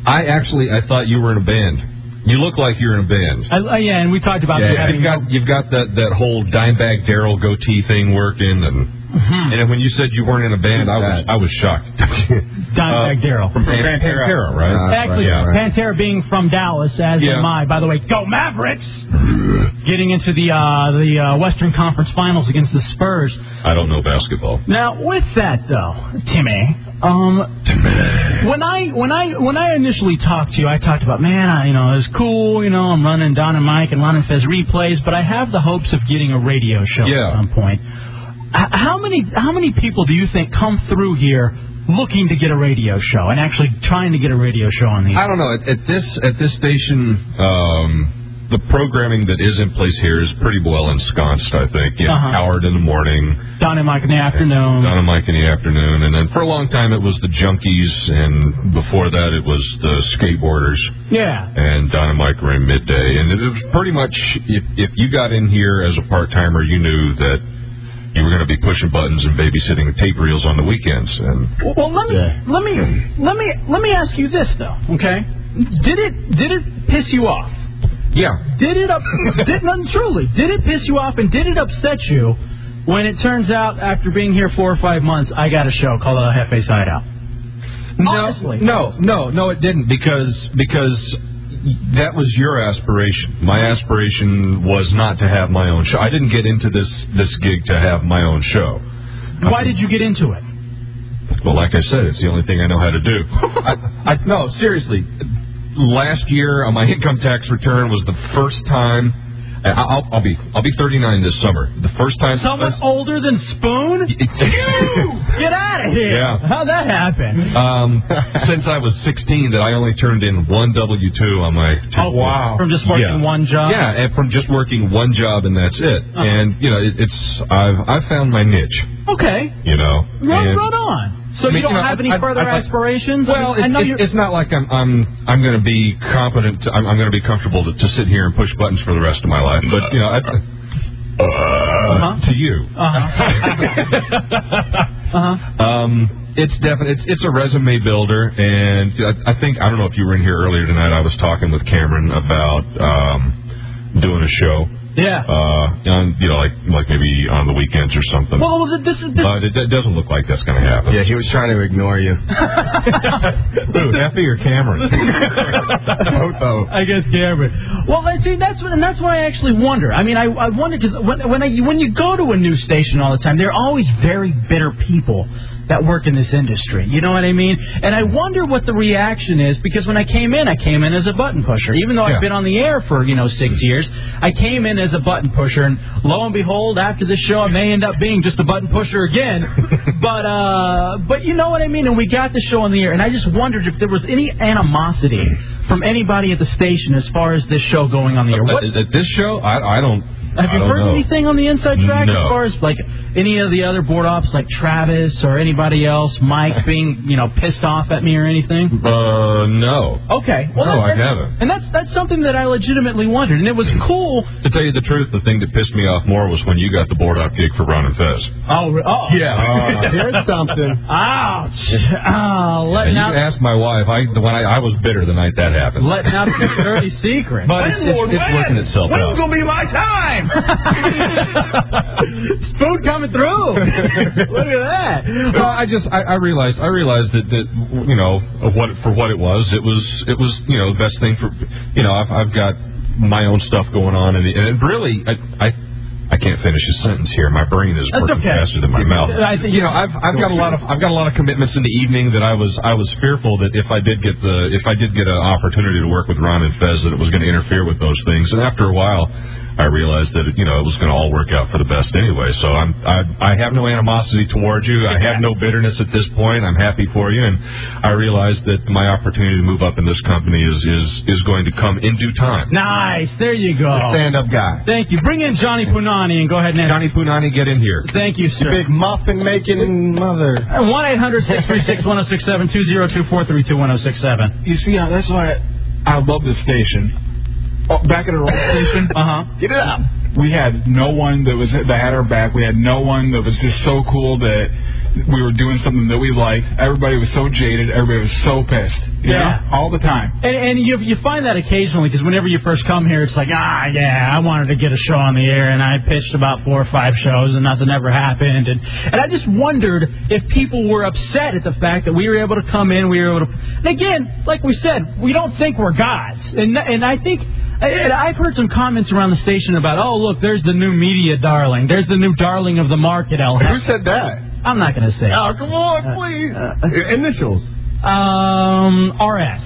S5: I actually I thought you were in a band. You look like you're in a band.
S2: I, uh, yeah, and we talked about
S5: yeah,
S2: you having
S5: you've got you've got that that whole Dimebag Daryl goatee thing working, and
S2: Mm-hmm.
S5: and when you said you weren't in a band, I was I was shocked. Uh,
S2: Dimebag Daryl
S5: from Pan- Pantera, right?
S2: Actually,
S5: yeah.
S2: Pantera being from Dallas, as
S5: Yeah.
S2: am I. By the way, go Mavericks! Getting into the uh, the uh, Western Conference Finals against the Spurs.
S5: I don't know basketball.
S2: Now, with that though, Timmy, um, when I when I when I initially talked to you, I talked about man, I, you know, it's cool, you know, I'm running Don and Mike and Ron and Fez replays, but I have the hopes of getting a radio show at some point. H- How many how many people do you think come through here looking to get a radio show and actually trying to get a radio show on the?
S5: I don't know. At, at this at this station, um, the programming that is in place here is pretty well ensconced. I think. Yeah,
S2: Uh-huh.
S5: Howard in the morning.
S2: Don and Mike in the afternoon.
S5: Don and Mike in the afternoon, and then for a long time it was the Junkies, and before that it was the Skateboarders.
S2: Yeah.
S5: and Don and Mike were in midday, and it was pretty much if if you got in here as a part timer, you knew that you were going to be pushing buttons and babysitting tape reels on the weekends, and
S2: Well, well, let me let me let me let me ask you this though. Okay. Did it did it piss you off?
S5: Yeah.
S2: Did it up? did nothing truly? Did it piss you off and did it upset you when it turns out after being here four or five months I got a show called El Jefe Side Out?
S5: No, no, no, no, it didn't because because that was your aspiration. My aspiration was not to have my own show. I didn't get into this this gig to have my own show.
S2: Why did you get into it?
S5: Well, like I said, it's the only thing I know how to do. I, I no, seriously. Last year, on my income tax return was the first time. I- I'll, I'll be I'll be 39 this summer. The first time
S2: Someone older than Spoon? you! Get out of here!
S5: Yeah.
S2: How'd that happen?
S5: um, since I was 16 that I only turned in one W two on my.
S2: Oh, wow. From just working
S5: Yeah.
S2: one job? Uh-huh.
S5: Yeah, and from just working one job and that's it. And you know, it, it's I've I've found my niche.
S2: Okay.
S5: You know.
S2: Run,
S5: and-
S2: run on. So
S5: I mean,
S2: you don't
S5: you know,
S2: have any
S5: I-
S2: further
S5: I- I-
S2: aspirations?
S5: Well,
S2: I
S5: it's,
S2: know
S5: it's-
S2: you're.
S5: it's not like I'm I'm I'm going to be competent. To, I'm, I'm going to be comfortable to, to sit here and push buttons for the rest of my life. But you know, that's, uh,
S2: Uh-huh.
S5: to you,
S15: Uh-huh.
S5: um, it's definitely it's it's a resume builder, and I, I think I don't know if you were in here earlier tonight. I was talking with Cameron about um, doing a show.
S2: Yeah.
S5: Uh, on you know, like like maybe on the weekends or something.
S2: Well, th- this is this.
S5: but it, it doesn't look like that's going to happen. Yeah,
S14: he was trying to ignore you.
S5: Who, Effie or Cameron?
S2: I guess Cameron. Well, I see, that's and that's why I actually wonder. I mean, I, I wonder because when when, I, when you go to a new station all the time, there are always very bitter people that work in this industry. You know what I mean? And I wonder what the reaction is because when I came in, I came in as a button pusher. Even though I've been on the air for you know six years, I came in as a button pusher, and lo and behold, after this show, I may end up being just a button pusher again. but uh, but you know what I mean. And we got the show on the air, and I just wondered if there was any animosity from anybody at the station as far as this show going on the air. What,
S5: At, at this show, I I don't.
S2: have
S5: I
S2: you
S5: don't
S2: heard
S5: know.
S2: anything on the inside track
S5: No.
S2: as far as like any of the other board ops, like Travis or anybody else, Mike being you know pissed off at me or anything?
S5: Uh, no.
S2: Okay. Well,
S5: No,
S2: that-
S5: I
S2: that-
S5: haven't.
S2: And that's that's something that I legitimately wondered, and it was cool.
S5: To tell you the truth, the thing that pissed me off more was when you got the board op gig for Ron and Fez.
S2: Oh, re- oh.
S5: Yeah. Uh,
S14: here's something.
S2: Ouch. Ah,
S5: And
S2: letting
S5: you
S2: out
S5: asked my wife. I when I, I was bitter the night that happened.
S2: letting out the dirty secret.
S5: But it's, it's, it's working itself out.
S2: gonna be my time? Spoon coming through. Look at that.
S5: Well, I just I, I realized I realized that that you know what for what it was it was it was you know the best thing for you know I've I've got my own stuff going on and, and really I, I I can't finish a sentence here my brain is
S2: That's
S5: working
S2: okay.
S5: faster than my mouth
S2: I think-
S5: you know I've I've got a lot of I've got a lot of commitments in the evening that I was I was fearful that if I did get the if I did get an opportunity to work with Ron and Fez that it was going to interfere with those things and after a while I realized that you know it was going to all work out for the best anyway so I'm I, I have no animosity towards you I have no bitterness at this point I'm happy for you and I realized that my opportunity to move up in this company is is is going to come in due time
S2: Nice. There you go.
S14: stand-up guy.
S2: Thank you. Bring in Johnny Punani and go ahead and
S5: Johnny Punani get in here
S2: Thank you, sir.
S14: Big muffin making mother.
S2: 1 800 636 1067 202 432 1067.
S9: You see, uh, that's why I love this station. Oh, back at our old station,
S2: uh huh.
S9: Get it up. We had no one that was that had our back. We had no one that was just so cool that we were doing something that we liked, everybody was so jaded, everybody was so pissed. you
S2: Yeah.
S9: know? all the time.
S2: And, and you you find that occasionally because whenever you first come here, it's like ah yeah, I wanted to get a show on the air, and I pitched about four or five shows, and nothing ever happened, and and I just wondered if people were upset at the fact that we were able to come in, we were able to, and again, like we said, we don't think we're gods, and and I think. And I've heard some comments around the station about, oh look, there's the new media darling, there's the new darling of the market. El who said that? I'm not going to say. it.
S8: Oh, come on, please.
S2: Initials. Um, RS.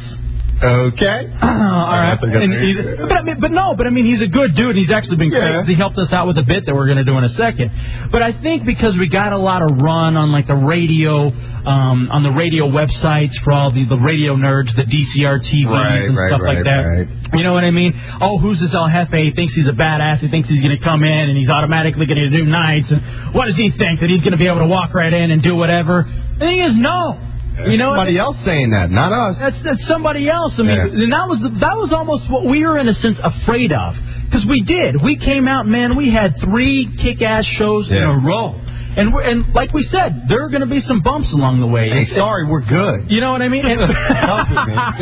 S2: Okay. all right.
S19: think I
S2: And
S19: think-
S2: he's- but, I mean, but no, but I mean, he's a good dude. and He's actually been great. 'cause He helped us out with a bit that we're going to do in a second. But I think because we got a lot of run on like the radio, um, on the radio websites for all the, the radio nerds, the DCR TVs
S19: Right,
S2: and
S19: right,
S2: stuff like
S19: right,
S2: that.
S19: right.
S2: You know what I mean? Oh, who's this El Jefe? He thinks he's a badass. He thinks he's going to come in and he's automatically going to do nights. And what does he think that he's going to be able to walk right in and do whatever? The thing is, no. You know, somebody else saying that, not us. That's that's somebody else. I mean,
S14: Yeah.
S2: and that was the, that was almost what we were in a sense afraid of because we did. We came out, man. We had three kick-ass shows in a row, and we're, and like we said, there are going to be some bumps along the way.
S14: Hey, sorry, we're good.
S2: You know what I mean?
S14: Help it, man.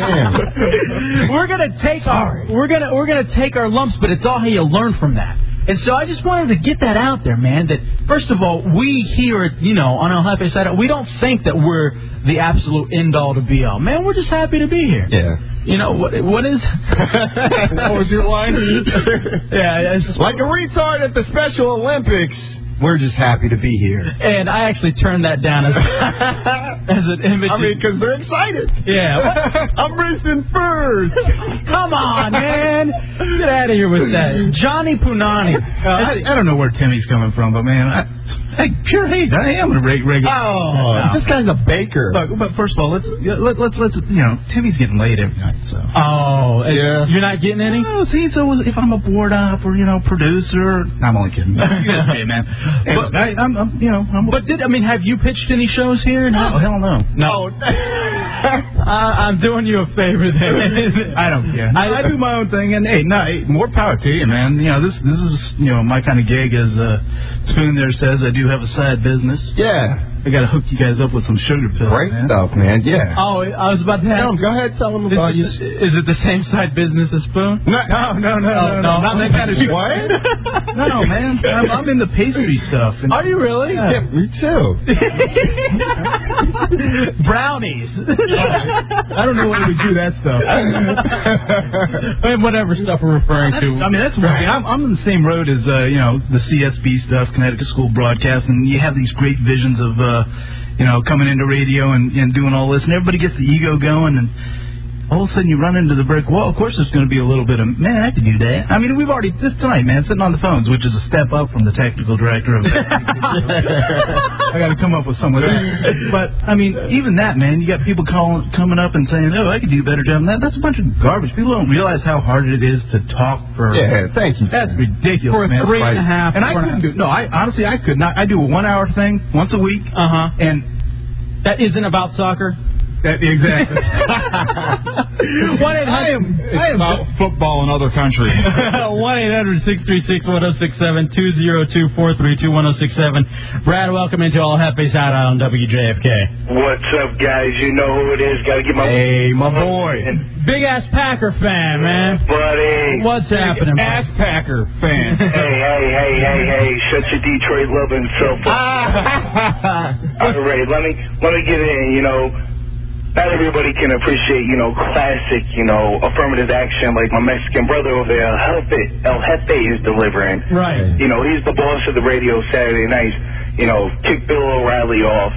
S14: Damn.
S2: we're gonna take our we're gonna we're gonna take our lumps, but it's all how you learn from that. And so I just wanted to get that out there, man. That first of all, we here, at, you know, on El Jefe side, we don't think that we're the absolute end all to be all. Man, we're just happy to be here. Yeah. You know what? What is? what was your line? yeah, it's
S8: like a retard at the Special Olympics. We're just happy to be here.
S2: And I actually turned that down as, as an image.
S8: I mean, because they're excited.
S2: Yeah.
S8: I'm racing first.
S2: Come on, man. Get out of here with that. Johnny Punani.
S7: Uh,
S8: Uh,
S7: I, I don't know where Timmy's coming from, but man, I, hey, pure hate. I am a reg- regular.
S2: Oh,
S8: this
S7: guy's a baker. But, but first of all, let's yeah, let, let's let's you know, Timmy's getting laid every night, so.
S2: Oh, yeah. You're not getting any.
S7: No, Oh, see, so if I'm a board op or you know producer, I'm only kidding. hey, man. Hey, look, I, I'm, I'm you know I'm.
S2: But did I mean have you pitched any shows here? No,
S7: hell no.
S2: No.
S7: oh,
S2: I, I'm doing you a favor there.
S7: I don't care. I, I do my own thing, and hey, no, hey, more power to you, man. You know, this this is you know my kind of gig, as uh, Spoon there says. I do have a side business.
S8: Yeah,
S7: I gotta hook you guys up with some sugar pills.
S8: Great
S7: man.
S8: stuff, man. Yeah.
S2: Oh, I was about to ask.
S8: Tell 'em, go ahead, tell them
S2: Is
S8: about
S2: it,
S8: you.
S2: is it the same side business as Spoon?
S8: No,
S7: no, no, no,
S2: Oh,
S7: no, no, not that kind of shit.
S2: What?
S7: No, man, I'm, I'm in the pastry stuff. And,
S2: Are you really?
S7: Yeah.
S8: me too.
S2: Brownies.
S7: I don't know why we do that stuff.
S2: whatever stuff we're referring
S7: to. I mean, that's one thing. I'm, I'm on the same road as uh, you know the CSB stuff, Connecticut School Broadcast, and you have these great visions of uh, you know coming into radio and, and doing all this, and everybody gets the ego going, and all of a sudden you run into the brick wall. Of course, there's going to be a little bit of man, I could do that. I mean, we've already this tonight, man, sitting on the phones, which is a step up from the technical director of. I got to come up with some of that. But I mean, even that, man, you got people calling, coming up and saying, "Oh, I could do a better job." than That that's a bunch of garbage. People don't realize how hard it is to talk for.
S8: Yeah, thank you.
S7: That's ridiculous,
S8: For a
S7: man.
S8: three and a half,
S7: And I
S8: four and a
S7: couldn't do. No, I honestly I could not. I do a one-hour thing once a week. Uh
S2: Uh-huh.
S7: huh. And
S2: that isn't about soccer.
S7: That exactly.
S2: One eight hundred. I am
S9: About football in other countries.
S2: One eight hundred six three six one zero six seven two zero two four three two one zero six seven. Brad, welcome into all Happy's Out on WJFK.
S10: What's up, guys? You know who it is. Gotta get my.
S2: Hey, my boy. Big ass Packer fan, man.
S10: Buddy.
S2: What's happening? Ass
S9: Packer
S10: hey, hey, hey, hey, hey! Shut your Detroit loving self
S2: Ah.
S10: up. All right, let me let me get in. You know, not everybody can appreciate you know classic you know affirmative action like my Mexican brother over there. El Jefe, El Jefe is delivering.
S2: Right.
S10: You know, he's the boss of the radio Saturday nights. You know, kick Bill O'Reilly off.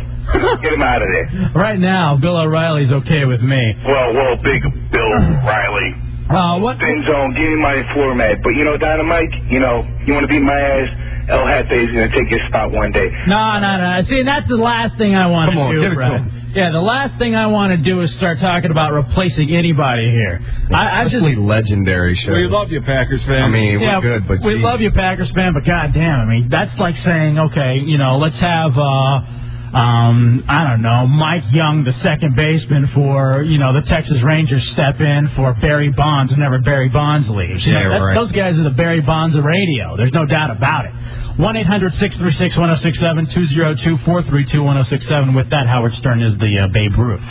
S10: Get him out of there.
S2: Right now, Bill O'Reilly's okay with me.
S10: Well, well, big Bill O'Reilly.
S2: Uh, what?
S10: Spin zone, give me my floor mat. But you know, Dynamite, you know, you want to beat my ass, El Jefe is going to take your spot one day.
S2: No, no, no. See, and that's the last thing I want
S10: Come on,
S2: to
S10: give
S2: do,
S10: it
S2: Brad.
S10: to
S2: Yeah, the last thing I want to do is start talking about replacing anybody here. I, I just
S14: Especially legendary show.
S2: We
S9: love you, Packers fan.
S14: I mean,
S2: Yeah,
S14: we're good, but
S2: we
S14: geez.
S2: love you, Packers fan. But goddamn, I mean, that's like saying, okay, you know, let's have uh, um, I don't know, Mike Young, the second baseman for you know the Texas Rangers, step in for Barry Bonds whenever Barry Bonds leaves. You know,
S19: Yeah,
S2: that's-
S19: right.
S2: Those guys are the Barry Bonds of radio. There's no doubt about it. 1 800 636 1067 202 432 1067. With that, Howard Stern is the uh, Babe Ruth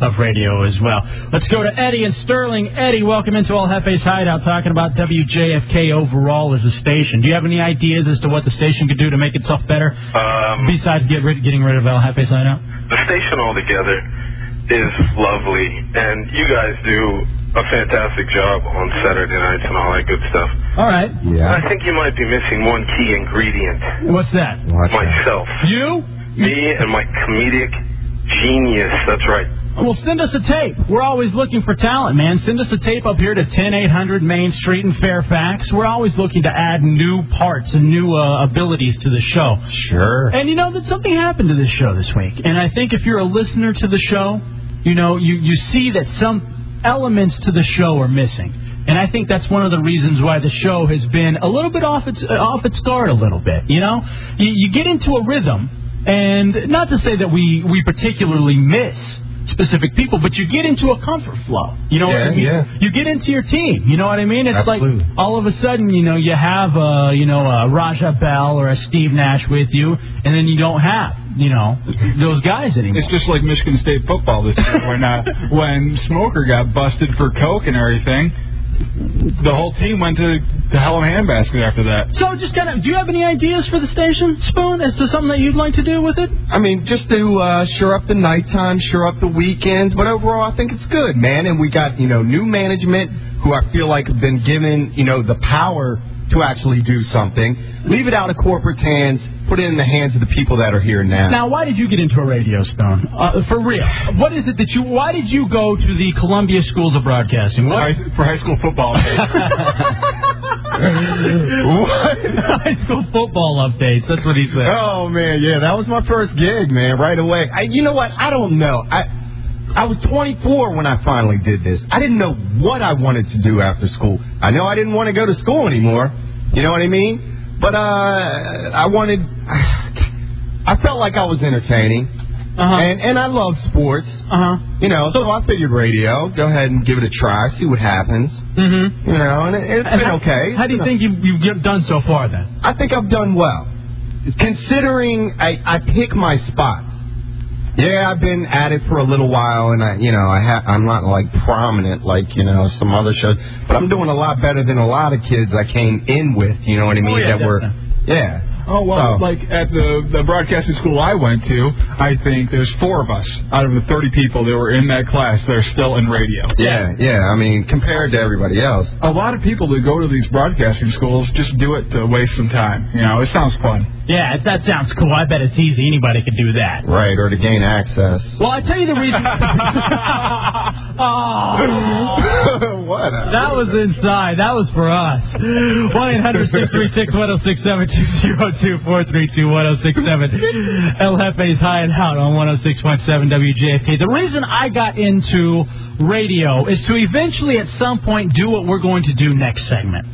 S2: of radio as well. Let's go to Eddie and Sterling. Eddie, welcome into All Hefe's Hideout, talking about WJFK overall as a station. Do you have any ideas as to what the station could do to make itself better,
S4: Um,
S2: besides get rid, getting rid of El Hefe's Hideout?
S4: the station altogether is lovely, and you guys do a fantastic job on Saturday nights and all that good stuff.
S2: All right.
S4: I think you might be missing one key ingredient.
S2: What's that?
S4: myself.
S2: You?
S4: Me and my comedic genius. That's right.
S2: Well, send us a tape. We're always looking for talent, man. Send us a tape up here to 10800 Main Street in Fairfax. We're always looking to add new parts and new uh, abilities to the show.
S14: Sure.
S2: And you know that something happened to this show this week, and I think if you're a listener to the show, you know you you see that some elements to the show are missing, and I think that's one of the reasons why the show has been a little bit off its uh, off its guard a little bit. You know, you, you get into a rhythm, and not to say that we we particularly miss specific people, but you get into a comfort flow. You know,
S19: Yeah,
S2: what I mean?
S19: yeah.
S2: you get into your team. You know what I mean? It's
S19: Absolutely.
S2: like all of a sudden, you know, you have a you know a Raja Bell or a Steve Nash with you, and then you don't have you know those guys anymore.
S9: It's just like Michigan State football this year when uh, when Smoker got busted for coke and everything. The whole team went to the hell in a handbasket after that.
S2: So just kind of, do you have any ideas for the station, Spoon, as to something that you'd like to do with it?
S14: I mean, just to uh, shore up the nighttime, shore up the weekends, but overall, I think it's good, man. And we got you know new management who I feel like have been given you know the power to actually do something. Leave it out of corporate's hands, put it in the hands of the people that are here now.
S2: Now, why did you get into a radio, Spoon? Uh, for real, what is it that you? Why did you go to the Columbia Schools of Broadcasting? What?
S9: For high school football.
S2: what? High school football updates. That's what he said.
S14: Oh man, yeah, that was my first gig, man. Right away. I, you know what? I don't know. I I was 24 when I finally did this. I didn't know what I wanted to do after school. I know I didn't want to go to school anymore. You know what I mean? But uh, I wanted. I felt like I was entertaining.
S2: Uh-huh.
S14: And and I love sports.
S2: Uh huh.
S14: You know, so I figured radio. Go ahead and give it a try. See what happens.
S2: Mm-hmm.
S14: You know, and it, it's
S2: And
S14: been
S2: how-
S14: okay.
S2: How do you think you've, you've done so far then?
S14: I think I've done well. Considering I, I pick my spots. Yeah, I've been at it for a little while, and I, you know, I ha- I'm not like prominent like you know some other shows, but I'm doing a lot better than a lot of kids I came in with. You know what I mean?
S9: yeah,
S14: that were, yeah.
S9: Oh well,
S14: So-
S9: like at the the broadcasting school I went to, I think there's four of us out of the 30 people that were in that class that are still in radio.
S14: Yeah, yeah. I mean, compared to everybody else.
S9: A lot of people that go to these broadcasting schools just do it to waste some time. You know, it sounds fun.
S2: Yeah, if that sounds cool. I bet it's easy. Anybody could do that.
S14: Right, or to gain access.
S2: Well, I tell you the reason. oh.
S14: what?
S2: That was inside. That was for us. 1 800 636 1067 202 432 1067. El Jefe's High and Out on 106.7 WJFT. The reason I got into radio is to eventually at some point do what we're going to do next segment.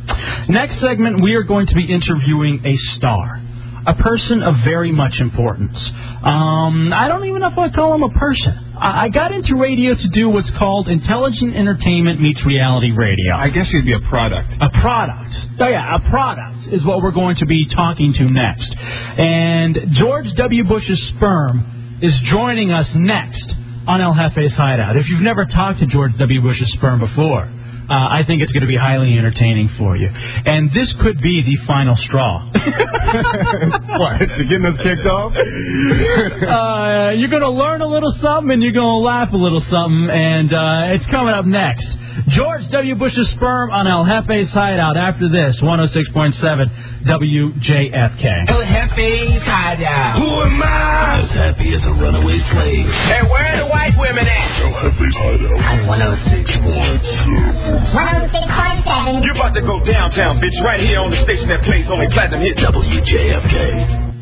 S2: Next segment, we are going to be interviewing a star a person of very much importance. Um, I don't even know if I call him a person. I, I got into radio to do what's called intelligent entertainment meets reality radio. I
S9: guess he'd be a product.
S2: A product. Oh, yeah, a product is what we're going to be talking to next. And George W. Bush's sperm is joining us next on El Jefe's Hideout. If you've never talked to George W. Bush's sperm before, uh, I think it's going to be highly entertaining for you. And this could be the final straw.
S14: what? Getting us kicked off?
S2: uh, you're going to learn a little something and you're going to laugh a little something, and uh, it's coming up next. George W. Bush's sperm on El Jefe's Hideout after this, 106.7 WJFK.
S19: El Jefe's hideout. Who am I?
S16: As happy as a runaway slave.
S19: And where are the white women at? El Jefe's hideout. On 106.7. You're about to go downtown, bitch, right here on the station that plays only platinum hits. WJFK.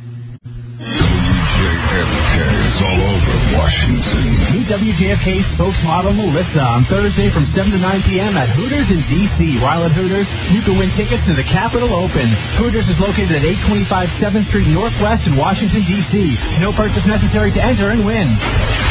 S16: WJFK.
S3: WJFK is all over Washington.
S1: Meet WJFK spokesmodel Melissa on Thursday from 7 to 9 p.m. at Hooters in D.C. While at Hooters, you can win tickets to the Capitol Open. Hooters is located at 825 7th Street Northwest in Washington, D.C. No purchase necessary to enter and win.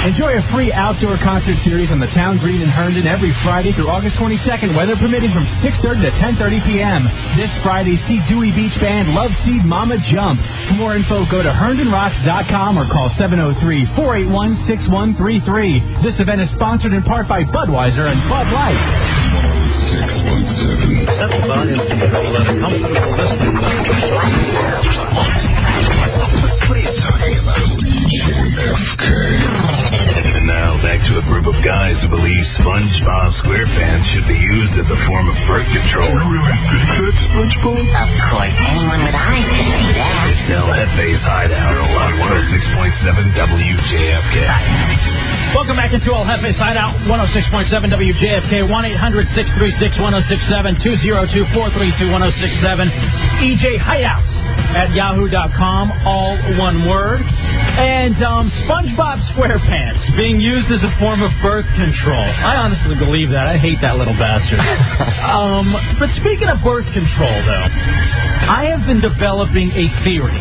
S1: Enjoy a free outdoor concert series on the town green in Herndon every Friday through August 22nd, weather permitting from 6.30 to 10.30 p.m. This Friday, see Dewey Beach Band Love Seed Mama Jump. For more info, go to herndonrocks.com or call 703-481-6133. This event is sponsored in part by Budweiser and Bud Light.
S16: And now back to a group of guys who believe SpongeBob SquarePants should be used as a form of birth control. SpongeBob? Of course, anyone with eyes can see that. It's El Jefe's Hideout on 106.7 WJFK.
S2: Welcome back into El Jefe Side Out 106.7 WJFK 1 800 636 1067 202 432 1067.
S16: E
S2: EJ Hideout at yahoo.com, all one word. And um, SpongeBob SquarePants being used as a form of birth control. I honestly believe that. I hate that little bastard. um, but speaking of birth control, though, I have been developing a theory.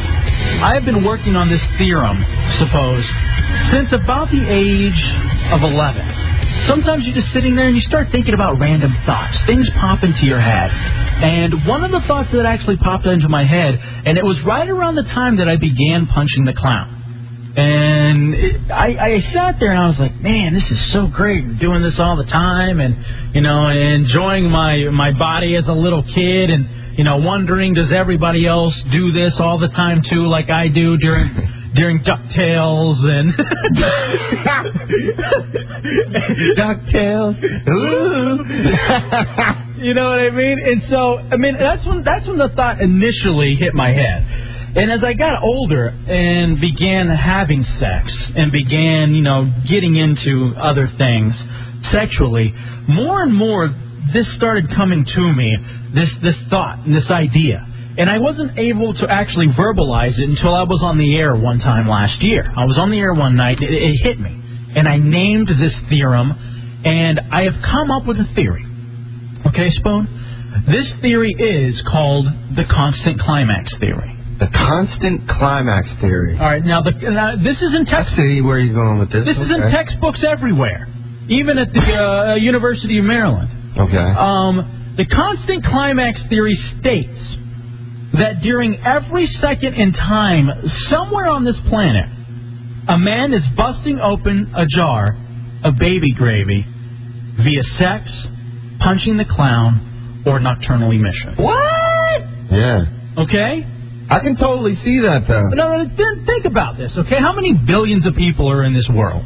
S2: I have been working on this theorem, suppose, since about the age of 11. Sometimes you're just sitting there and you start thinking about random thoughts. Things pop into your head. And one of the thoughts that actually popped into my head, and it was right around the time that I began punching the clown. And it, I, I sat there and I was like, man, this is so great doing this all the time and, you know, enjoying my, my body as a little kid and, you know, wondering does everybody else do this all the time too like I do during, during DuckTales and. DuckTales. Ooh. you know what I mean? And so, I mean, that's when, that's when the thought initially hit my head. And as I got older and began having sex and began, you know, getting into other things sexually, more and more this started coming to me, this this thought and this idea. And I wasn't able to actually verbalize it until I was on the air one time last year. I was on the air one night and it, it hit me. And I named this theorem and I have come up with a theory. Okay, Spoon? This theory is called the constant climax theory.
S14: The constant climax theory.
S2: All right, now the now this is in
S14: I
S2: text.
S14: see where you're going with this.
S2: This is in
S14: Okay.
S2: textbooks everywhere, even at the uh, University of Maryland.
S14: Okay.
S2: Um, the constant climax theory states that during every second in time, somewhere on this planet, a man is busting open a jar of baby gravy via sex, punching the clown, or nocturnal emission. What?
S14: Yeah.
S2: Okay?
S14: I can totally see that, though.
S2: No, no, th- think about this, okay? How many billions of people are in this world?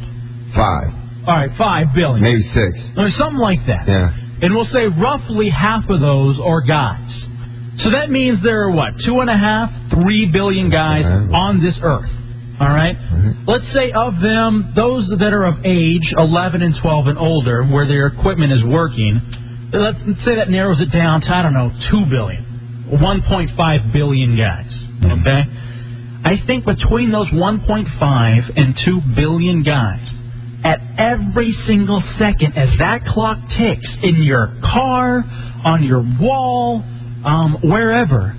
S14: Five.
S2: All right, five billion.
S14: Maybe six.
S2: Or something like that.
S14: Yeah.
S2: And we'll say roughly half of those are guys. So that means there are what, two and a half, three billion guys
S14: Uh-huh.
S2: on this earth. All right? Let's say of them, those that are of age, 11 and 12 and older, where their equipment is working, let's say that narrows it down to, I don't know, 2 billion, 1.5 billion guys. Okay? I think between those 1.5 and 2 billion guys, at every single second as that clock ticks in your car, on your wall, um, wherever,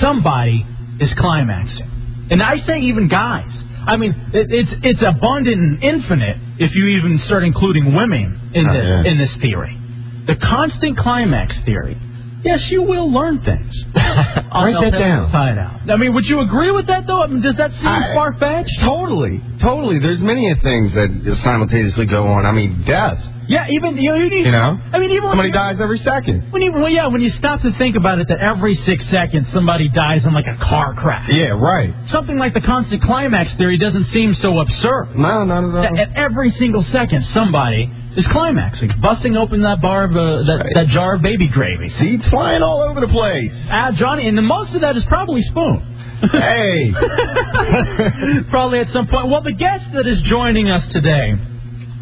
S2: somebody is climaxing. And I say even guys. I mean, it, it's it's abundant and infinite if you even start including women in
S19: Oh,
S2: this
S19: yeah.
S2: in this theory. The constant climax theory. Yes, you will learn things. Write
S14: that down.
S2: Side out. I mean, would you agree with that though? I mean, does that seem far fetched?
S14: Totally, totally. There's many things that simultaneously go on. I mean, death.
S2: Yeah, even you know.
S14: You know?
S2: I mean, even when
S14: Somebody
S2: you-
S14: dies every second.
S2: When you, well, yeah, when you stop to think about it, that every six seconds somebody dies in like a car crash.
S14: Yeah, right.
S2: Something like the constant climax theory doesn't seem so absurd.
S14: No, not at all.
S2: That at every single second somebody is climaxing, busting open that bar of uh, that, that jar of baby gravy.
S14: Seeds flying all over the place.
S2: Ah, Johnny, and the most of that is probably spoon.
S14: Hey.
S2: probably at some point. Well, the guest that is joining us today,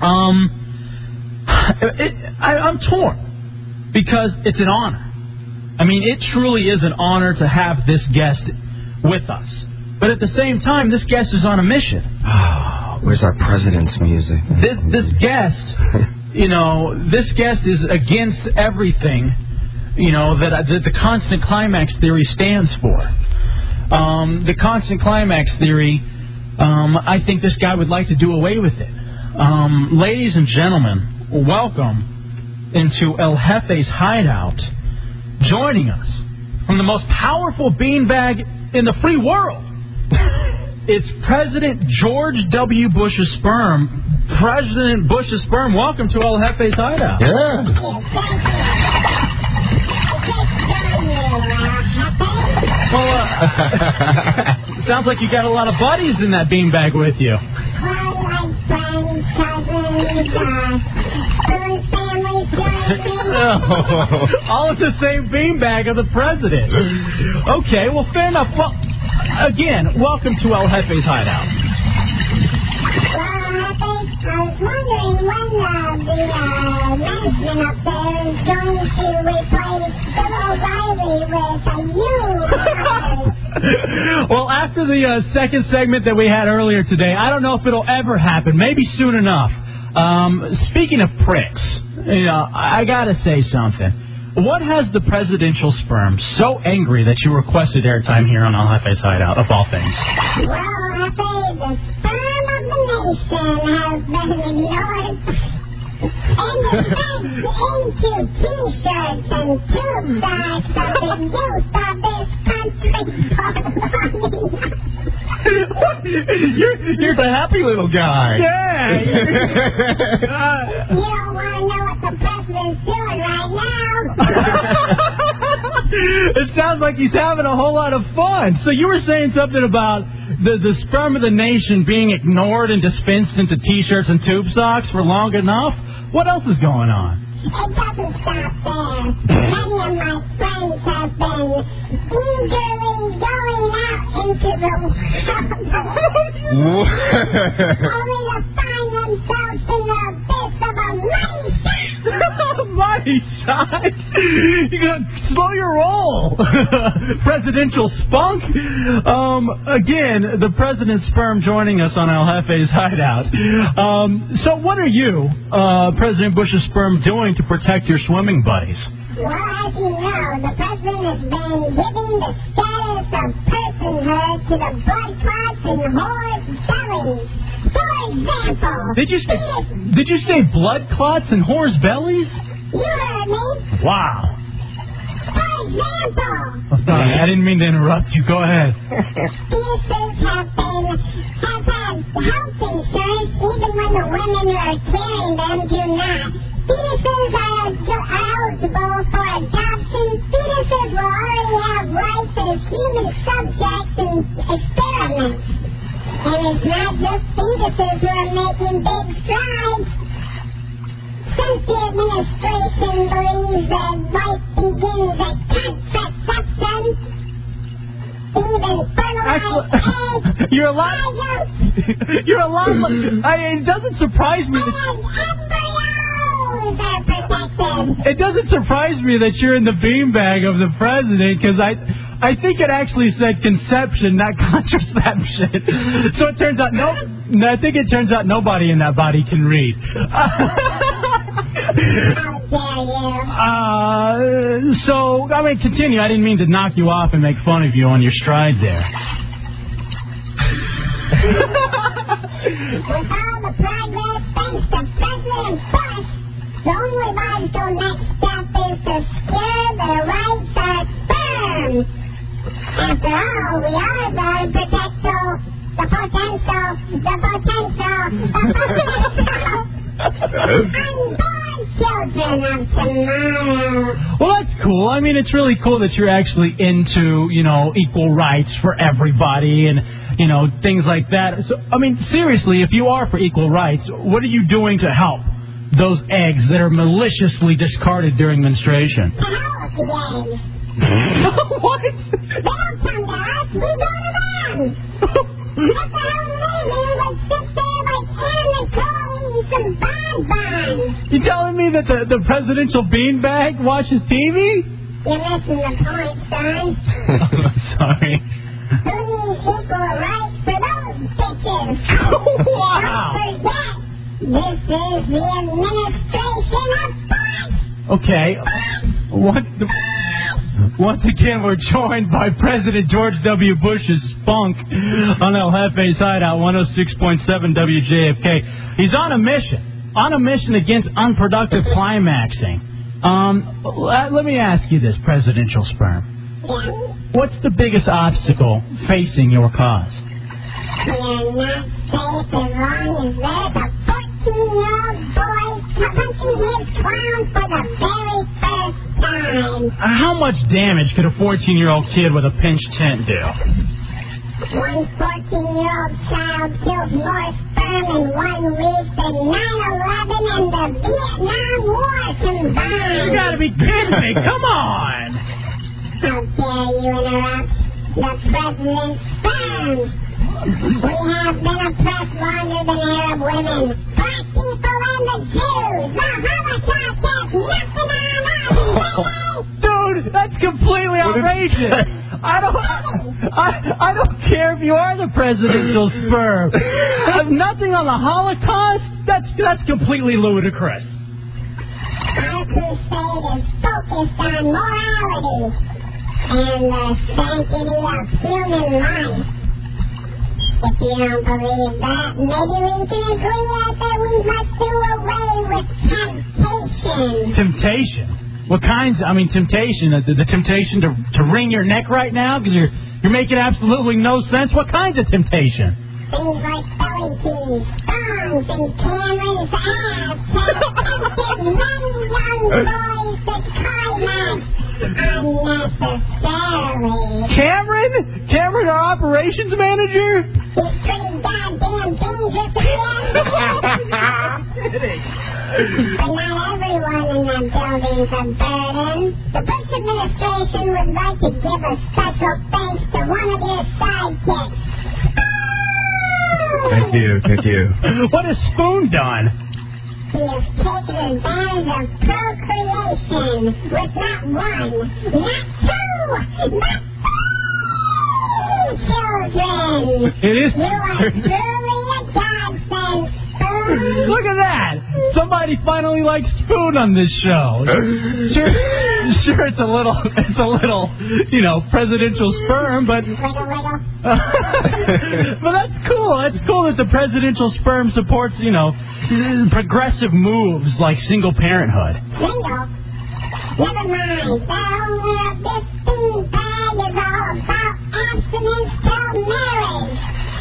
S2: um, it, I, I'm torn because it's an honor. I mean, it truly is an honor to have this guest with us. But at the same time, this guest is on a mission.
S14: Where's our president's music?
S2: this this guest, you know, this guest is against everything, you know, that that the constant climax theory stands for. Um, the constant climax theory, um, I think this guy would like to do away with it. Um, ladies and gentlemen, welcome into El Jefe's hideout. Joining us from the most powerful beanbag in the free world. It's President George W. Bush's sperm. President Bush's sperm, welcome to El Jefe's Hideout. Well, uh, sounds like you got a lot of buddies in that beanbag with you.
S5: Oh.
S2: All at the same beanbag of the president. Okay, well, fair enough. Well, again, welcome to El Jefe's Hideout. Well, after the uh, second segment that we had earlier today, I don't know if it'll ever happen. Maybe soon enough. Um, speaking of pricks, you know, I I gotta say something. What has the presidential sperm so angry that you requested airtime here on Al Jefe's Hideout, of all things?
S19: you're,
S14: you're the happy little guy.
S19: Yeah.
S2: it sounds like he's having a whole lot of fun. So you were saying something about the the sperm of the nation being ignored and dispensed into T-shirts and tube socks for long enough. What else is going on? Mighty shot! You gotta slow your roll. Presidential spunk. Um, again, the president's sperm joining us on Al Jefe's hideout. Um, so, what are you, uh, President Bush's sperm, doing to protect your swimming buddies?
S19: Well, as you know, the president has been giving the status of personhood to the blood clots and whores' bellies. For example,
S2: Did you say, did you say blood clots and whores' bellies?
S19: you heard me.
S2: Wow.
S19: For example,
S2: Sorry, I didn't mean to interrupt you. Go ahead.
S19: fetuses have been have had health insurance even when the women who are carrying them do not. Fetuses are el- are eligible for adoption. Fetuses will already have rights as human subjects in experiments. And it's not just fetuses who are making big strides. Since the administration believes that life begins at contraception, even fertilized eggs
S2: You're a lot. You're a lot. li- I, it doesn't surprise me.
S19: Oh,
S2: That, it doesn't surprise me that you're in the beanbag of the president because I. I think it actually said conception, not contraception. So it turns out no, no. I think it turns out nobody in that body can read. Uh, so I mean, continue. I didn't mean to knock you off and make fun of you on your stride there.
S19: With all the progress thanks to President Bush, the only logical next step is to secure the rights of sperm. After all, we are the potential, the potential, the potential, the potential unborn children of tomorrow.
S2: Well, that's cool. I mean, it's really cool that you're actually into, you know, equal rights for everybody and, you know, things like that. So, I mean, seriously, if you are for equal rights, what are you doing to help those eggs that are maliciously discarded during menstruation?
S19: what? They don't come to us, we go to them. what the hell do they do but sit there like Anna calling some bonbons?
S2: You telling me that the, the presidential beanbag watches TV?
S19: You're missing the point, son.
S2: Sorry.
S19: Who needs equal Don't forget, this is the administration of
S2: Okay. What the, once again, we're joined by President George W. Bush's spunk on El Jefe's Hideout 106.7 WJFK. He's on a mission, on a mission against unproductive climaxing. Um, let let me ask you this, presidential sperm. What's the biggest obstacle facing your cause?
S19: You're not safe as long as there's a 14-year-old boy punching his clown for the very first time.
S2: How much damage could a 14 year old kid with a pinched tent do?
S19: One 14-year-old child killed more sperm in one week than 9-11 and the Vietnam War combined. You gotta be
S2: kidding me. Come on.
S19: How dare you interrupt the president's sperm? We have been oppressed longer than Arab women. Black people and the Jews. The Holocaust has nothing on us.
S2: Dude, that's completely outrageous. I don't, I, I don't care if you are the presidential sperm. Have nothing on the Holocaust. That's that's completely ludicrous.
S19: Our crusade is focused on morality and the sanctity of human life. If you don't believe that, maybe we can agree on that we must do away with temptation.
S2: Temptation. What kinds? I mean, temptation. The, the temptation to to wring your neck right now because you're you're making absolutely no sense. What kinds of temptation?
S19: Things like belly teas, bombs, and Cameron's ass have tempted many young boys to climax unnecessarily.
S2: Cameron? Cameron, our operations manager?
S19: He's pretty goddamn dangerous, I am. But not everyone in that building's a burden. The Bush administration would like to give a special thanks to one of your sidekicks.
S8: Thank you, thank you.
S2: What has Spoon done?
S19: He has taken advantage of procreation with not one, not two, not three children.
S2: It is-
S19: You are truly a godsend, Spoon.
S2: Look at that! Somebody finally likes Spoon on this show. Sure, sure, it's a little, it's a little, you know, presidential sperm, but
S19: Wiggle, wiggle.
S2: but that's cool. That's cool that the presidential sperm supports, you know, progressive moves like single parenthood.
S19: Bingo. Never mind. The whole world, this thing bag is all about abstinence till marriage.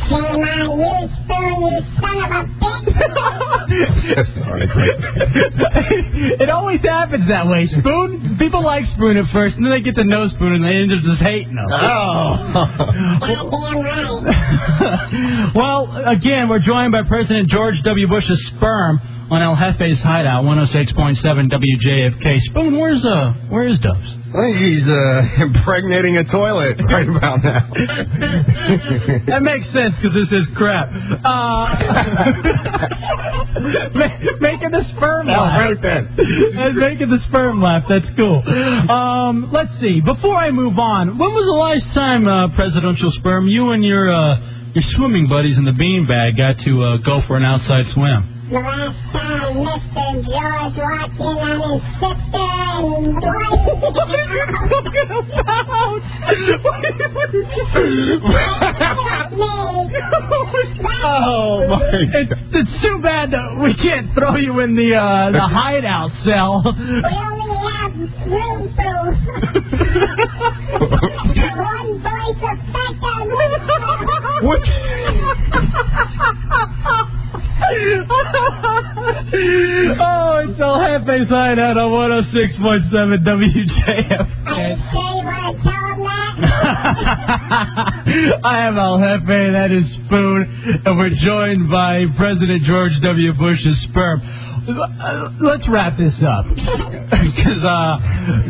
S19: Shame on you, Spoon, you son of a bitch.
S2: it always happens that way. Spoon, people like Spoon at first, and then they get to know Spoon, and they end up just hating them.
S19: Oh. Goddamn right.
S2: well, again, we're joined by President George W. Bush's sperm on El Jefe's Hideout, 106.7 WJFK. Spoon, where's uh, where is Dubs?
S8: I think he's uh, impregnating a toilet right about now.
S2: That makes sense because this is crap. Uh, ma- making the sperm
S8: Al
S2: laugh.
S8: wrote that.
S2: That's making the sperm laugh. That's cool. Um, let's see. Before I move on, when was the last time, uh, presidential sperm, you and your uh, your swimming buddies in the beanbag got to uh, go for an outside swim?
S19: The last time Mr. George walked in on his sister and wife.
S8: Oh my!
S2: It's, it's too bad that we can't throw you in the uh, the hideout cell.
S19: We only have room for one voice a second.
S8: What?
S2: oh, it's El Jefe sign out on 106.7 WJF.
S19: Are you sure you want to tell him that?
S2: I am El Jefe, that is Spoon, and we're joined by President George W. Bush's sperm. Uh, Let's wrap this up. Because, uh,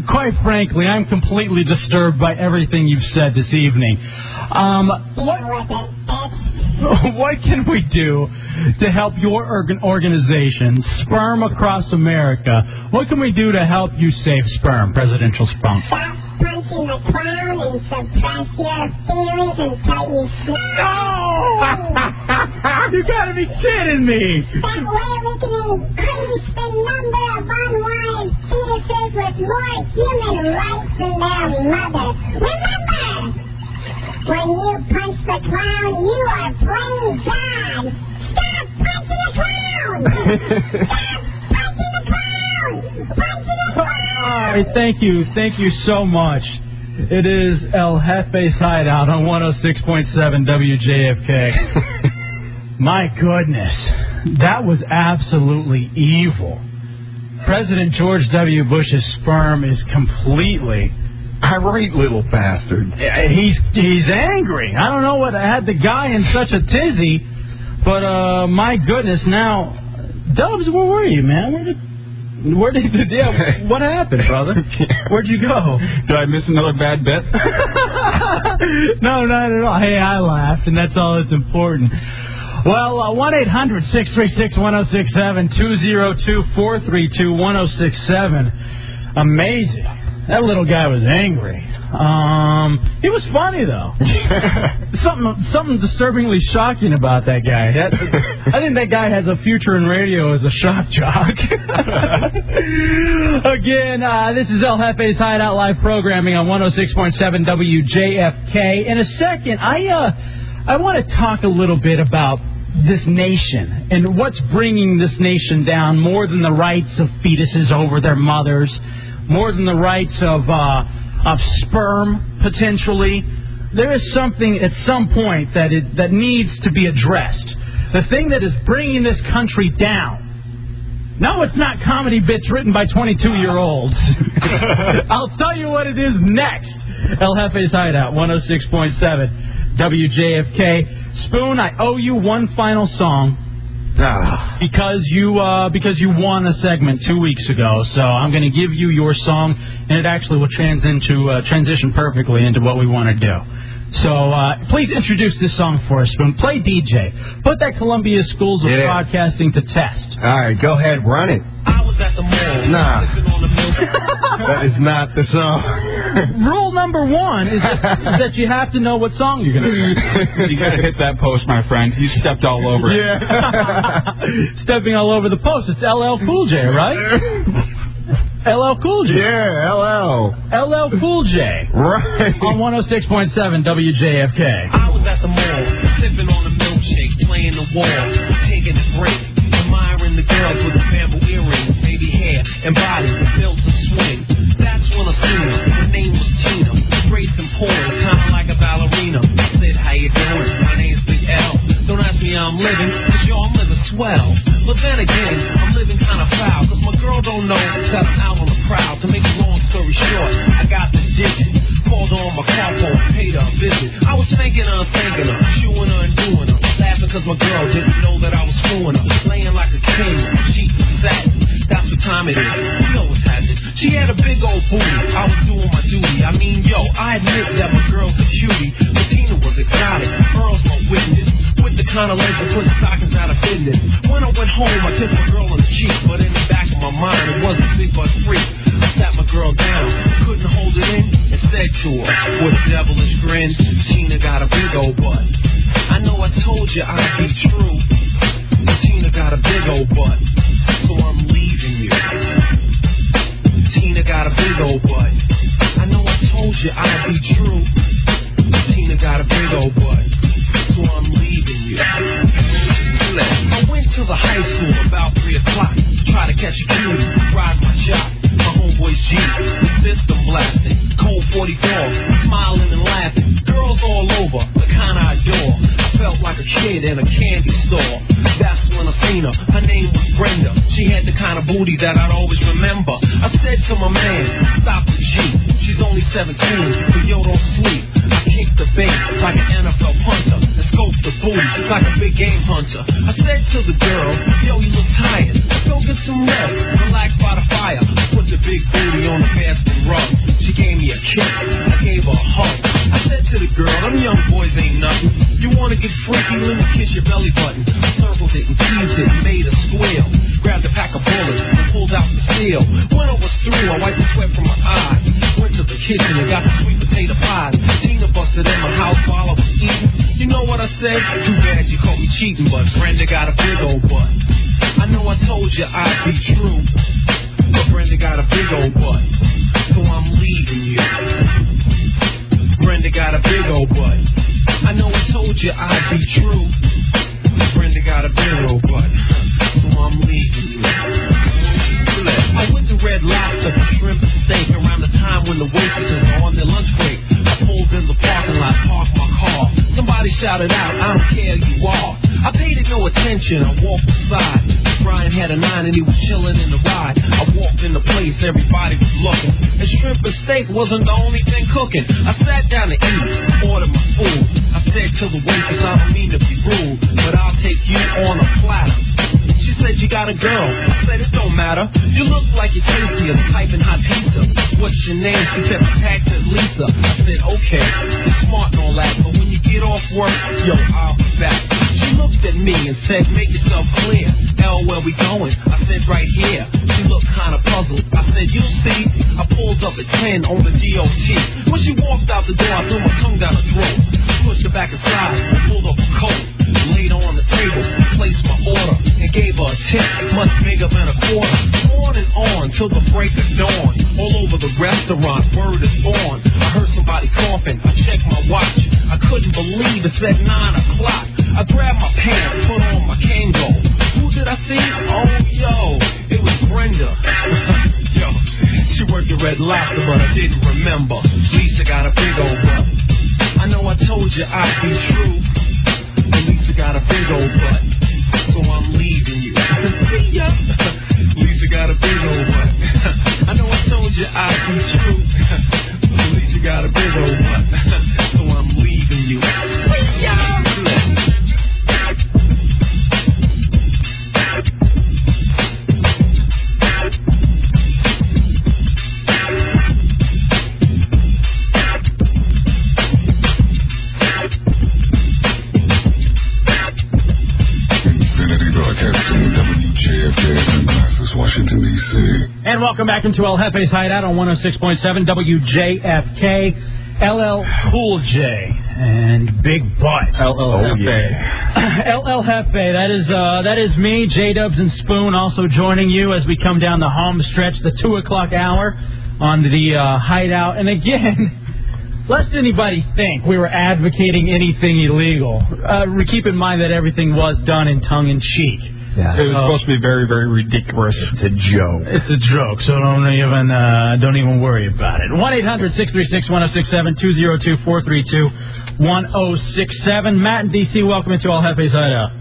S2: quite frankly, I'm completely disturbed by everything you've said this evening. Um,
S19: Deal with it, bitch.
S2: what can we do to help your organ- organization, Sperm Across America? What can we do to help you save sperm, presidential sperm?
S19: Stop punching taking the time and suppress your feelings until you No!
S2: you gotta be kidding me!
S19: That way we can increase the number of unwanted fetuses with more human rights than their mother. Remember, when you punch the clown, you are praying God. Stop punching the clown! Stop punching the clown! Punching the clown!
S2: All right, thank you. Thank you so much. It is El Jefe's Hideout on 106.7 WJFK. My goodness, that was absolutely evil. President George W. Bush's sperm is completely irate little bastard. He's he's angry. I don't know what had the guy in such a tizzy, but uh my goodness, now Dubs, where were you, man? Where did where did the deal? What happened, brother? Where'd you go?
S9: Did I miss another bad bet?
S2: no, not at all. Hey, I laughed, and that's all that's important. Well, uh, 1 800 636 1067 202 432 1067. Amazing. That little guy was angry. Um, he was funny though. something something disturbingly shocking about that guy. That- I think that guy has a future in radio as a shock jock. Again, uh, this is El Jefe's Hideout Live programming on 106.7 WJFK. In a second, I uh, I want to talk a little bit about this nation and what's bringing this nation down more than the rights of fetuses over their mothers, more than the rights of uh, of sperm potentially. There is something at some point that it, that needs to be addressed. The thing that is bringing this country down no, it's not comedy bits written by 22 year olds. I'll tell you what it is next. El Jefe's Hideout, 106.7, WJFK. Spoon, I owe you one final song.
S14: Ah.
S2: Because you uh, because you won a segment two weeks ago, so I'm going to give you your song, and it actually will trans into uh, transition perfectly into what we want to do. So uh, please introduce this song for us, Spoon. Play DJ. Put that Columbia Schools of Broadcasting to test.
S14: All right, go ahead, run it.
S16: I was at the mall.
S14: Nah.
S16: Looking on the
S14: That is not the song.
S2: Rule number one is that, is that you have to know what song you're going to play.
S9: you gotta hit that post, my friend. You stepped all over it.
S2: Stepping all over the post. It's LL Cool J, right? LL Cool J.
S14: Yeah, LL.
S2: LL Cool J.
S14: Right.
S2: On 106.7 WJFK.
S16: I was at the mall, sipping on a milkshake, playing the wall, taking a break, admiring the girls with the bamboo earrings, baby hair and body built to swing. That's when I seen her. Her name was Tina, grace and poise, kinda like a ballerina. Said, how you doing? My name's Big L. Don't ask me how I'm living, cause yo, I'm living swell. But then again, I'm living kinda foul, cause my girl don't know that I'm out on the prowl. To make a long story short, I got the digit. Called on my cowpoke, paid her a visit. I was thinking her, thinking her, chewing her and doing her. Laughing cause my girl didn't know that I was screwing her. Laying like a king, sheets of satin. That's what time it is. You know what's happening. She had a big old booty. I was doing my duty. I mean, yo, I admit that my girl's a cutie. But Tina was exotic. Earl's my witness. With the kind of length that put stockings out of business. When I went home, I kissed my girl on the cheek. But in the back of my mind, it wasn't big but freak. I sat my girl down. Couldn't hold it in. And said to her, with a devilish grin, Tina got a big old butt. I know I told you I'd be true. Tina got a big old butt. So I'm leaving you. Tina got a big old butt. I know I told you I'd be true. Tina got a big old butt. So I'm leaving you. Listen, I went to the high school about 3 o'clock. Try to catch a cutie, ride my jock. My homeboy's G, the system blasting. Cold 40 dogs, smiling and laughing. Girls all over, the kind I adore. I felt like a kid in a candy store. That's when I seen her. Her name was Brenda. She had the kind of booty that I'd always remember. I said to my man, stop the Jeep. She's only 17, but yo, don't sleep. I kicked the bait like an NFL punter. And scoped the booty like a big game hunter. I said to the girl, yo, you look tired. Let's go get some rest. Relax by the fire. I put the big booty on the basket rug. She gave me a kiss. I gave her a hug. I said to the girl. Them young boys ain't nothing. You wanna get freaky? Let me kiss your belly button. I circled it and teased it, made her squeal. Grabbed a pack of bullets, pulled out the steel. When I was through, I wiped the sweat from my eyes. Went to the kitchen and got the sweet potato pies. Tina busted in my house while I was eating. You know what I said? Too bad you caught me cheating, but Brenda got a big old butt. I know I told you I'd be true, but Brenda got a big old butt, so I'm leaving you. Brenda got a big old butt. I know I told you I'd be true. Brenda got a big old butt, so I'm leaving you. I went to Red Lobster for shrimp and steak around the time when the waitresses are on their lunch break. I pulled in the parking lot, parked my car. Somebody shouted out, I don't care who you are. I paid it no attention, I walked aside. Brian had a nine and he was chilling in the ride. I walked in the place, everybody was looking. And shrimp and steak wasn't the only thing cooking. I sat down to eat, ordered my food. I said to the waitress, I don't mean to be rude, but I'll take you on a platter. She said you got a girl. I said it don't matter. You look like you're tasty of piping hot pizza. What's your name? She said my tax is Lisa. I said okay, you're smart and all that, but when you get off work, yo, I'll be back. She looked at me and said, make yourself clear. L, where we going? I said right here. She looked kind of puzzled. I said you see, I pulled up a ten on the DOT. When she walked out the door, I threw my tongue down her throat, pushed her back aside, pulled up her coat. Laid her on the table, placed my order, and gave her a tip much bigger than a quarter. On and on till the break of dawn. All over the restaurant, word is on. I heard somebody coughing. I checked my watch. I couldn't believe it said nine o'clock. I grabbed my pants, put on my Kango. Who did I see? Oh, yo, it was Brenda. yo, she worked at Red Lobster, but I didn't remember. Lisa got a big old butt. I know I told you I'd be true. But Lisa got a big old butt, so I'm leaving you. see ya. Lisa got a big old butt. I know I told you I'd be true. But Lisa got a big old butt, so I'm leaving you. See ya.
S5: Infinity Broadcasting, WJFK FM, Manassas, Washington, D.C.
S2: And welcome back into El Jefe's Hideout on 106.7 WJFK, LL Cool J, and Big Butt. LL
S16: Jefe.
S2: LL Jefe, that is, uh, that is me, J Dubs and Spoon also joining you as we come down the home stretch, the 2 o'clock hour on the uh, Hideout. And again, lest anybody think we were advocating anything illegal, uh, keep in mind that everything was done in tongue in cheek.
S9: It was supposed to be very, very ridiculous. It's a joke.
S2: It's a joke, so don't even uh, don't even worry about it. One 1067 202-432-1067. oh Matt and DC, welcome into All Hefe's Hideout.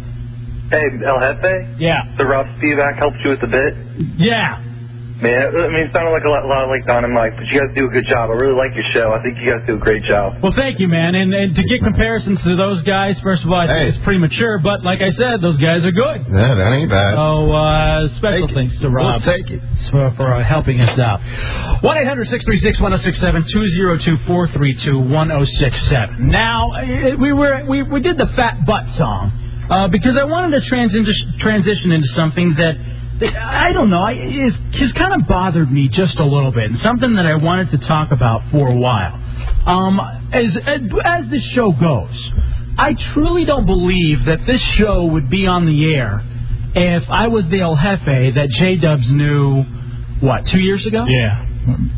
S10: Hey, El Jefe?
S2: Yeah.
S10: The Rob Spivak helped you with the bit?
S2: Yeah.
S10: Man, I mean, it sounded like a lot, lot like Don and Mike, but you guys do a good job. I really like your show. I think you guys do a great job.
S2: Well, thank you, man. And, and to get comparisons to those guys, first of all, I think it's premature. But like I said, those guys are good.
S14: Yeah, that ain't bad.
S2: So uh, special thanks to Rob.
S14: We'll take it.
S2: So, for uh, helping us out. 1 800 636 1067 202 432 1067. Now, eh, we, were, we, we did the Fat Butt song uh, because I wanted to transi- transition into something that, that I don't know, I, it's, it's kind of bothered me just a little bit and something that I wanted to talk about for a while. Um, as, as, as this show goes, I truly don't believe that this show would be on the air if I was the El Jefe that J Dubs knew, what, two years ago?
S9: Yeah.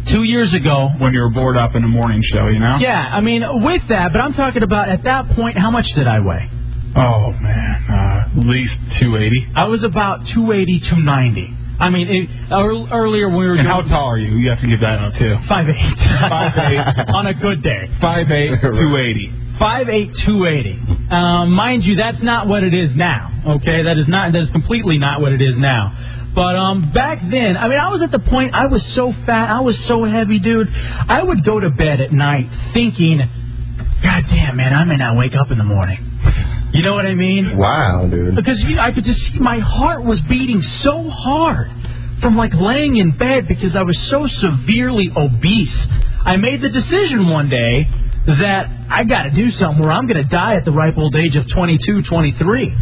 S2: Two years ago.
S9: When you were bored up in the morning show, you know?
S2: Yeah, I mean, with that, but I'm talking about at that point, how much did I weigh?
S9: Oh, man. Uh, at least 280.
S2: I was about 280, 290. I mean, it, ear- earlier when we were
S9: And how
S2: doing
S9: tall are you? You have to give that out, too.
S2: five eight. Five eight. on a good day.
S9: Five eight two eighty.
S2: Five eight two eighty. Um, mind you, that's not what it is now. Okay, that is not. That is completely not what it is now. But um, back then, I mean, I was at the point I was so fat, I was so heavy, dude. I would go to bed at night thinking, "God damn, man, I may not wake up in the morning." You know what I mean?
S14: Wow, dude.
S2: Because you know, I could just see my heart was beating so hard from like laying in bed because I was so severely obese. I made the decision one day that I got to do something where I'm going to die at the ripe old age of 22, 23.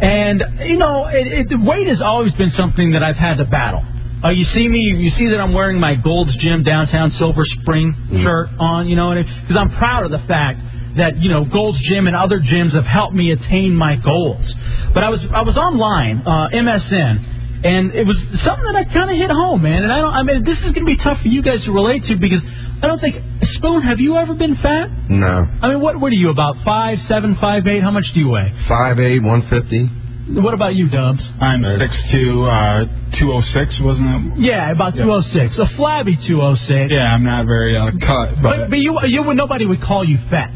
S2: And, you know, it, it, weight has always been something that I've had to battle. Uh, you see me, you see that I'm wearing my Gold's Gym downtown Silver Spring shirt on, you know, because I'm proud of the fact that, you know, Gold's Gym and other gyms have helped me attain my goals. But I was, I was online, uh, MSN, and it was something that I kind of hit home, man. And I don't, I mean, this is going to be tough for you guys to relate to because I don't think Spoon. Have you ever been fat?
S14: No.
S2: I mean, what what are you about? Five seven, five eight. How much do you weigh?
S14: Five eight, one fifty.
S2: What about you, Dubs?
S9: I'm six two, uh, two oh six, wasn't it?
S2: Yeah, about
S9: Yeah.
S2: two oh six. A flabby two oh six.
S9: Yeah, I'm not very uh, cut, but,
S2: But, but you you would nobody would call you fat.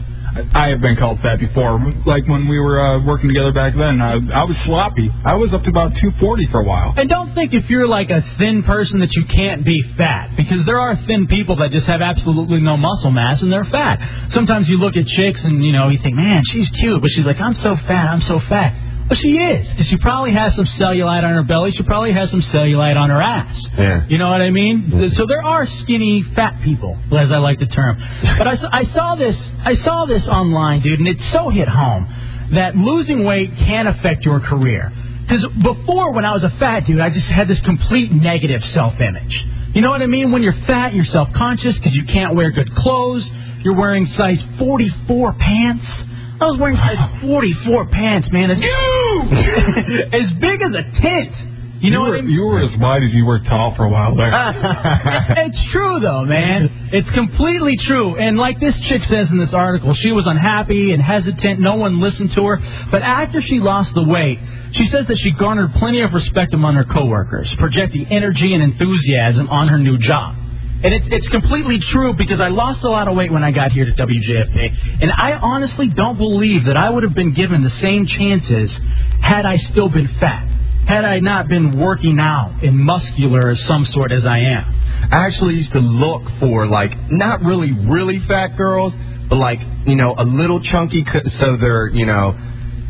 S9: I have been called fat before. Like when we were uh, working together back then, I, I was sloppy. I was up to about 240 for a while.
S2: And don't think if you're like a thin person that you can't be fat, because there are thin people that just have absolutely no muscle mass and they're fat. Sometimes you look at chicks and you know you think, man, she's cute, but she's like, I'm so fat, I'm so fat. Well, she is, 'cause she probably has some cellulite on her belly. She probably has some cellulite on her ass.
S14: Yeah.
S2: You know what I mean? So there are skinny fat people, as I like the term. But I, I saw this I saw this online, dude, and it so hit home that losing weight can affect your career. Because before, when I was a fat dude, I just had this complete negative self-image. You know what I mean? When you're fat, you're self-conscious because you can't wear good clothes. You're wearing size 44 pants. I was wearing size 44 pants, man. As, as big as a tent. You know
S9: were,
S2: what I mean?
S9: You were as wide as you were tall for a while there.
S2: it's true though, man. It's completely true. And like this chick says in this article, she was unhappy and hesitant. No one listened to her. But after she lost the weight, she says that she garnered plenty of respect among her coworkers, projecting energy and enthusiasm on her new job. And it's it's completely true because I lost a lot of weight when I got here to WJFK, and I honestly don't believe that I would have been given the same chances had I still been fat, had I not been working out and muscular of some sort as I am.
S14: I actually used to look for like not really really fat girls, but like you know a little chunky, c- so they're you know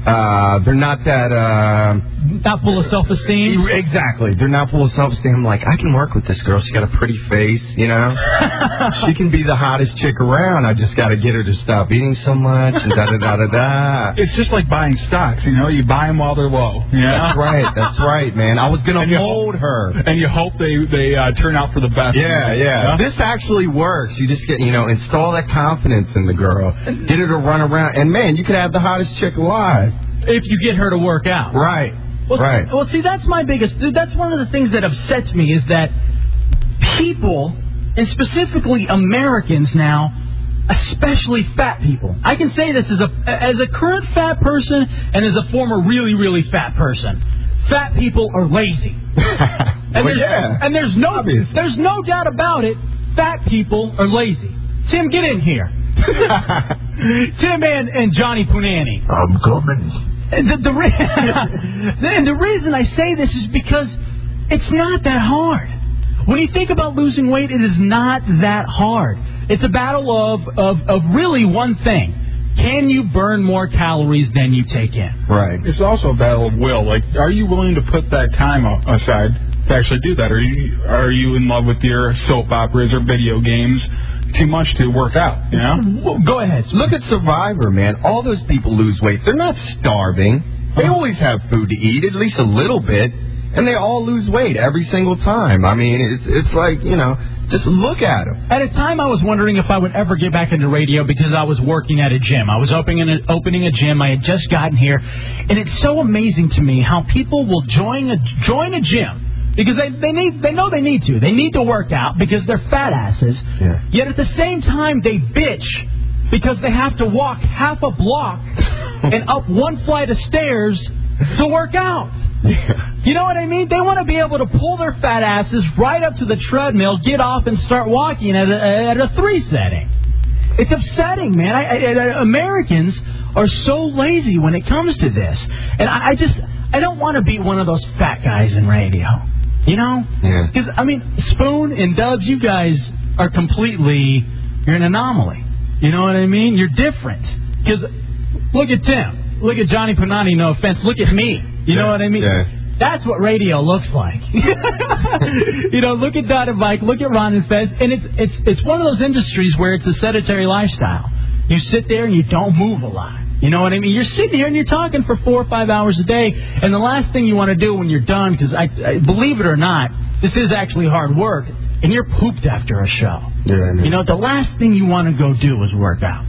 S14: uh, they're not that uh,
S2: not full of self esteem.
S14: Exactly, they're not full of self esteem. I'm like I can work with this girl. She's got a pretty face, you know. she can be the hottest chick around. I just got to get her to stop eating so much and da da da da da.
S9: It's just like buying stocks, you know? You buy them while they're low. You know?
S14: That's right. That's right, man. I was gonna mold her.
S9: And you hope they they uh, turn out for the best.
S14: Yeah, yeah.
S9: Huh?
S14: This actually works. You just get, you know, install that confidence in the girl. Get her to run around. And, man, you could have the hottest chick alive.
S2: If you get her to work out.
S14: Right.
S2: Well,
S14: right.
S2: Well, see, that's my biggest. That's one of the things that upsets me is that people, and specifically Americans now, especially fat people. I can say this as a as a current fat person and as a former really really fat person. Fat people are lazy. and,
S14: Well,
S2: there's,
S14: yeah.
S2: and there's no there's no doubt about it. Fat people are lazy. Tim, get in here. Tim and, and Johnny Punani.
S16: I'm coming.
S2: And the, the, re- and the reason I say this is because it's not that hard. When you think about losing weight, it is not that hard. It's a battle of, of, of really one thing. Can you burn more calories than you take in?
S14: Right.
S9: It's also a battle of will. Like, are you willing to put that time a- aside to actually do that? Are you are you in love with your soap operas or video games too much to work out? You know.
S2: Go ahead.
S14: Look at Survivor, man. All those people lose weight. They're not starving. They always have food to eat, at least a little bit, and they all lose weight every single time. I mean, it's it's like you know, just look at them.
S2: At a time, I was wondering if I would ever get back into radio because I was working at a gym. I was opening a, opening a gym. I had just gotten here, and it's so amazing to me how people will join a join a gym because they they need they know they need to. They need to work out because they're fat asses.
S14: Yeah.
S2: Yet at the same time, they bitch because they have to walk half a block and up one flight of stairs to work out. You know what I mean? They want to be able to pull their fat asses right up to the treadmill, get off, and start walking at a, at a three setting. It's upsetting, man. I, I, I, Americans are so lazy when it comes to this, and I, I just I don't want to be one of those fat guys in radio. You know?
S14: Yeah.
S2: Because I mean, Spoon and Dubs, you guys are completely you're an anomaly. You know what I mean? You're different. Because look at Tim, look at Johnny Panani. No offense. Look at me. You know what I mean?
S14: Yeah.
S2: That's what radio looks like. you know, look at Dot and Mike, look at Ron and Fez, and it's it's it's one of those industries where it's a sedentary lifestyle. You sit there and you don't move a lot. You know what I mean? You're sitting here and you're talking for four or five hours a day, and the last thing you want to do when you're done, because I, I believe it or not, this is actually hard work, and you're pooped after a show.
S14: Yeah, I know.
S2: You know, the last thing you want to go do is work out.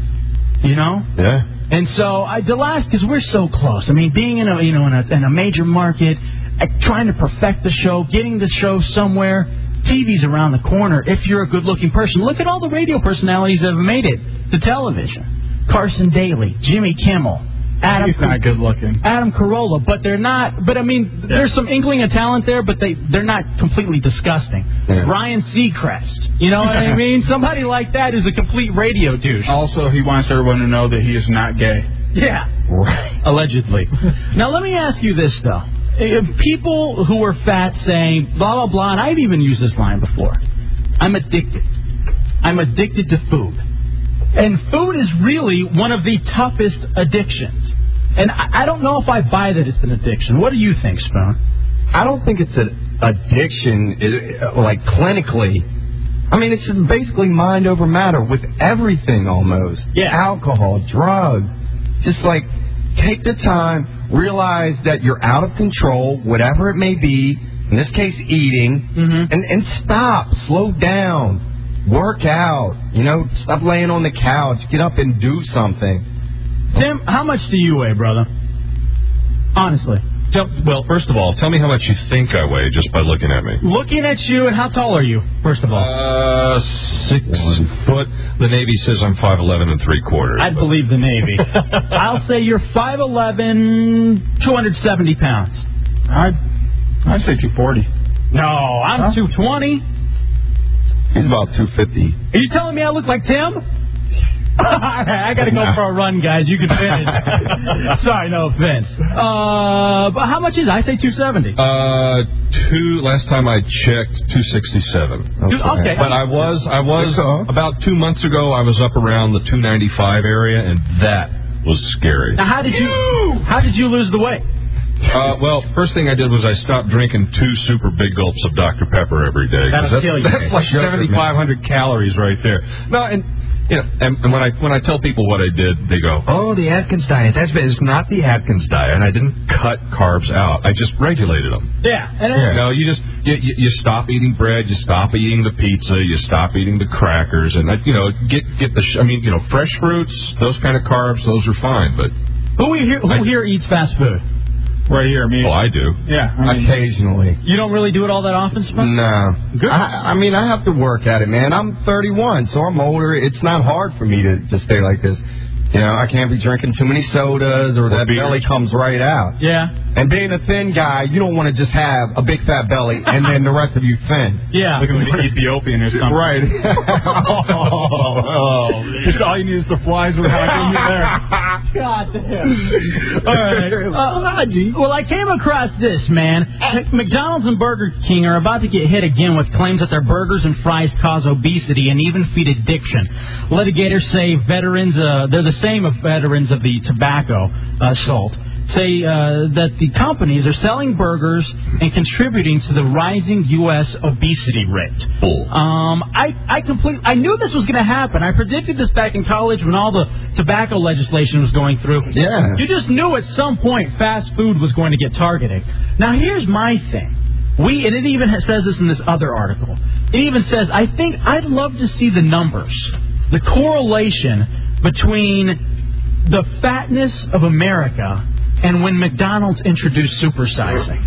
S2: You know?
S14: Yeah.
S2: And so I, the last, because we're so close. I mean, being in a you know in a, in a major market, uh, trying to perfect the show, getting the show somewhere. TV's around the corner. If you're a good-looking person, look at all the radio personalities that have made it to television. Carson Daly, Jimmy Kimmel, Adam.
S9: He's not good looking.
S2: Adam Carolla, but they're not. But I mean, there's some inkling of talent there, but they they're not completely disgusting. Ryan Seacrest, you know what I mean? Somebody like that is a complete radio douche.
S9: Also, he wants everyone to know that he is not gay.
S2: Yeah. Right. Allegedly. now let me ask you this though: Eh, people who are fat saying blah blah blah, and I've even used this line before. I'm addicted. I'm addicted to food, and food is really one of the toughest addictions. And I I don't know if I buy that it's an addiction. What do you think, Spoon?
S14: I don't think it's an addiction, it- like clinically. I mean, it's just basically mind over matter with everything almost. Yeah. Alcohol, drugs. Just like take the time, realize that you're out of control, whatever it may be. In this case, eating,
S2: Mm-hmm.
S14: and and stop, slow down, work out. You know, stop laying on the couch. Get up and do something.
S2: Tim, how much do you weigh, brother? Honestly.
S5: Tell, well, first of all, tell me how much you think I weigh just by looking at me.
S2: Looking at you, and how tall are you? First of all,
S5: Uh, six foot. The Navy says I'm five eleven and three quarters.
S2: I believe the Navy. I'll say you're 5'11", 270 pounds. I, I'd say 240. No, I'm 220.
S14: He's about two fifty.
S2: Are you telling me I look like Tim? I got to go for a run, guys. You can finish. Sorry, no offense. Uh, but how much is it? I say 270.
S5: Uh, two. Last time I checked, two sixty seven.
S2: Dude, okay.
S5: But I was, I was about two months ago. I was up around the two ninety five area, and that was scary.
S2: Now, how did you how did you lose the weight?
S5: Uh, well, first thing I did was I stopped drinking two super big gulps of Dr. Pepper every day. 'cause
S2: That'll
S5: that's,
S2: kill you.
S5: That's like
S2: Sugar, man.
S5: 7,500 calories right there. No, and you know, and, and when I when I tell people what I did, they go, "Oh, the Atkins diet." That's bad. It's not the Atkins diet. I didn't cut carbs out. I just regulated them.
S2: Yeah, and
S5: You know, you just you, you, you stop eating bread, you stop eating the pizza, you stop eating the crackers, and that, you know, get get the. Sh- I mean, you know, fresh fruits, those kind of carbs, those are fine. But
S2: who here who here eats fast food?
S5: Right here, me. Oh, I do.
S2: Yeah,
S14: Occasionally.
S2: You don't really do it all that often, Spoon?
S14: No. I, I mean, I have to work at it, man. I'm 31, so I'm older. It's not hard for me to, to stay like this. You know, I can't be drinking too many sodas or that belly comes right out.
S2: Yeah.
S14: And being a thin guy, you don't want to just have a big fat belly and then the rest of you thin.
S2: Yeah.
S9: Looking like Ethiopian or something. Oh,
S14: Right.
S9: Just all you need is the flies with how you there.
S2: God damn. All right. Uh, well, I came across this, man. McDonald's and Burger King are about to get hit again with claims that their burgers and fries cause obesity and even feed addiction. Litigators say veterans, uh, they're the same of veterans of the tobacco uh, assault, say uh, that the companies are selling burgers and contributing to the rising U.S. obesity rate. Um, I, I completely, I knew this was going to happen. I predicted this back in college when all the tobacco legislation was going through.
S14: Yeah.
S2: You just knew at some point fast food was going to get targeted. Now, here's my thing. We, and it even ha- says this in this other article. It even says, I think I'd love to see the numbers, the correlation between the fatness of America and when McDonald's introduced supersizing.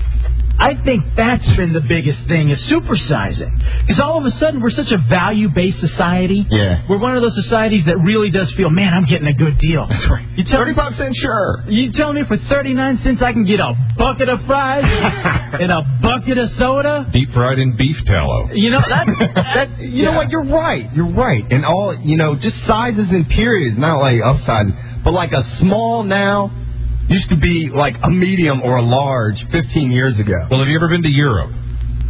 S2: I think that's been the biggest thing is supersizing. Because all of a sudden we're such a value based society.
S14: Yeah.
S2: We're one of those societies that really does feel, man, I'm getting a good deal. That's right. You tell
S14: 35 cents, sure.
S2: You tell me for 39 cents I can get a bucket of fries and a bucket of soda?
S5: Deep fried in beef tallow.
S2: You know, that,
S14: that you know what? You're right. You're right. And all you know, just sizes and periods, not like upsizes, but like a small now used to be like a medium or a large 15 years ago.
S5: Well, have you ever been to Europe?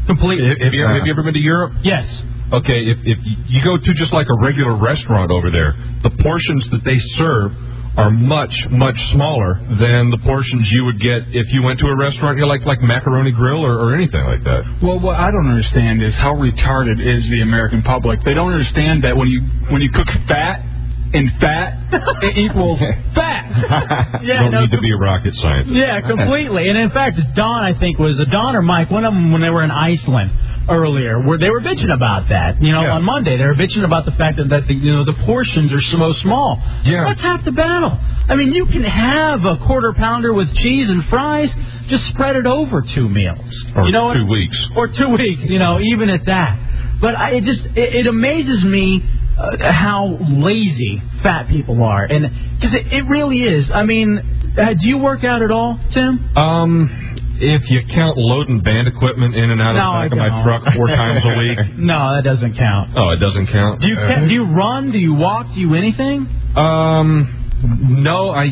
S2: Completely.
S5: Have, have you, have you ever been to Europe?
S2: Yes.
S5: Okay, if, if you go to just like a regular restaurant over there, the portions that they serve are much, much smaller than the portions you would get if you went to a restaurant, you know, like like Macaroni Grill or, or anything like that.
S9: Well, what I don't understand is how retarded is the American public. They don't understand that when you when you cook fat, and fat, it equals fat.
S2: Yeah,
S5: Don't
S2: no,
S5: need to be a rocket scientist.
S2: Yeah, completely. And in fact, Don, I think, was a Don or Mike, one of them when they were in Iceland earlier, where they were bitching about that. You know, on Monday they were bitching about the fact that, that the, you know the portions are so small. Yeah, that's half the battle. I mean, you can have a quarter pounder with cheese and fries. Just spread it over two meals. Or you know, two
S5: weeks.
S2: Or two weeks. You know, even at that. But I it just it, it amazes me uh, how lazy fat people are, and because it, it really is. I mean, uh, do you work out at all, Tim?
S5: Um, if you count loading band equipment in and out
S2: No, I
S5: of the back of my
S2: don't.
S5: truck four times a week,
S2: No, that doesn't count.
S5: oh, it doesn't count.
S2: Do you
S5: Uh,
S2: do you run? Do you walk? Do you anything?
S5: Um, no, I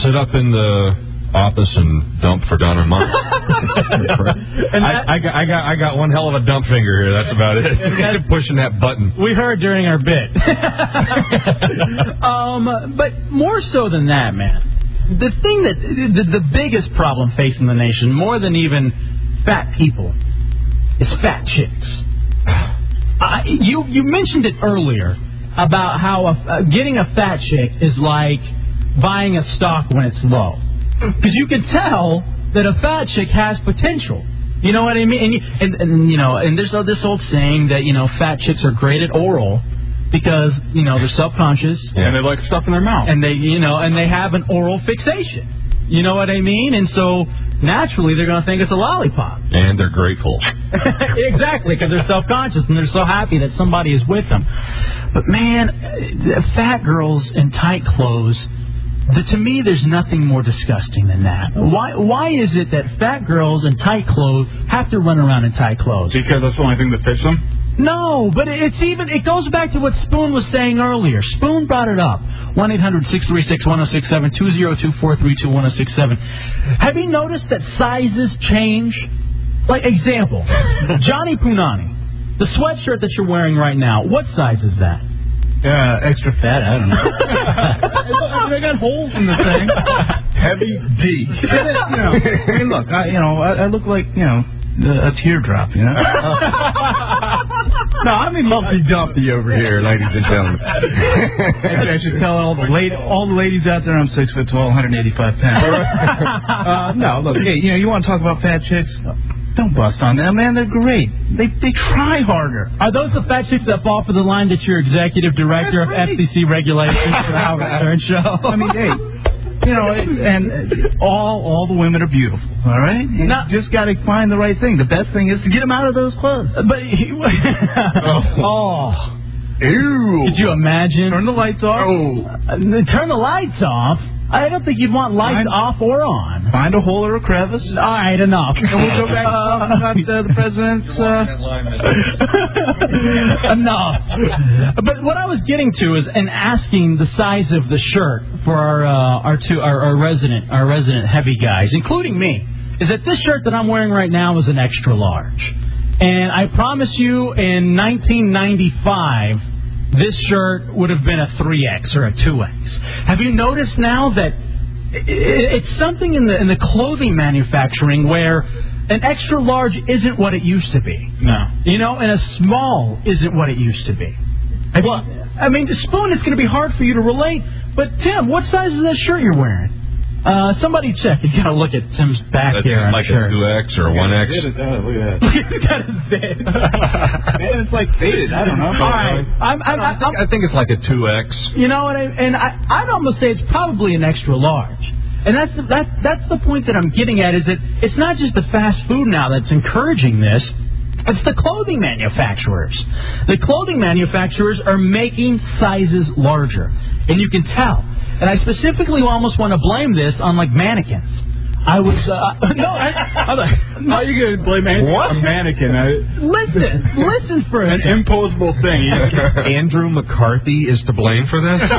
S5: sit up in the office and dump for Don and Mom. I, I got, I got, I got one hell of a dump finger here. That's about
S2: And
S5: it. Pushing that button.
S2: We heard during our bit. um, but more so than that, man, the thing that the, the biggest problem facing the nation, more than even fat people, is fat chicks. I, you you mentioned it earlier about how a, uh, getting a fat chick is like buying a stock when it's low, because you can tell that a fat chick has potential. You know what I mean? And, you- and, and you know, and there's uh, this old saying that you know fat chicks are great at oral because you know they're subconscious
S9: And they like stuff in their mouth.
S2: and they you know and they have an oral fixation. You know what I mean? And so naturally they're going to think it's a lollipop.
S5: And they're grateful.
S2: exactly, because they're self-conscious and they're so happy that somebody is with them. But man, uh, the fat girls in tight clothes. The, to me, there's nothing more disgusting than that. Why? Why is it that fat girls in tight clothes have to run around in tight clothes?
S9: Because that's the only thing that fits them.
S2: No, but it's even it goes back to what Spoon was saying earlier. Spoon brought it up. 1-800-636-1067, 202-432-1067. Have you noticed that sizes change? Like example, Johnny Punani, the sweatshirt that you're wearing right now, what size is that?
S7: Uh, extra fat. I don't know.
S5: Oh.
S2: I got holes in the
S7: thing.
S2: Heavy
S7: D. you know, I mean, look, I, you know, I, I look like you know a teardrop. You know.
S8: No, I'm in Lumpy Dumpty over here, ladies and gentlemen.
S7: I should tell all the lady, all the ladies out there I'm six foot tall, 185 pounds. uh, no, look, hey, you know, you want to talk about fat chicks? Don't bust on them, man. They're great. They they try harder.
S2: Are those the fat chicks that fall for the line that your executive director of FCC regulations for Howard Stern show?
S7: I mean, hey, you know, and all all the women are beautiful. All right, you just got to find the right thing. The best thing is to get them out of those clothes.
S2: Uh, But he, oh.
S7: Ew.
S2: Could you imagine? Turn
S7: the lights off.
S2: turn the lights off? I don't think you'd want lights off or on.
S7: Find a hole or a crevice.
S2: All right, enough.
S7: And we'll go back to talking about uh, the president's. Uh...
S2: enough. But what I was getting to is, and asking the size of the shirt for our uh, our two our, our resident our resident heavy guys, including me, is that this shirt that I'm wearing right now is an extra large, and I promise you, in 1995. This shirt would have been a 3X or a 2X. Have you noticed now that it- it's something in the in the clothing manufacturing where an extra large isn't what it used to be.
S9: No.
S2: You know, and a small isn't what it used to be. I mean, I mean, the spoon it's going to be hard for you to relate. But Tim, what size is that shirt you're wearing? Uh, somebody check. You got to look at Tim's back
S5: That's
S2: here. I'm
S5: like
S2: sure.
S5: a two X or a one X.
S9: Look
S2: that is it.
S7: Man, it's like faded. I don't know.
S2: All right. I'm, I'm, I'm,
S5: I think it's like a two X.
S2: You know what I and I I'd almost say it's probably an extra large. And that's that's that's the point that I'm getting at is that it's not just the fast food now that's encouraging this. It's the clothing manufacturers. The clothing manufacturers are making sizes larger, and you can tell. And I specifically almost want to blame this on like mannequins. I was uh, no, I, I, no,
S9: you're gonna blame
S2: What?
S9: A mannequin. I,
S2: Listen, listen for a
S9: an
S2: second.
S9: imposable thing.
S5: Andrew McCarthy is to blame for this.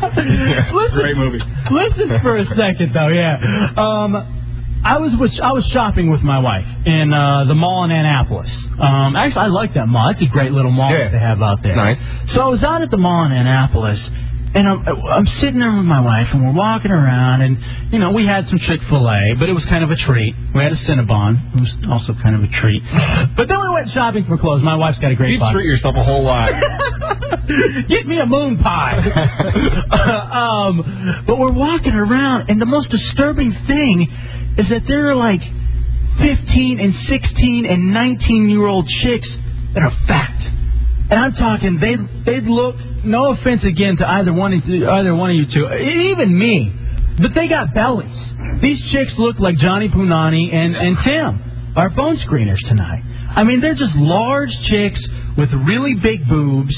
S2: Listen-
S9: Great movie.
S2: Listen for a second, though. Yeah. Um, I was, was I was shopping with my wife in uh, the mall in Annapolis. Um, actually, I like that mall. It's a great little mall that they have out there. Nice. So I was out at the mall in Annapolis, and I'm, I'm sitting there with my wife, and we're walking around, and you know we had some Chick Fil A, but it was kind of a treat. We had a Cinnabon, it was also kind of a treat. But then we went shopping for clothes. My wife's got a great.
S5: You
S2: body.
S5: treat yourself a whole lot.
S2: Get me a moon pie. um, but we're walking around, and the most disturbing thing is that there are like 15 and 16 and 19 year old chicks that are fat. And I'm talking, they they look. No offense again to either one of you- either one of you two, e, even me, but they got bellies. These chicks look like Johnny Punani and and Tim, our phone screeners tonight. I mean, they're just large chicks with really big boobs,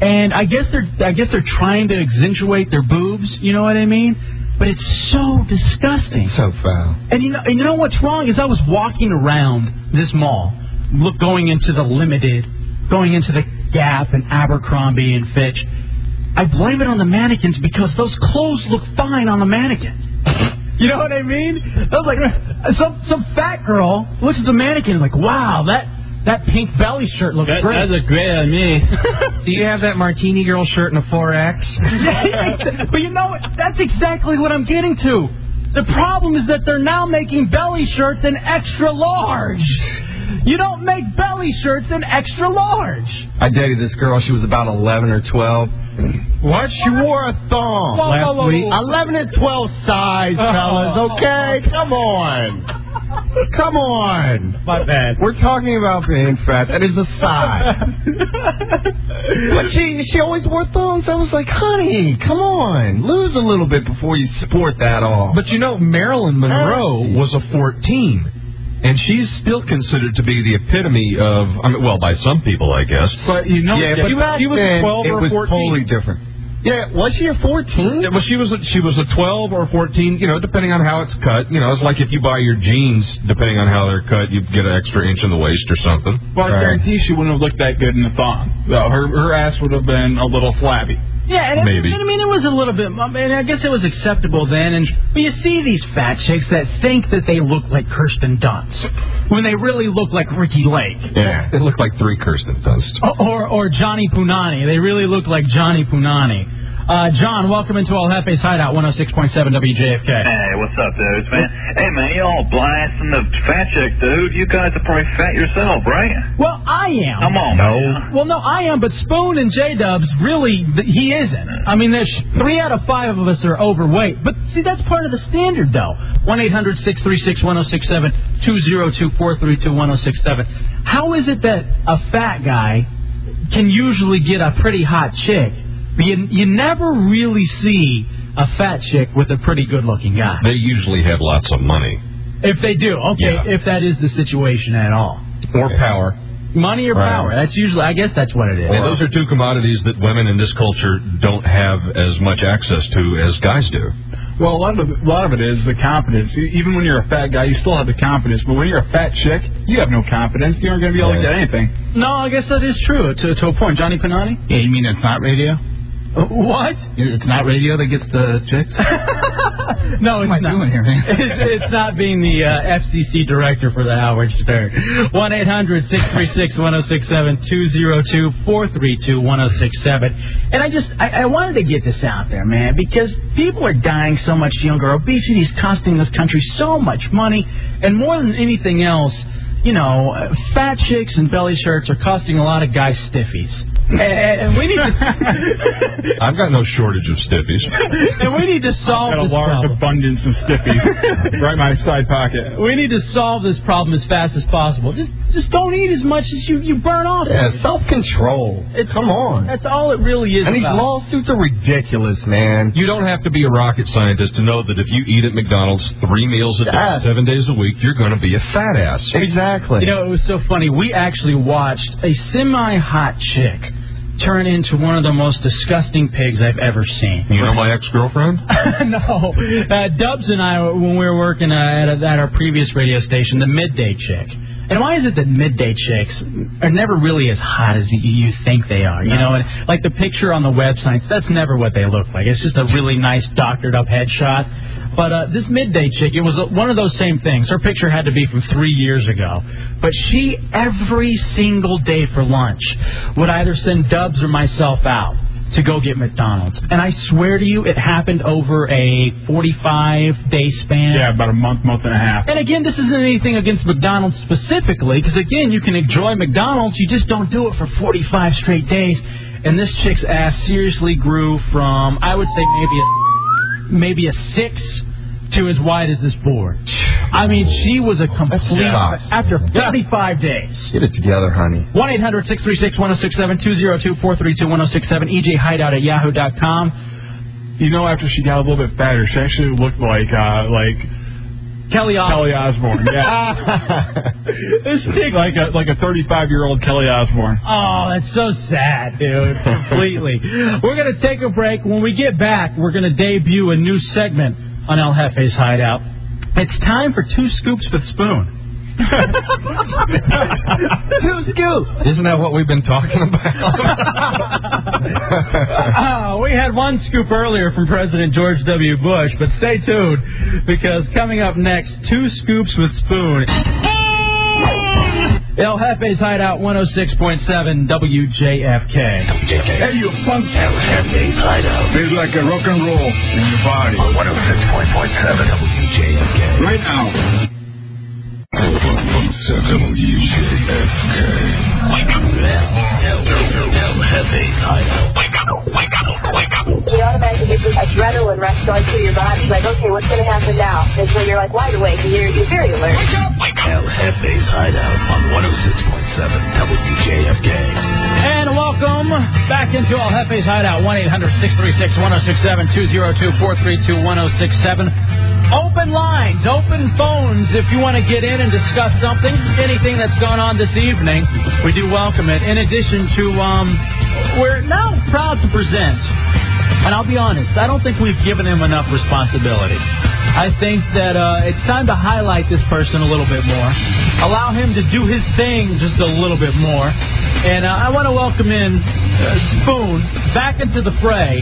S2: and I guess they're I guess they're trying to accentuate their boobs. You know what I mean? But it's so disgusting.
S14: So foul.
S2: And you know, and you know what's wrong is I was walking around this mall, look going into the limited, going into the Gap and Abercrombie and Fitch. I blame it on the mannequins because those clothes look fine on the mannequins. You know what I mean? I was like, uh, some some fat girl looks at the mannequin and like, wow, that that pink belly shirt looks
S11: That,
S2: great.
S11: that's a great on me. Do you have that martini girl shirt in a 4X?
S2: Yeah, but you know what? That's exactly what I'm getting to. The problem is that they're now making belly shirts an extra large. You don't make belly shirts an extra large.
S14: I dated this girl. She was about 11 or 12. What? She wore a thong.
S2: Whoa, whoa, whoa, whoa. Oh.
S14: 11 and 12 size, fellas, okay? Come on. Come on.
S2: My bad.
S14: We're talking about being fat. That is a size. but she she always wore thongs. I was like, honey, come on. Lose a little bit before you sport that all.
S5: But you know, Marilyn Monroe was a 14, and she's still considered to be the epitome of, I mean, well, by some people, I guess. But you
S14: yeah, but back then, it was totally different. Yeah, was she a 14?
S5: Yeah, well, she was a, she was a 12 or 14, you know, depending on how it's cut. You know, it's like if you buy your jeans, depending on how they're cut, you get an extra inch in the waist or something.
S9: Well, I guarantee she wouldn't have looked that good in a thong. Though her her ass would have been a little flabby.
S2: Yeah, and
S9: Maybe.
S2: It, I mean, it was a little bit. I mean, I guess it was acceptable then. And but you see these fat chicks that think that they look like Kirsten Dunst when they really look like Ricky Lake
S5: Yeah, it looked like three Kirsten Dunst.
S2: or or, or Johnny Punani. They really look like Johnny Punani. Uh, John, welcome into El Jefe's Hideout 106.7 WJFK.
S18: Hey, what's up, dudes, man? Hey, man, y'all blasting the fat chick, dude. You guys are probably fat yourself, right?
S2: Well, I am.
S18: Come on, man.
S2: Well, no, I am, but Spoon and J Dubs really, th- he isn't. I mean, there's three out of five of us are overweight. But see, that's part of the standard, though. 1 800 636 1067 202 432 1067. How is it that a fat guy can usually get a pretty hot chick, but you, you never really see a fat chick with a pretty good looking guy?
S5: They usually have lots of money
S2: If they do, okay,
S5: Yeah.
S2: if that is the situation at all.
S5: or power.
S2: Money or
S5: Right.
S2: power. That's usually, I guess that's what it is.
S5: And those are two commodities that women in this culture don't have as much access to as guys do.
S9: Well, a lot of a lot of it is the confidence. E- Even when you're a fat guy, you still have the confidence. But when you're a fat chick, you have no confidence. You aren't going to be able to get anything.
S2: No, I guess that is true to, to a point. Johnny Panani? Uh,
S7: Yeah, you mean it's not radio?
S2: What?
S7: It's not radio that gets the chicks?
S2: No,
S7: what
S2: it's
S7: am I
S2: not.
S7: doing here, man?
S2: it's, it's not being the uh, FCC director for the Howard Stern. 1 800 636 1067 202 432 1067. And I just, I, I wanted to get this out there, man, because people are dying so much younger. Obesity is costing this country so much money. And more than anything else, you know, uh, fat chicks and belly shirts are costing a lot of guys stiffies. And, and and we need to.
S5: I've got no shortage of stiffies.
S2: and we need to solve
S9: Got a
S2: this
S9: large
S2: problem.
S9: abundance of stiffies right in my side pocket.
S2: We need to solve this problem as fast as possible. Just, just don't eat as much as you, you burn off.
S14: Yeah, self control.
S2: It's,
S14: Come on.
S2: That's all it really is.
S14: And these
S2: about.
S14: lawsuits are ridiculous, man.
S5: You don't have to be a rocket scientist to know that if you eat at McDonald's three meals a day, seven days a week, you're going to be a fat ass.
S14: Exactly.
S2: You know, it was so funny. We actually watched a semi-hot chick turn into one of the most disgusting pigs I've ever seen.
S5: You know my ex girlfriend?
S2: no, uh, Dubs and I, when we were working uh, at, at our previous radio station, the midday chick. And why is it that midday chicks are never really as hot as you, you think they are? You know, and like the picture on the websites, that's never what they look like. It's just a really nice doctored up headshot. But uh, this midday chick, it was uh, one of those same things. Her picture had to be from three years ago. But she, every single day for lunch, would either send Dubs or myself out to go get McDonald's. And I swear to you, it happened over a 45 day span. Yeah,
S9: about a month, month and a half.
S2: And again, this isn't anything against McDonald's specifically, because again, you can enjoy McDonald's, you just don't do it for 45 straight days. And this chick's ass seriously grew from, I would say, maybe a, maybe a six to as wide as this board. I mean, she was a complete
S14: tough.
S2: after 45 days.
S14: Get it together, honey.
S2: 1 800 636 1067 202 432 1067 EJ E Hideout at yahoo.com.
S9: You know, after she got a little bit fatter, she actually looked like, uh, like,
S2: Kelly Osborne.
S9: Kelly Osborne, yeah. this chick like a like a 35 year old Kelly Osborne.
S2: Oh, that's so sad, dude. Completely. We're going to take a break. When we get back, we're going to debut a new segment on El Jefe's Hideout. It's time for Two Scoops with Spoon.
S14: Two scoops. Isn't that what we've been talking
S2: Ah, we had one scoop earlier from President George W. Bush, but stay tuned because coming up next, two scoops with spoon. El Jefe's Hideout 106.7 WJFK.
S16: Hey, you punk! El Jefe's Hideout. There's like a rock and roll in your body. On 106.7 WJFK. Right now.
S6: You automatically get this adrenaline rush going through your body. Like, okay, what's going to happen now? Is when you're like wide awake and you're, you're very alert.
S16: El Jefe's Hideout on 106.7 WJFK.
S2: And welcome back into El Jefe's Hideout 1 800 636 1067 202 432 1067. Open lines, open phones if you want to get in and discuss something, anything that's gone on this evening. We do welcome it. In addition to, um, we're now proud to present and I'll be honest, I don't think we've given him enough responsibility. I think that uh, it's time to highlight this person a little bit more, allow him to do his thing just a little bit more. And uh, I want to welcome in uh, Spoon back into the fray.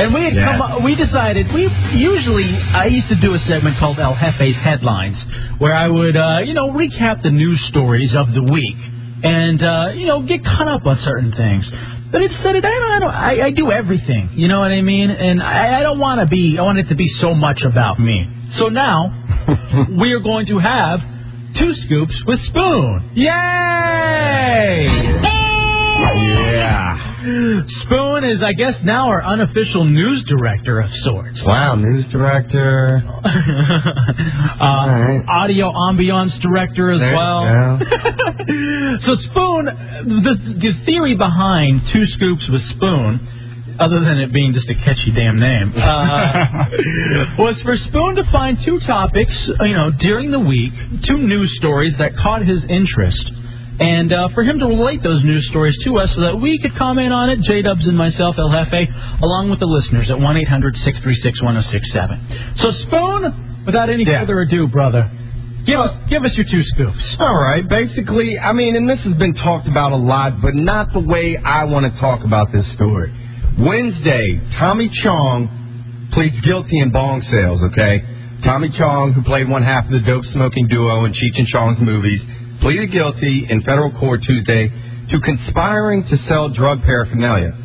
S2: And we had
S16: Yes.
S2: come up, we decided we usually I used to do a segment called El Jefe's Headlines, where I would uh, you know recap the news stories of the week and uh, you know get caught up on certain things. But instead, I don't, I, don't I, I do everything. You know what I mean? And I, I don't want to be. I want it to be so much about me. So now we are going to have two scoops with spoon. Yay! Yeah. Spoon is, I guess, now our unofficial news director of sorts.
S14: Wow, news director.
S2: Uh, Audio ambiance director as
S14: There you
S2: well. so Spoon, the the theory behind two scoops with Spoon, other than it being just a catchy damn name, uh, was for Spoon to find two topics, uh, you know, during the week, two news stories that caught his interest. And uh, for him to relate those news stories to us so that we could comment on it, J Dubs and myself, El Jefe, along with the listeners at 1 800 636 1067. So, Spoon, without any further ado, brother, give us, give us your two scoops.
S14: All right. Basically, I mean, and this has been talked about a lot, but not the way I want to talk about this story. Wednesday, Tommy Chong pleads guilty in bong sales, okay? Tommy Chong, who played one half of the dope smoking duo in Cheech and Chong's movies, pleaded guilty in federal court Tuesday to conspiring to sell drug paraphernalia.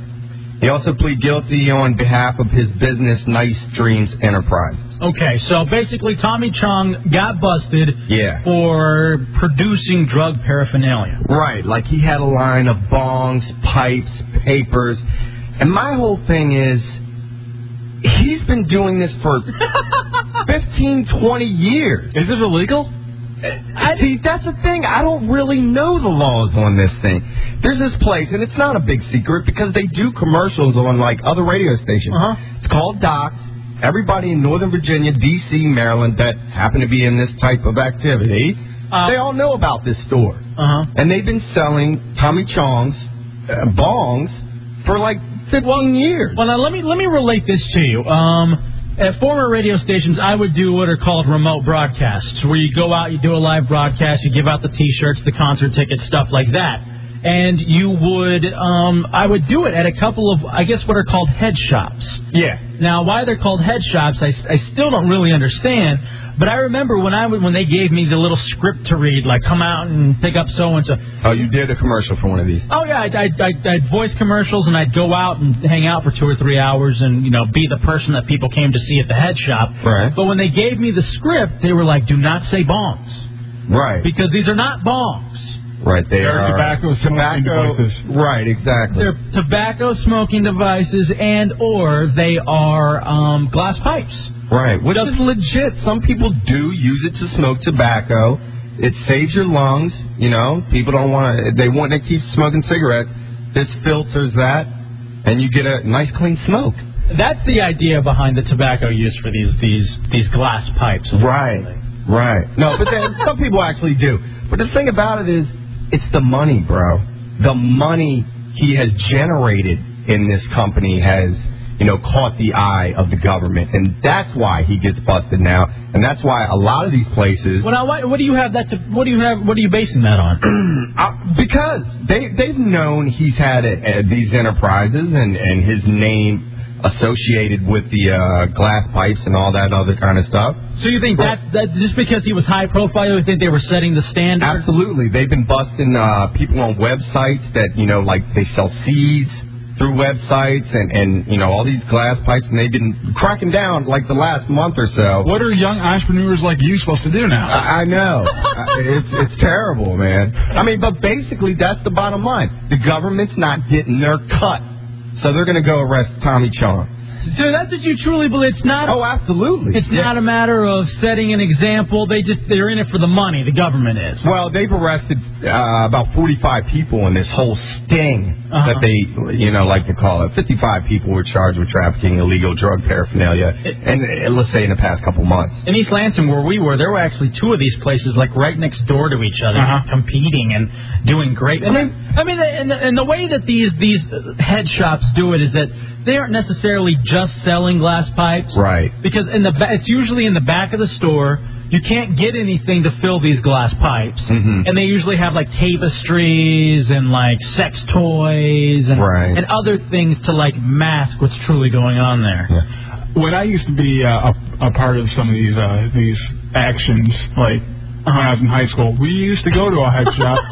S14: He also pleaded guilty on behalf of his business, Nice Dreams Enterprise.
S2: Okay, so basically, Tommy Chong got busted
S14: Yeah.
S2: for producing drug paraphernalia.
S14: Right, like he had a line of bongs, pipes, papers. And my whole thing is he's been doing this for 15, 20 years.
S2: Is it illegal?
S14: See, that's the thing. I don't really know the laws on this thing. There's this place, and it's not a big secret because they do commercials on like other radio stations. Uh-huh. It's called Docs. Everybody in Northern Virginia, D.C., Maryland that happen to be in this type of activity, they all know about this store.
S2: Uh huh.
S14: And they've been selling Tommy Chong's uh, bongs for like 15 years.
S2: Well, now let me let me relate this to you. Um, at former radio stations, I would do what are called remote broadcasts, where you go out, you do a live broadcast, you give out the T-shirts, the concert tickets, stuff like that. and you would, um, I would do it at a couple of, I guess, what are called head shops.
S8: Yeah.
S2: Now, why they're called head shops, I, I still don't really understand. But I remember when I would, when they gave me the little script to read, like come out and pick up so and so.
S14: Oh, you did a commercial for one of these.
S2: Oh yeah, I'd, I'd, I'd, I'd voice commercials and I'd go out and hang out for two or three hours and you know be the person that people came to see at the head shop.
S14: Right.
S2: But when they gave me the script, they were like, "Do not say bongs,"
S14: Right.
S2: because these are not bongs.
S14: Right. They
S2: They're
S14: are
S2: tobacco smoking devices.
S14: Right. Exactly.
S2: They're tobacco smoking devices and or they are um, glass pipes.
S14: Right, which is legit. Some people do use it to smoke tobacco. It saves your lungs. You know, people don't want to. They want to keep smoking cigarettes. This filters that, and you get a nice clean smoke.
S2: That's the idea behind the tobacco use for these these these glass pipes.
S14: Right. Right. No, but then some people actually do. But the thing about it is, it's the money, bro. The money he has generated in this company has, you know, caught the eye of the government, and that's why he gets busted now, and that's why a lot of these places.
S2: Well, now, why, what do you have that? To, what do you have? What are you basing that on?
S14: Uh, because they they've known he's had uh, these enterprises and and his name associated with the uh, glass pipes and all that other kind of stuff.
S2: So you think that, that just because he was high profile, you think they were setting the standard?
S14: Absolutely, they've been busting uh, people on websites that you know, like they sell seeds through websites and and you know all these glass pipes, and they've been cracking down like the last month or so.
S9: What are young entrepreneurs like you supposed to do now?
S14: I, I know I- it's it's terrible, man. I mean, but basically that's the bottom line. The government's not getting their cut, so they're going to go arrest Tommy Chong.
S2: So that's what you truly believe. It's not. Oh,
S14: absolutely.
S2: It's not a matter of setting an example. They just they're in it for the money. The government is.
S14: Well, they've arrested uh, about 45 people in this whole sting
S2: Uh-huh.
S14: that they, you know, like to call it. 55 people were charged with trafficking illegal drug paraphernalia, and uh, let's say in the past couple months.
S2: In East Lansing, where we were, there were actually two of these places like right next door to each other, competing Uh-huh. and doing great. I mean, I mean, and the, and the way that these these head shops do it is that they aren't necessarily just selling glass pipes,
S14: right?
S2: Because in the ba- it's usually in the back of the store. You can't get anything to fill these glass pipes,
S14: Mm-hmm.
S2: and they usually have like tapestries and like sex toys and and other things to like mask what's truly going on there.
S9: when I used to be uh, a, a part of some of these uh, these actions, like when I was in high school, we used to go to a head shop.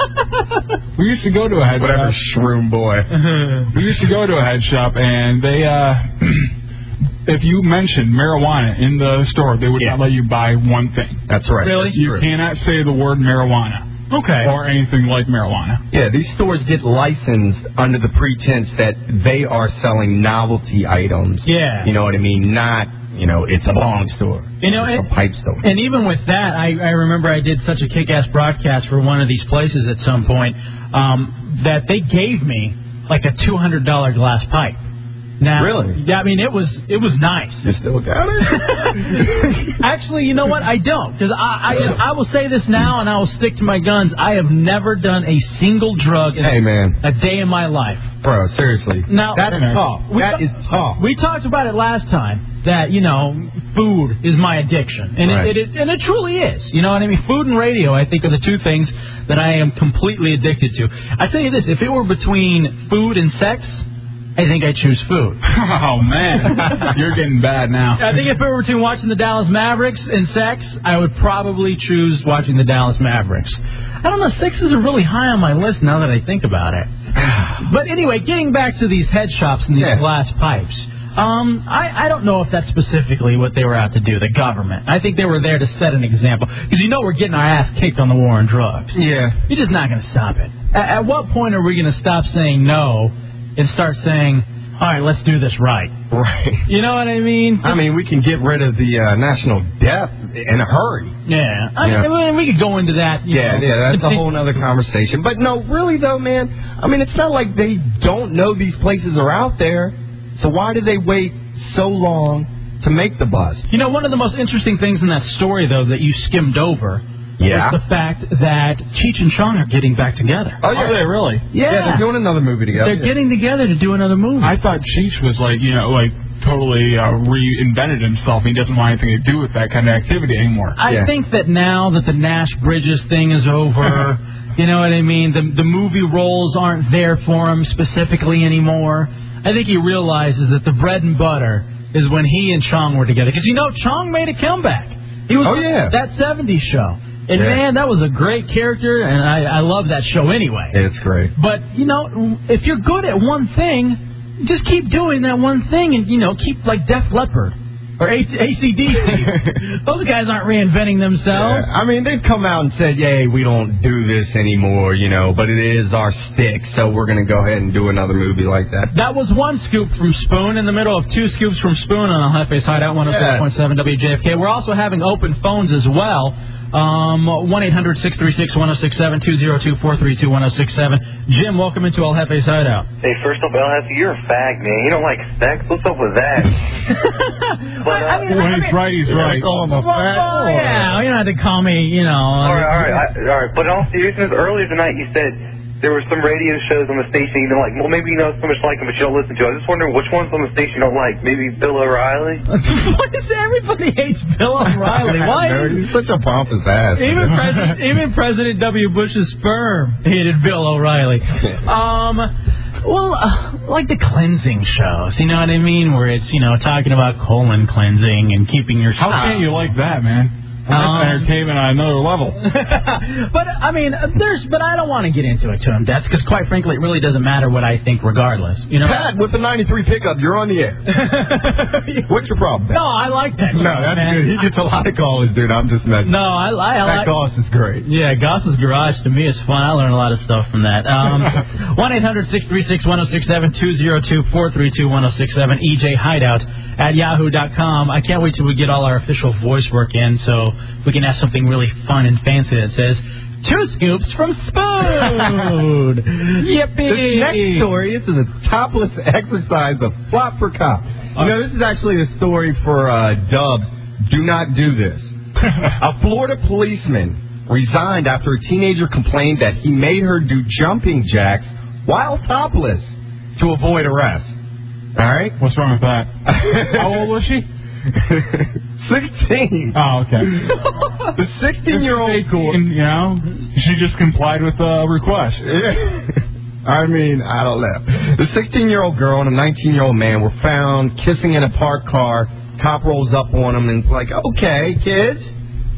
S9: we used to go to a head
S14: Whatever
S9: shop.
S14: shroom boy.
S9: we used to go to a head shop, and they, uh, if you mentioned marijuana in the store, they would not let you buy one thing.
S14: That's right.
S9: Really?
S14: That's
S9: you
S14: true.
S9: cannot say the word marijuana.
S2: Okay.
S9: Or anything like marijuana.
S14: Yeah, these stores get licensed under the pretense that they are selling novelty items.
S2: Yeah.
S14: You know what I mean? Not, you know, it's a bong store,
S2: You know, and,
S14: a pipe store.
S2: And even with that, I, I remember I did such a kick-ass broadcast for one of these places at some point um, that they gave me like a two hundred dollar glass pipe. Now,
S14: Really?
S2: Yeah, I mean it was it was nice.
S14: You still got it?
S2: Actually, you know what? I don't because I, I I will say this now and I will stick to my guns. I have never done a single drug. In
S14: Hey, man.
S2: A day in my life.
S14: Bro, seriously.
S2: Now
S14: that's tough. That is tough.
S2: We talked about it last time that you know food is my addiction, and
S14: Right.
S2: it, it, and it truly is. You know what I mean? Food and radio, I think, are the two things that I am completely addicted to. I tell you this: if it were between food and sex, I think I choose food.
S9: oh man, you're getting bad now.
S2: I think if it were between watching the Dallas Mavericks and sex, I would probably choose watching the Dallas Mavericks. I don't know, sex is really high on my list now that I think about it. But anyway, getting back to these head shops and these glass pipes. Um, I, I don't know if that's specifically what they were out to do, the government. I think they were there to set an example. Because you know we're getting our ass kicked on the war on drugs.
S14: Yeah.
S2: You're just not going to stop it. At, at what point are we going to stop saying no and start saying, all right, let's do this right?
S14: Right.
S2: You know what I mean?
S14: I mean, we can get rid of the uh, national debt in a hurry.
S2: Yeah. I
S14: Yeah.
S2: mean, we- we could go into that. you
S14: Yeah,
S2: know.
S14: yeah, that's a whole other conversation. But no, really though, man, I mean, it's not like they don't know these places are out there. So why did they wait so long to make the bus?
S2: You know, one of the most interesting things in that story, though, that you skimmed over
S14: Yeah.
S2: was the fact that Cheech and Chong are getting back together.
S14: Oh, yeah. Are they
S9: really?
S2: Yeah.
S14: they're doing another movie together.
S2: They're getting together to do another movie.
S9: I thought Cheech was like, you know, like totally uh, reinvented himself. He doesn't want anything to do with that kind of activity anymore.
S2: I think that now that the Nash Bridges thing is over You know what I mean? The the movie roles aren't there for him specifically anymore. I think he realizes that the bread and butter is when he and Chong were together. Because you know, Chong made a comeback. He was
S14: Oh, yeah.
S2: that '70s show, and
S14: Yeah.
S2: man, that was a great character, and I I love that show anyway.
S14: It's great.
S2: But you know, if you're good at one thing, just keep doing that one thing, and you know, keep like Def Leppard or A- ACDC. Those guys aren't reinventing themselves.
S14: I mean, they've come out and said, "Yay, we don't do this anymore," you know, but it is our stick, so we're gonna go ahead and do another movie like that.
S2: That was one scoop from Spoon in the middle of two scoops from Spoon on El Jefe's Hideout 107.7 WJFK. We're also having open phones as well. Um, 1-800-636-1067, 202-432-1067. Jim, welcome into El Jefe's Hideout.
S13: Hey, first off, El Hesse, you're a fag, man. You don't like sex. What's up with that? but, uh,
S2: Oh, yeah, you don't have to call me, you know.
S13: uh, All right, all right, I, all right. But in all seriousness, earlier tonight you said there were some radio shows on the station you didn't like. Well, maybe you know so much like them, but you don't listen to. I was just wondering which ones on the station you don't like. Maybe Bill O'Reilly.
S2: what is everybody hates Bill O'Reilly? Why?
S14: Nerd, he's such a pompous ass.
S2: Even President, even President W. Bush's sperm hated Bill O'Reilly. Um, well, uh, like the cleansing shows, you know what I mean, where it's you know talking about colon cleansing and keeping your.
S9: How can you like that, man? Well,
S2: Um,
S9: that's entertainment on another level.
S2: but I mean, there's. But I don't want to get into it to him, Death, because quite frankly, it really doesn't matter what I think, regardless. You know.
S14: Pat with the '93 pickup, you're on the
S2: air.
S14: What's your problem?
S2: No, I like that.
S14: No, that's
S2: man.
S14: good. He gets a lot of callers, dude. I'm just messing.
S2: No, I, I, I
S14: That
S2: like.
S14: Goss is great.
S2: Yeah, Goss's Garage to me is fun. I learn a lot of stuff from that. Um, 1-800-636-1067-202-432-1067. EJ E Hideout at yahoo.com. I can't wait till we get all our official voice work in so we can have something really fun and fancy that says, Two scoops from Spoon. Yippee.
S14: This next story this is a topless exercise of flop for cop. You know, this is actually a story for uh, Dubs. Do not do this. a Florida policeman resigned after a teenager complained that he made her do jumping jacks while topless to avoid arrest. All right?
S9: What's wrong with that? How old was she?
S14: 16.
S9: Oh, okay.
S14: the 16 year old.
S9: You know, she just complied with the request.
S14: I mean, I don't know. The 16 year old girl and a 19 year old man were found kissing in a parked car. Cop rolls up on them and is like, okay, kids,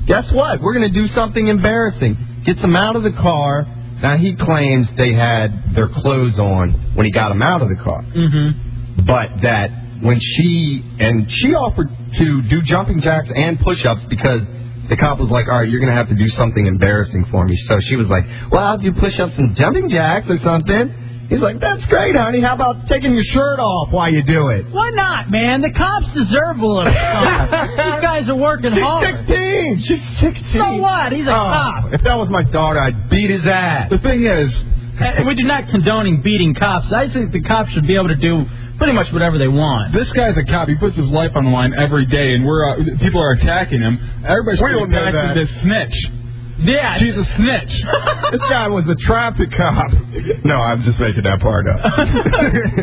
S14: guess what? We're going to do something embarrassing. Gets them out of the car. Now, he claims they had their clothes on when he got them out of the car. Mm-hmm. But that when she, and she offered to do jumping jacks and push ups because the cop was like, all right, you're going to have to do something embarrassing for me. So she was like, well, I'll do push ups and jumping jacks or something. He's like, that's great, honey. How about taking your shirt off while you do it?
S2: Why not, man? The cops deserve a little. something. These guys are working
S14: She's
S2: hard.
S14: 16. She's 16.
S2: So what? He's a
S14: Oh,
S2: cop.
S14: If that was my daughter, I'd beat his ass.
S2: The thing is, Uh, we do not condoning beating cops. I think the cops should be able to do pretty much whatever they want.
S9: This guy's a cop. He puts his life on the line every day, and we're uh, people are attacking him. Everybody's
S2: We don't know
S9: attacking
S2: that.
S9: this snitch.
S2: Yeah,
S9: she's a snitch.
S14: this guy was a traffic cop. No, I'm just making that part up.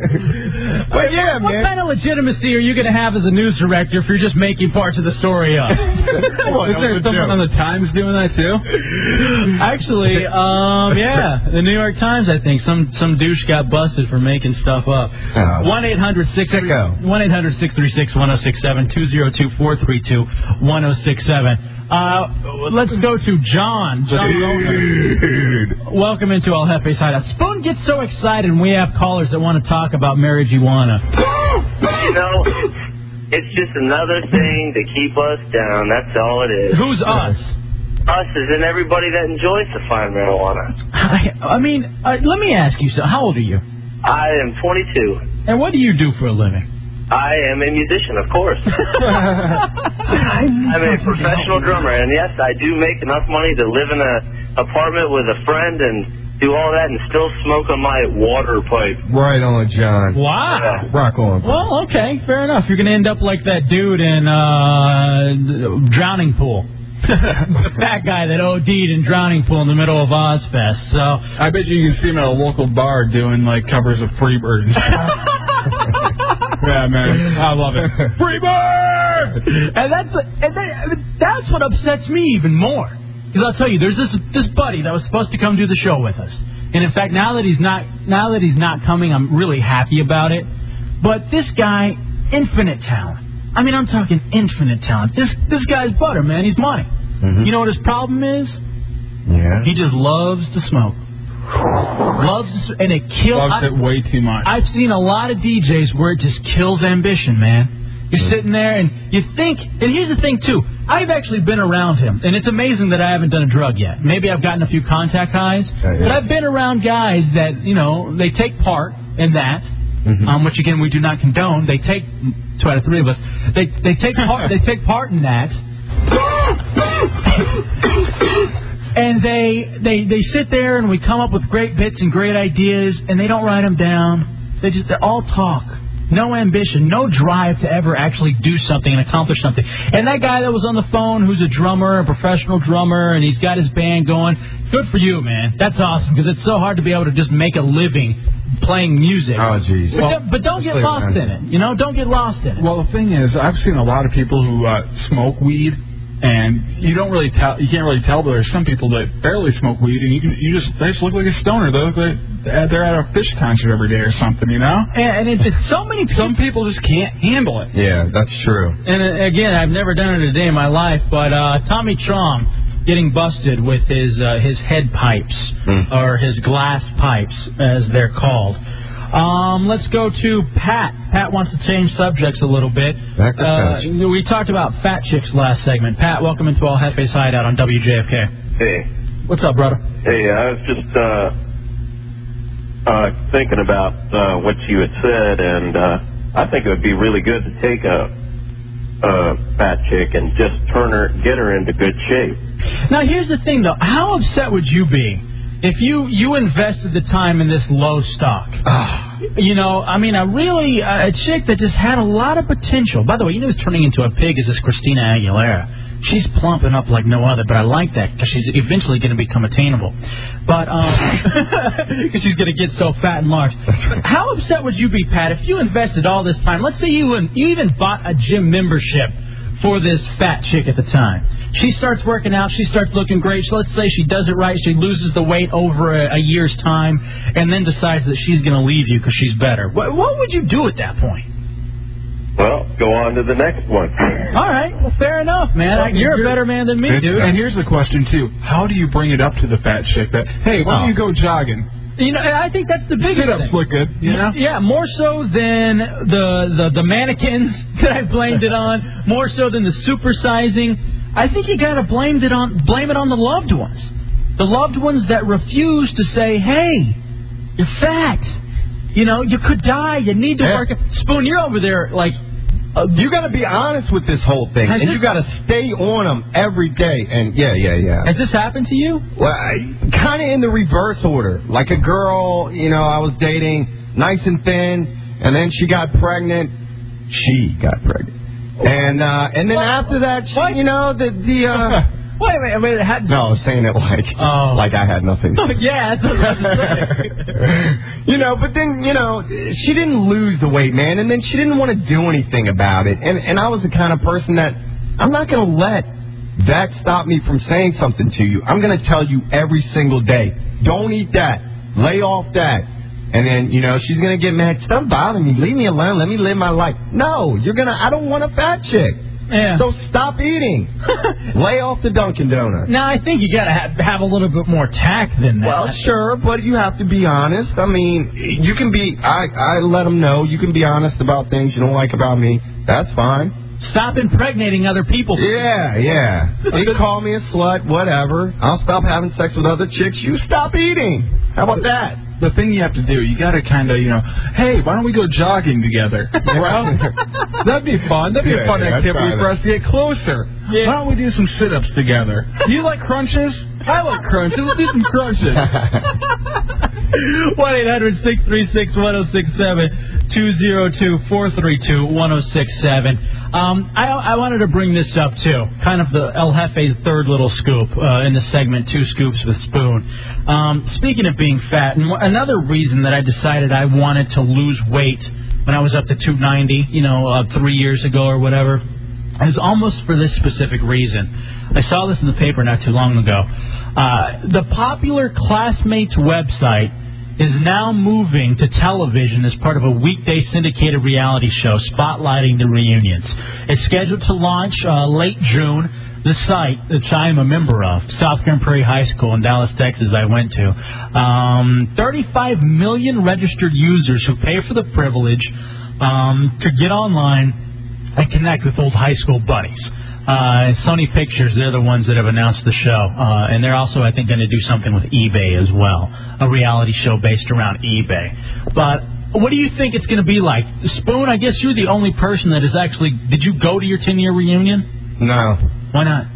S14: But yeah,
S2: what kind of legitimacy are you going to have as a news director if you're just making parts of the story up?
S9: on,
S2: Is
S9: that
S2: there
S9: was a
S2: someone
S9: joke.
S2: on the Times doing that too? Actually, um, yeah, the New York Times. I think some some douche got busted for making stuff up.
S9: Oh.
S2: One eight hundred six one eight hundred six three six one zero six seven two zero two four three two one zero six seven. Uh, let's go to John. John Romer. Welcome into El Jefe's Hideout. Spoon gets so excited when we have callers that want to talk about marijuana.
S13: you know, it's just another thing to keep us down. That's all it is.
S2: Who's us?
S13: Us is in everybody that enjoys the fine marijuana.
S2: I, I mean, uh, let me ask you so. How old are you?
S13: I am 22.
S2: And what do you do for a living?
S13: I am a musician, of course.
S2: I'm
S13: a professional drummer, and yes, I do make enough money to live in a apartment with a friend and do all that, and still smoke on my water pipe.
S14: Right
S9: Oh,
S14: on, John.
S2: Wow.
S14: Rock on.
S2: Well, okay, fair enough. You're gonna end up like that dude in uh, Drowning Pool. that guy that OD'd in Drowning Pool in the middle of Ozfest. So
S9: I bet you can see him at a local bar doing like covers of Freebird. and stuff. yeah, man, I love it.
S2: Freebird! and that's and that, that's what upsets me even more. Because I'll tell you, there's this this buddy that was supposed to come do the show with us, and in fact, now that he's not now that he's not coming, I'm really happy about it. But this guy, infinite talent. I mean, I'm talking infinite talent. This this guy's butter, man. He's money. You know what his problem is?
S14: Yeah.
S2: He just loves to smoke. Loves to, s- and it kills.
S9: Loves it way too much.
S2: I've seen a lot of DJs where it just kills ambition, man. You're sitting there and you think, and here's the thing too. I've actually been around him, and it's amazing that I haven't done a drug yet. Maybe I've gotten a few contact highs, but I've been around guys that you know they take part in that,
S9: Mm-hmm.
S2: um, which again we do not condone. They take two out of three of us. They they take part. they take part in that. And they, they they sit there and we come up with great bits and great ideas and they don't write them down. They just they're all talk, no ambition, no drive to ever actually do something and accomplish something. And that guy that was on the phone, who's a drummer, a professional drummer, and he's got his band going. Good for you, man. That's awesome because it's so hard to be able to just make a living playing music. Oh, jeez. But, don't- but don't get
S9: Clear,
S2: lost
S9: man.
S2: in it. You know, don't get lost in it.
S9: Well, the thing is, I've seen a lot of people who uh, smoke weed, and you don't really tell. You can't really tell. But there's some people that barely smoke weed, and you can, you just they just look like a stoner. They look like they're at a fish concert every day or something, you know.
S2: And, and it's, it's so many. People,
S9: some people just can't handle it.
S14: Yeah, that's true.
S2: And uh, again, I've never done it a day in my life, but uh, Tommy Chong getting busted with his uh, his head pipes or his glass pipes, as they're called. Um, let's go to Pat. Pat wants to change subjects a little bit. Uh, we talked about fat chicks last segment. Pat, welcome into All Hefe's Hideout on WJFK.
S17: Hey,
S2: What's up, brother?
S17: hey, I was just uh, uh, thinking about uh, what you had said, and uh, I think it would be really good to take a, a fat chick and just turn her, get her into good shape.
S2: Now, here's the thing, though. How upset would you be if you you invested the time in this low stock? you know, I mean, a really uh, a chick that just had a lot of potential. By the way, you know who's turning into a pig is this Christina Aguilera. She's plumping up like no other, but I like that because she's eventually going to become attainable. But because she's going to get so fat and large. But how upset would you be, Pat, if you invested all this time? Let's say you in- you even bought a gym membership for this fat chick at the time. She starts working out. She starts looking great. So let's say she does it right. She loses the weight over a, a year's time, and then decides that she's going to leave you because she's better. What, what would you do at that point?
S17: Well, go on to the next one.
S2: All right. Well, fair enough, Oh, man. I- you're, a better man than me,
S9: and,
S2: dude.
S9: And here's the question too: How do you bring it up to the fat chick that hey,
S14: Oh.
S9: why don't you go jogging?
S2: You know, and I think that's the biggest
S9: Sit-ups
S2: thing.
S9: look good, you know.
S2: Yeah, more so than the the, the mannequins that I blamed it on, more so than the supersizing. I think you gotta blame it on blame it on the loved ones. The loved ones that refuse to say, Hey, you're fat. You know, you could die, you need to work Spoon, you're over there like
S14: Uh, you got to be honest with this whole thing,
S2: Has
S14: and
S2: this-
S14: you got to stay on them every day. And yeah, yeah, yeah.
S2: Has this happened to you?
S14: Well, kind of in the reverse order. Like a girl, you know, I was dating, nice and thin, and then she got pregnant. She got pregnant, and uh, and then after that, she, you know, the the. Uh,
S2: Wait a minute, wait a minute. Had...
S14: No, I was saying it like like I had nothing.
S2: yeah, that's what I was gonna say.
S14: you know, but then you know, she didn't lose the weight, man, and then she didn't want to do anything about it. And and I was the kind of person that I'm not going to let that stop me from saying something to you. I'm going to tell you every single day, don't eat that, lay off that. And then you know she's gonna get mad. Stop bothering me. Leave me alone. Let me live my life. No, you're gonna. I don't want a fat chick.
S2: Yeah.
S14: So stop eating. lay off the Dunkin' Donuts.
S2: Now I think you gotta have, have a little bit more tact than that.
S14: Well, sure, but you have to be honest. I mean, you can be. I I let them know you can be honest about things you don't like about me. That's fine.
S2: Stop impregnating other people.
S14: Yeah, yeah. They call me a slut, whatever. I'll stop having sex with other chicks. You stop eating. How about that?
S9: The thing you have to do, you got to kind of, you know, hey, why don't we go jogging together? You know? That'd be fun. That'd be
S5: Yeah,
S9: a fun
S5: yeah, I'd try
S9: activity
S5: that.
S9: for us to get closer. Why don't we do some sit-ups together? You like crunches? I like crunches. Let's do some crunches.
S2: One 800-636-1067, 202-432-1067. Um, I, I wanted to bring this up too, kind of the El Jefe's third little scoop uh, in the segment Two Scoops with Spoon. Um, speaking of being fat, and wh- another reason that I decided I wanted to lose weight when I was up to 290, you know, uh, three years ago or whatever It was almost for this specific reason. I saw this in the paper not too long ago. Uh, the popular Classmates website is now moving to television as part of a weekday syndicated reality show spotlighting the reunions. It's scheduled to launch uh, late June. The site, which I am a member of, Southern Prairie High School in Dallas, Texas, I went to, um, 35 million registered users who pay for the privilege um, to get online and connect with old high school buddies. Uh, Sony Pictures, they're the ones that have announced the show. Uh, and they're also, I think, going to do something with eBay as well. A reality show based around eBay. But what do you think it's going to be like? Spoon, I guess you're the only person that is actually. Did you go to your 10 year reunion?
S14: No.
S2: Why not?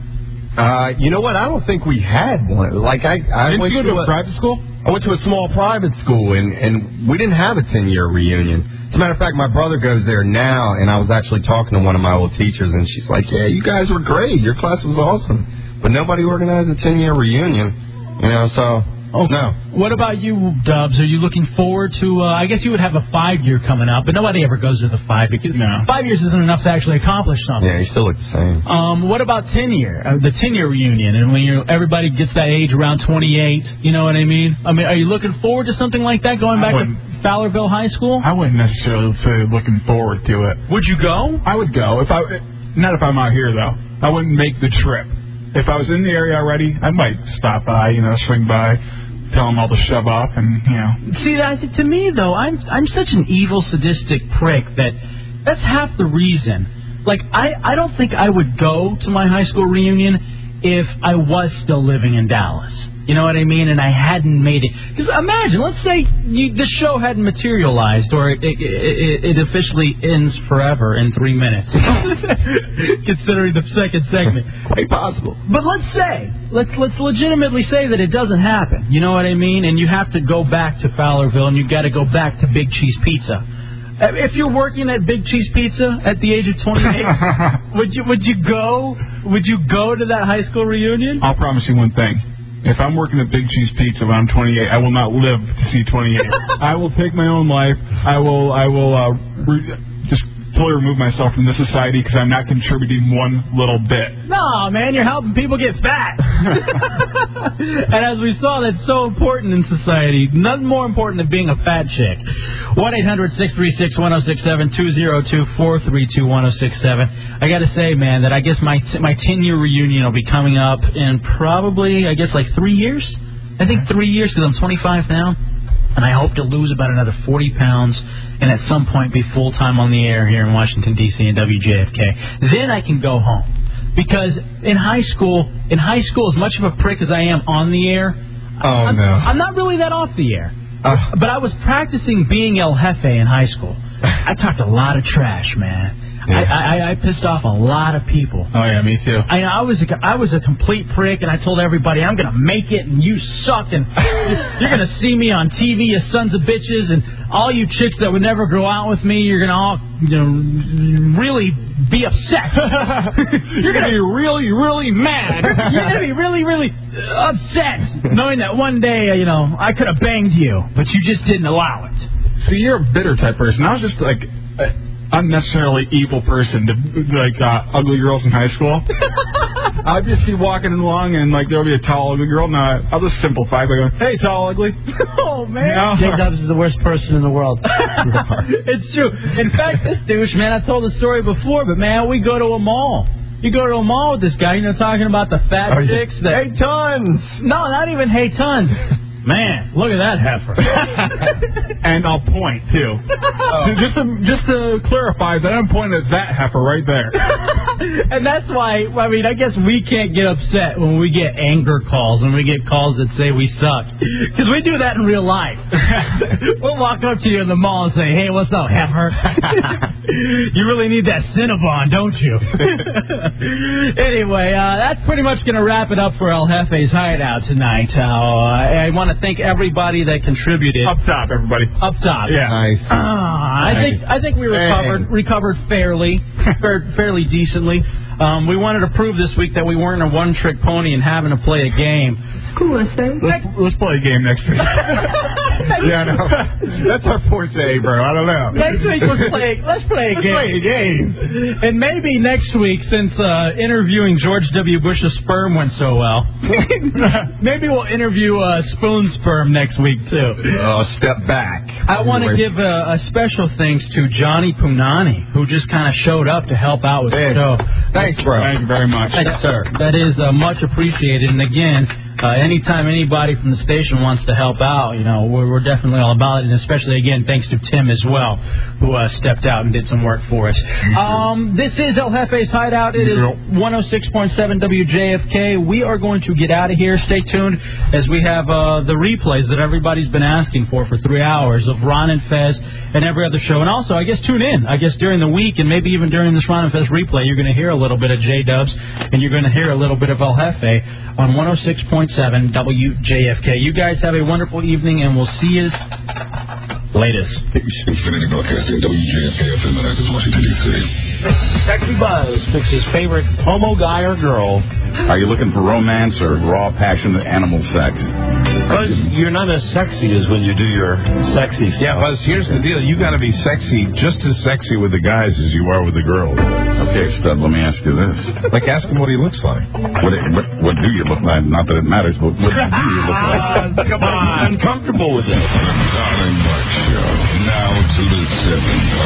S14: Uh, you know what? I don't think we had one. Like I, I
S5: Didn't
S14: went
S5: you go to a private
S14: school. I went to a small private school, and and we didn't have a ten year reunion. As a matter of fact, my brother goes there now, and I was actually talking to one of my old teachers, and she's like, "Yeah, you guys were great. Your class was awesome, but nobody organized a ten year reunion." You know, so oh no,
S2: What about you, Dubs? Are you looking forward to? Uh, I guess you would have a five year coming up, but nobody ever goes to the five because five years isn't enough to actually accomplish something.
S14: yeah, you still look the same.
S2: Um, what about ten year? Uh, the ten year reunion, and when you everybody gets that age around twenty eight. You know what I mean? I mean, are you looking forward to something like that going back to Fowlerville High School?
S9: I wouldn't necessarily say looking forward to it.
S2: Would you go?
S9: I would go if I not if I'm out here though. I wouldn't make the trip. If I was in the area already, I might stop by, you know, swing by, tell them all to shove off, and you know.
S2: See, that, to me though, I'm I'm such an evil, sadistic prick that that's half the reason. Like I I don't think I would go to my high school reunion if I was still living in Dallas. You know what I mean? And I hadn't made it. Because imagine, let's say you, the show hadn't materialized, or it, it, it, it officially ends forever in three minutes, considering the second segment.
S14: Quite possible.
S2: But let's say, let's let's legitimately say that it doesn't happen. You know what I mean? And you have to go back to Fowlerville, and you've got to go back to Big Cheese Pizza. Uh, If you're working at Big Cheese Pizza at the age of 28, would you would you go? Would you go to that high school reunion?
S9: I'll promise you one thing. If I'm working at Big Cheese Pizza when I'm 28, I will not live to see 28. I will take my own life. I will. I will uh, re- just totally remove myself from this society because I'm not contributing one little bit.
S2: No, man, you're helping people get fat. and as we saw, that's so important in society. Nothing more important than being a fat chick. 1 800 636 1067 202 432 1067. I got to say, man, that I guess my my 10 year reunion will be coming up in probably, I guess, like three years. I think three years because I'm 25 now. And I hope to lose about another 40 pounds and at some point be full time on the air here in Washington, D.C. and WJFK. Then I can go home because in high school, in high school, as much of a prick as I am on the air, oh I'm,
S14: no.
S2: I'm not really that off the air.
S9: Uh.
S2: but I was practicing being El Jefe in high school. I talked a lot of trash, man.
S9: Yeah.
S2: I, I, I pissed off a lot of people.
S9: Oh yeah, me too.
S2: I, I was a, I was a complete prick, and I told everybody I'm gonna make it, and you suck, and you're, you're gonna see me on TV, you sons of bitches, and all you chicks that would never go out with me, you're gonna all you know really be upset. you're gonna be really really mad. You're gonna be really really upset, knowing that one day uh, you know I could have banged you, but you just didn't allow it.
S9: See, you're a bitter type person. I was just like an unnecessarily evil person to like uh, ugly girls in high school. I'd just be walking along and like there'll be a tall ugly girl. and I I'll just simplify by going, "Hey, tall ugly."
S2: oh man.
S15: J Dubs is the worst person in the world.
S2: it's true. In fact, this douche, man, I told the story before, but man, we go to a mall. You go to a mall with this guy, you know, talking about the fat chicks that. Hey,
S14: tons!
S2: No, not even hey, tons. Man, look at that heifer.
S9: and I'll point too. Ju- Just to, just to clarify that I'm pointing at that heifer right there.
S2: and that's why I mean I guess we can't get upset when we get anger calls and we get calls that say we suck because we do that in real life. we'll walk up to you in the mall and say, "Hey, what's up, heifer? you really need that Cinnabon, don't you?" anyway, uh, that's pretty much going to wrap it up for El Jefe's hideout tonight. Uh, I want to thank everybody that contributed. Up
S9: top, everybody.
S2: Up top.
S9: Yeah. Nice.
S2: Ah, I think I think we recovered recovered fairly, fair, fairly decently. Um, we wanted to prove this week that we weren't a one trick pony and having to play a game.
S25: Cool, so.
S5: Let's, let's play a game next week.
S7: yeah, I know. That's our forte, bro. I don't know.
S2: Next week, let's play. Let's play a game. And maybe next week, since uh, interviewing George W. Bush's sperm went so well, maybe we'll interview uh, Spoon sperm next week too.
S7: Oh, step back.
S2: I want to
S7: Anyway.
S2: give a, a special thanks to Johnny Punani, who just kind of showed up to help out with the show.
S7: Thanks, bro.
S2: Thank you very much.
S7: Yes, sir.
S2: That is uh, much appreciated. And again, uh, anytime anybody from the station wants to help out, you know, we're, we're definitely all about it. And especially, again, thanks to Tim as well, who uh, stepped out and did some work for us. Um, this is El Jefe's Hideout. It is 106.7 WJFK. We are going to get out of here. Stay tuned as we have uh, the replays that everybody's been asking for for three hours of Ron and Fez and every other show. And also, I guess, tune in. I guess during the week and maybe even during this Ron and Fez replay, you're going to hear a little bit of J Dubs and you're going to hear a little bit of El Jefe on 106.7 WJFK. You guys have a wonderful evening, and we'll see you latest.
S19: Infinity Broadcasting, WJFK FM, Manassas, Washington, D.C.
S26: Sexy Buzz picks his favorite homo guy or girl.
S9: Are you looking for romance or raw, passionate animal sex?
S17: But you're not as sexy as when you do your sexy stuff.
S5: Yeah, Buzz, here's the deal. You got to be sexy, just as sexy with the guys as you are with the girls.
S9: Okay, Stud, let me ask you this.
S5: Like, ask him what he looks like.
S9: What, what, what do you look like? Not that it matters, but what do you look like?
S19: Come on.
S9: I'm comfortable with this.
S19: Darling Buck Show, now to the seven.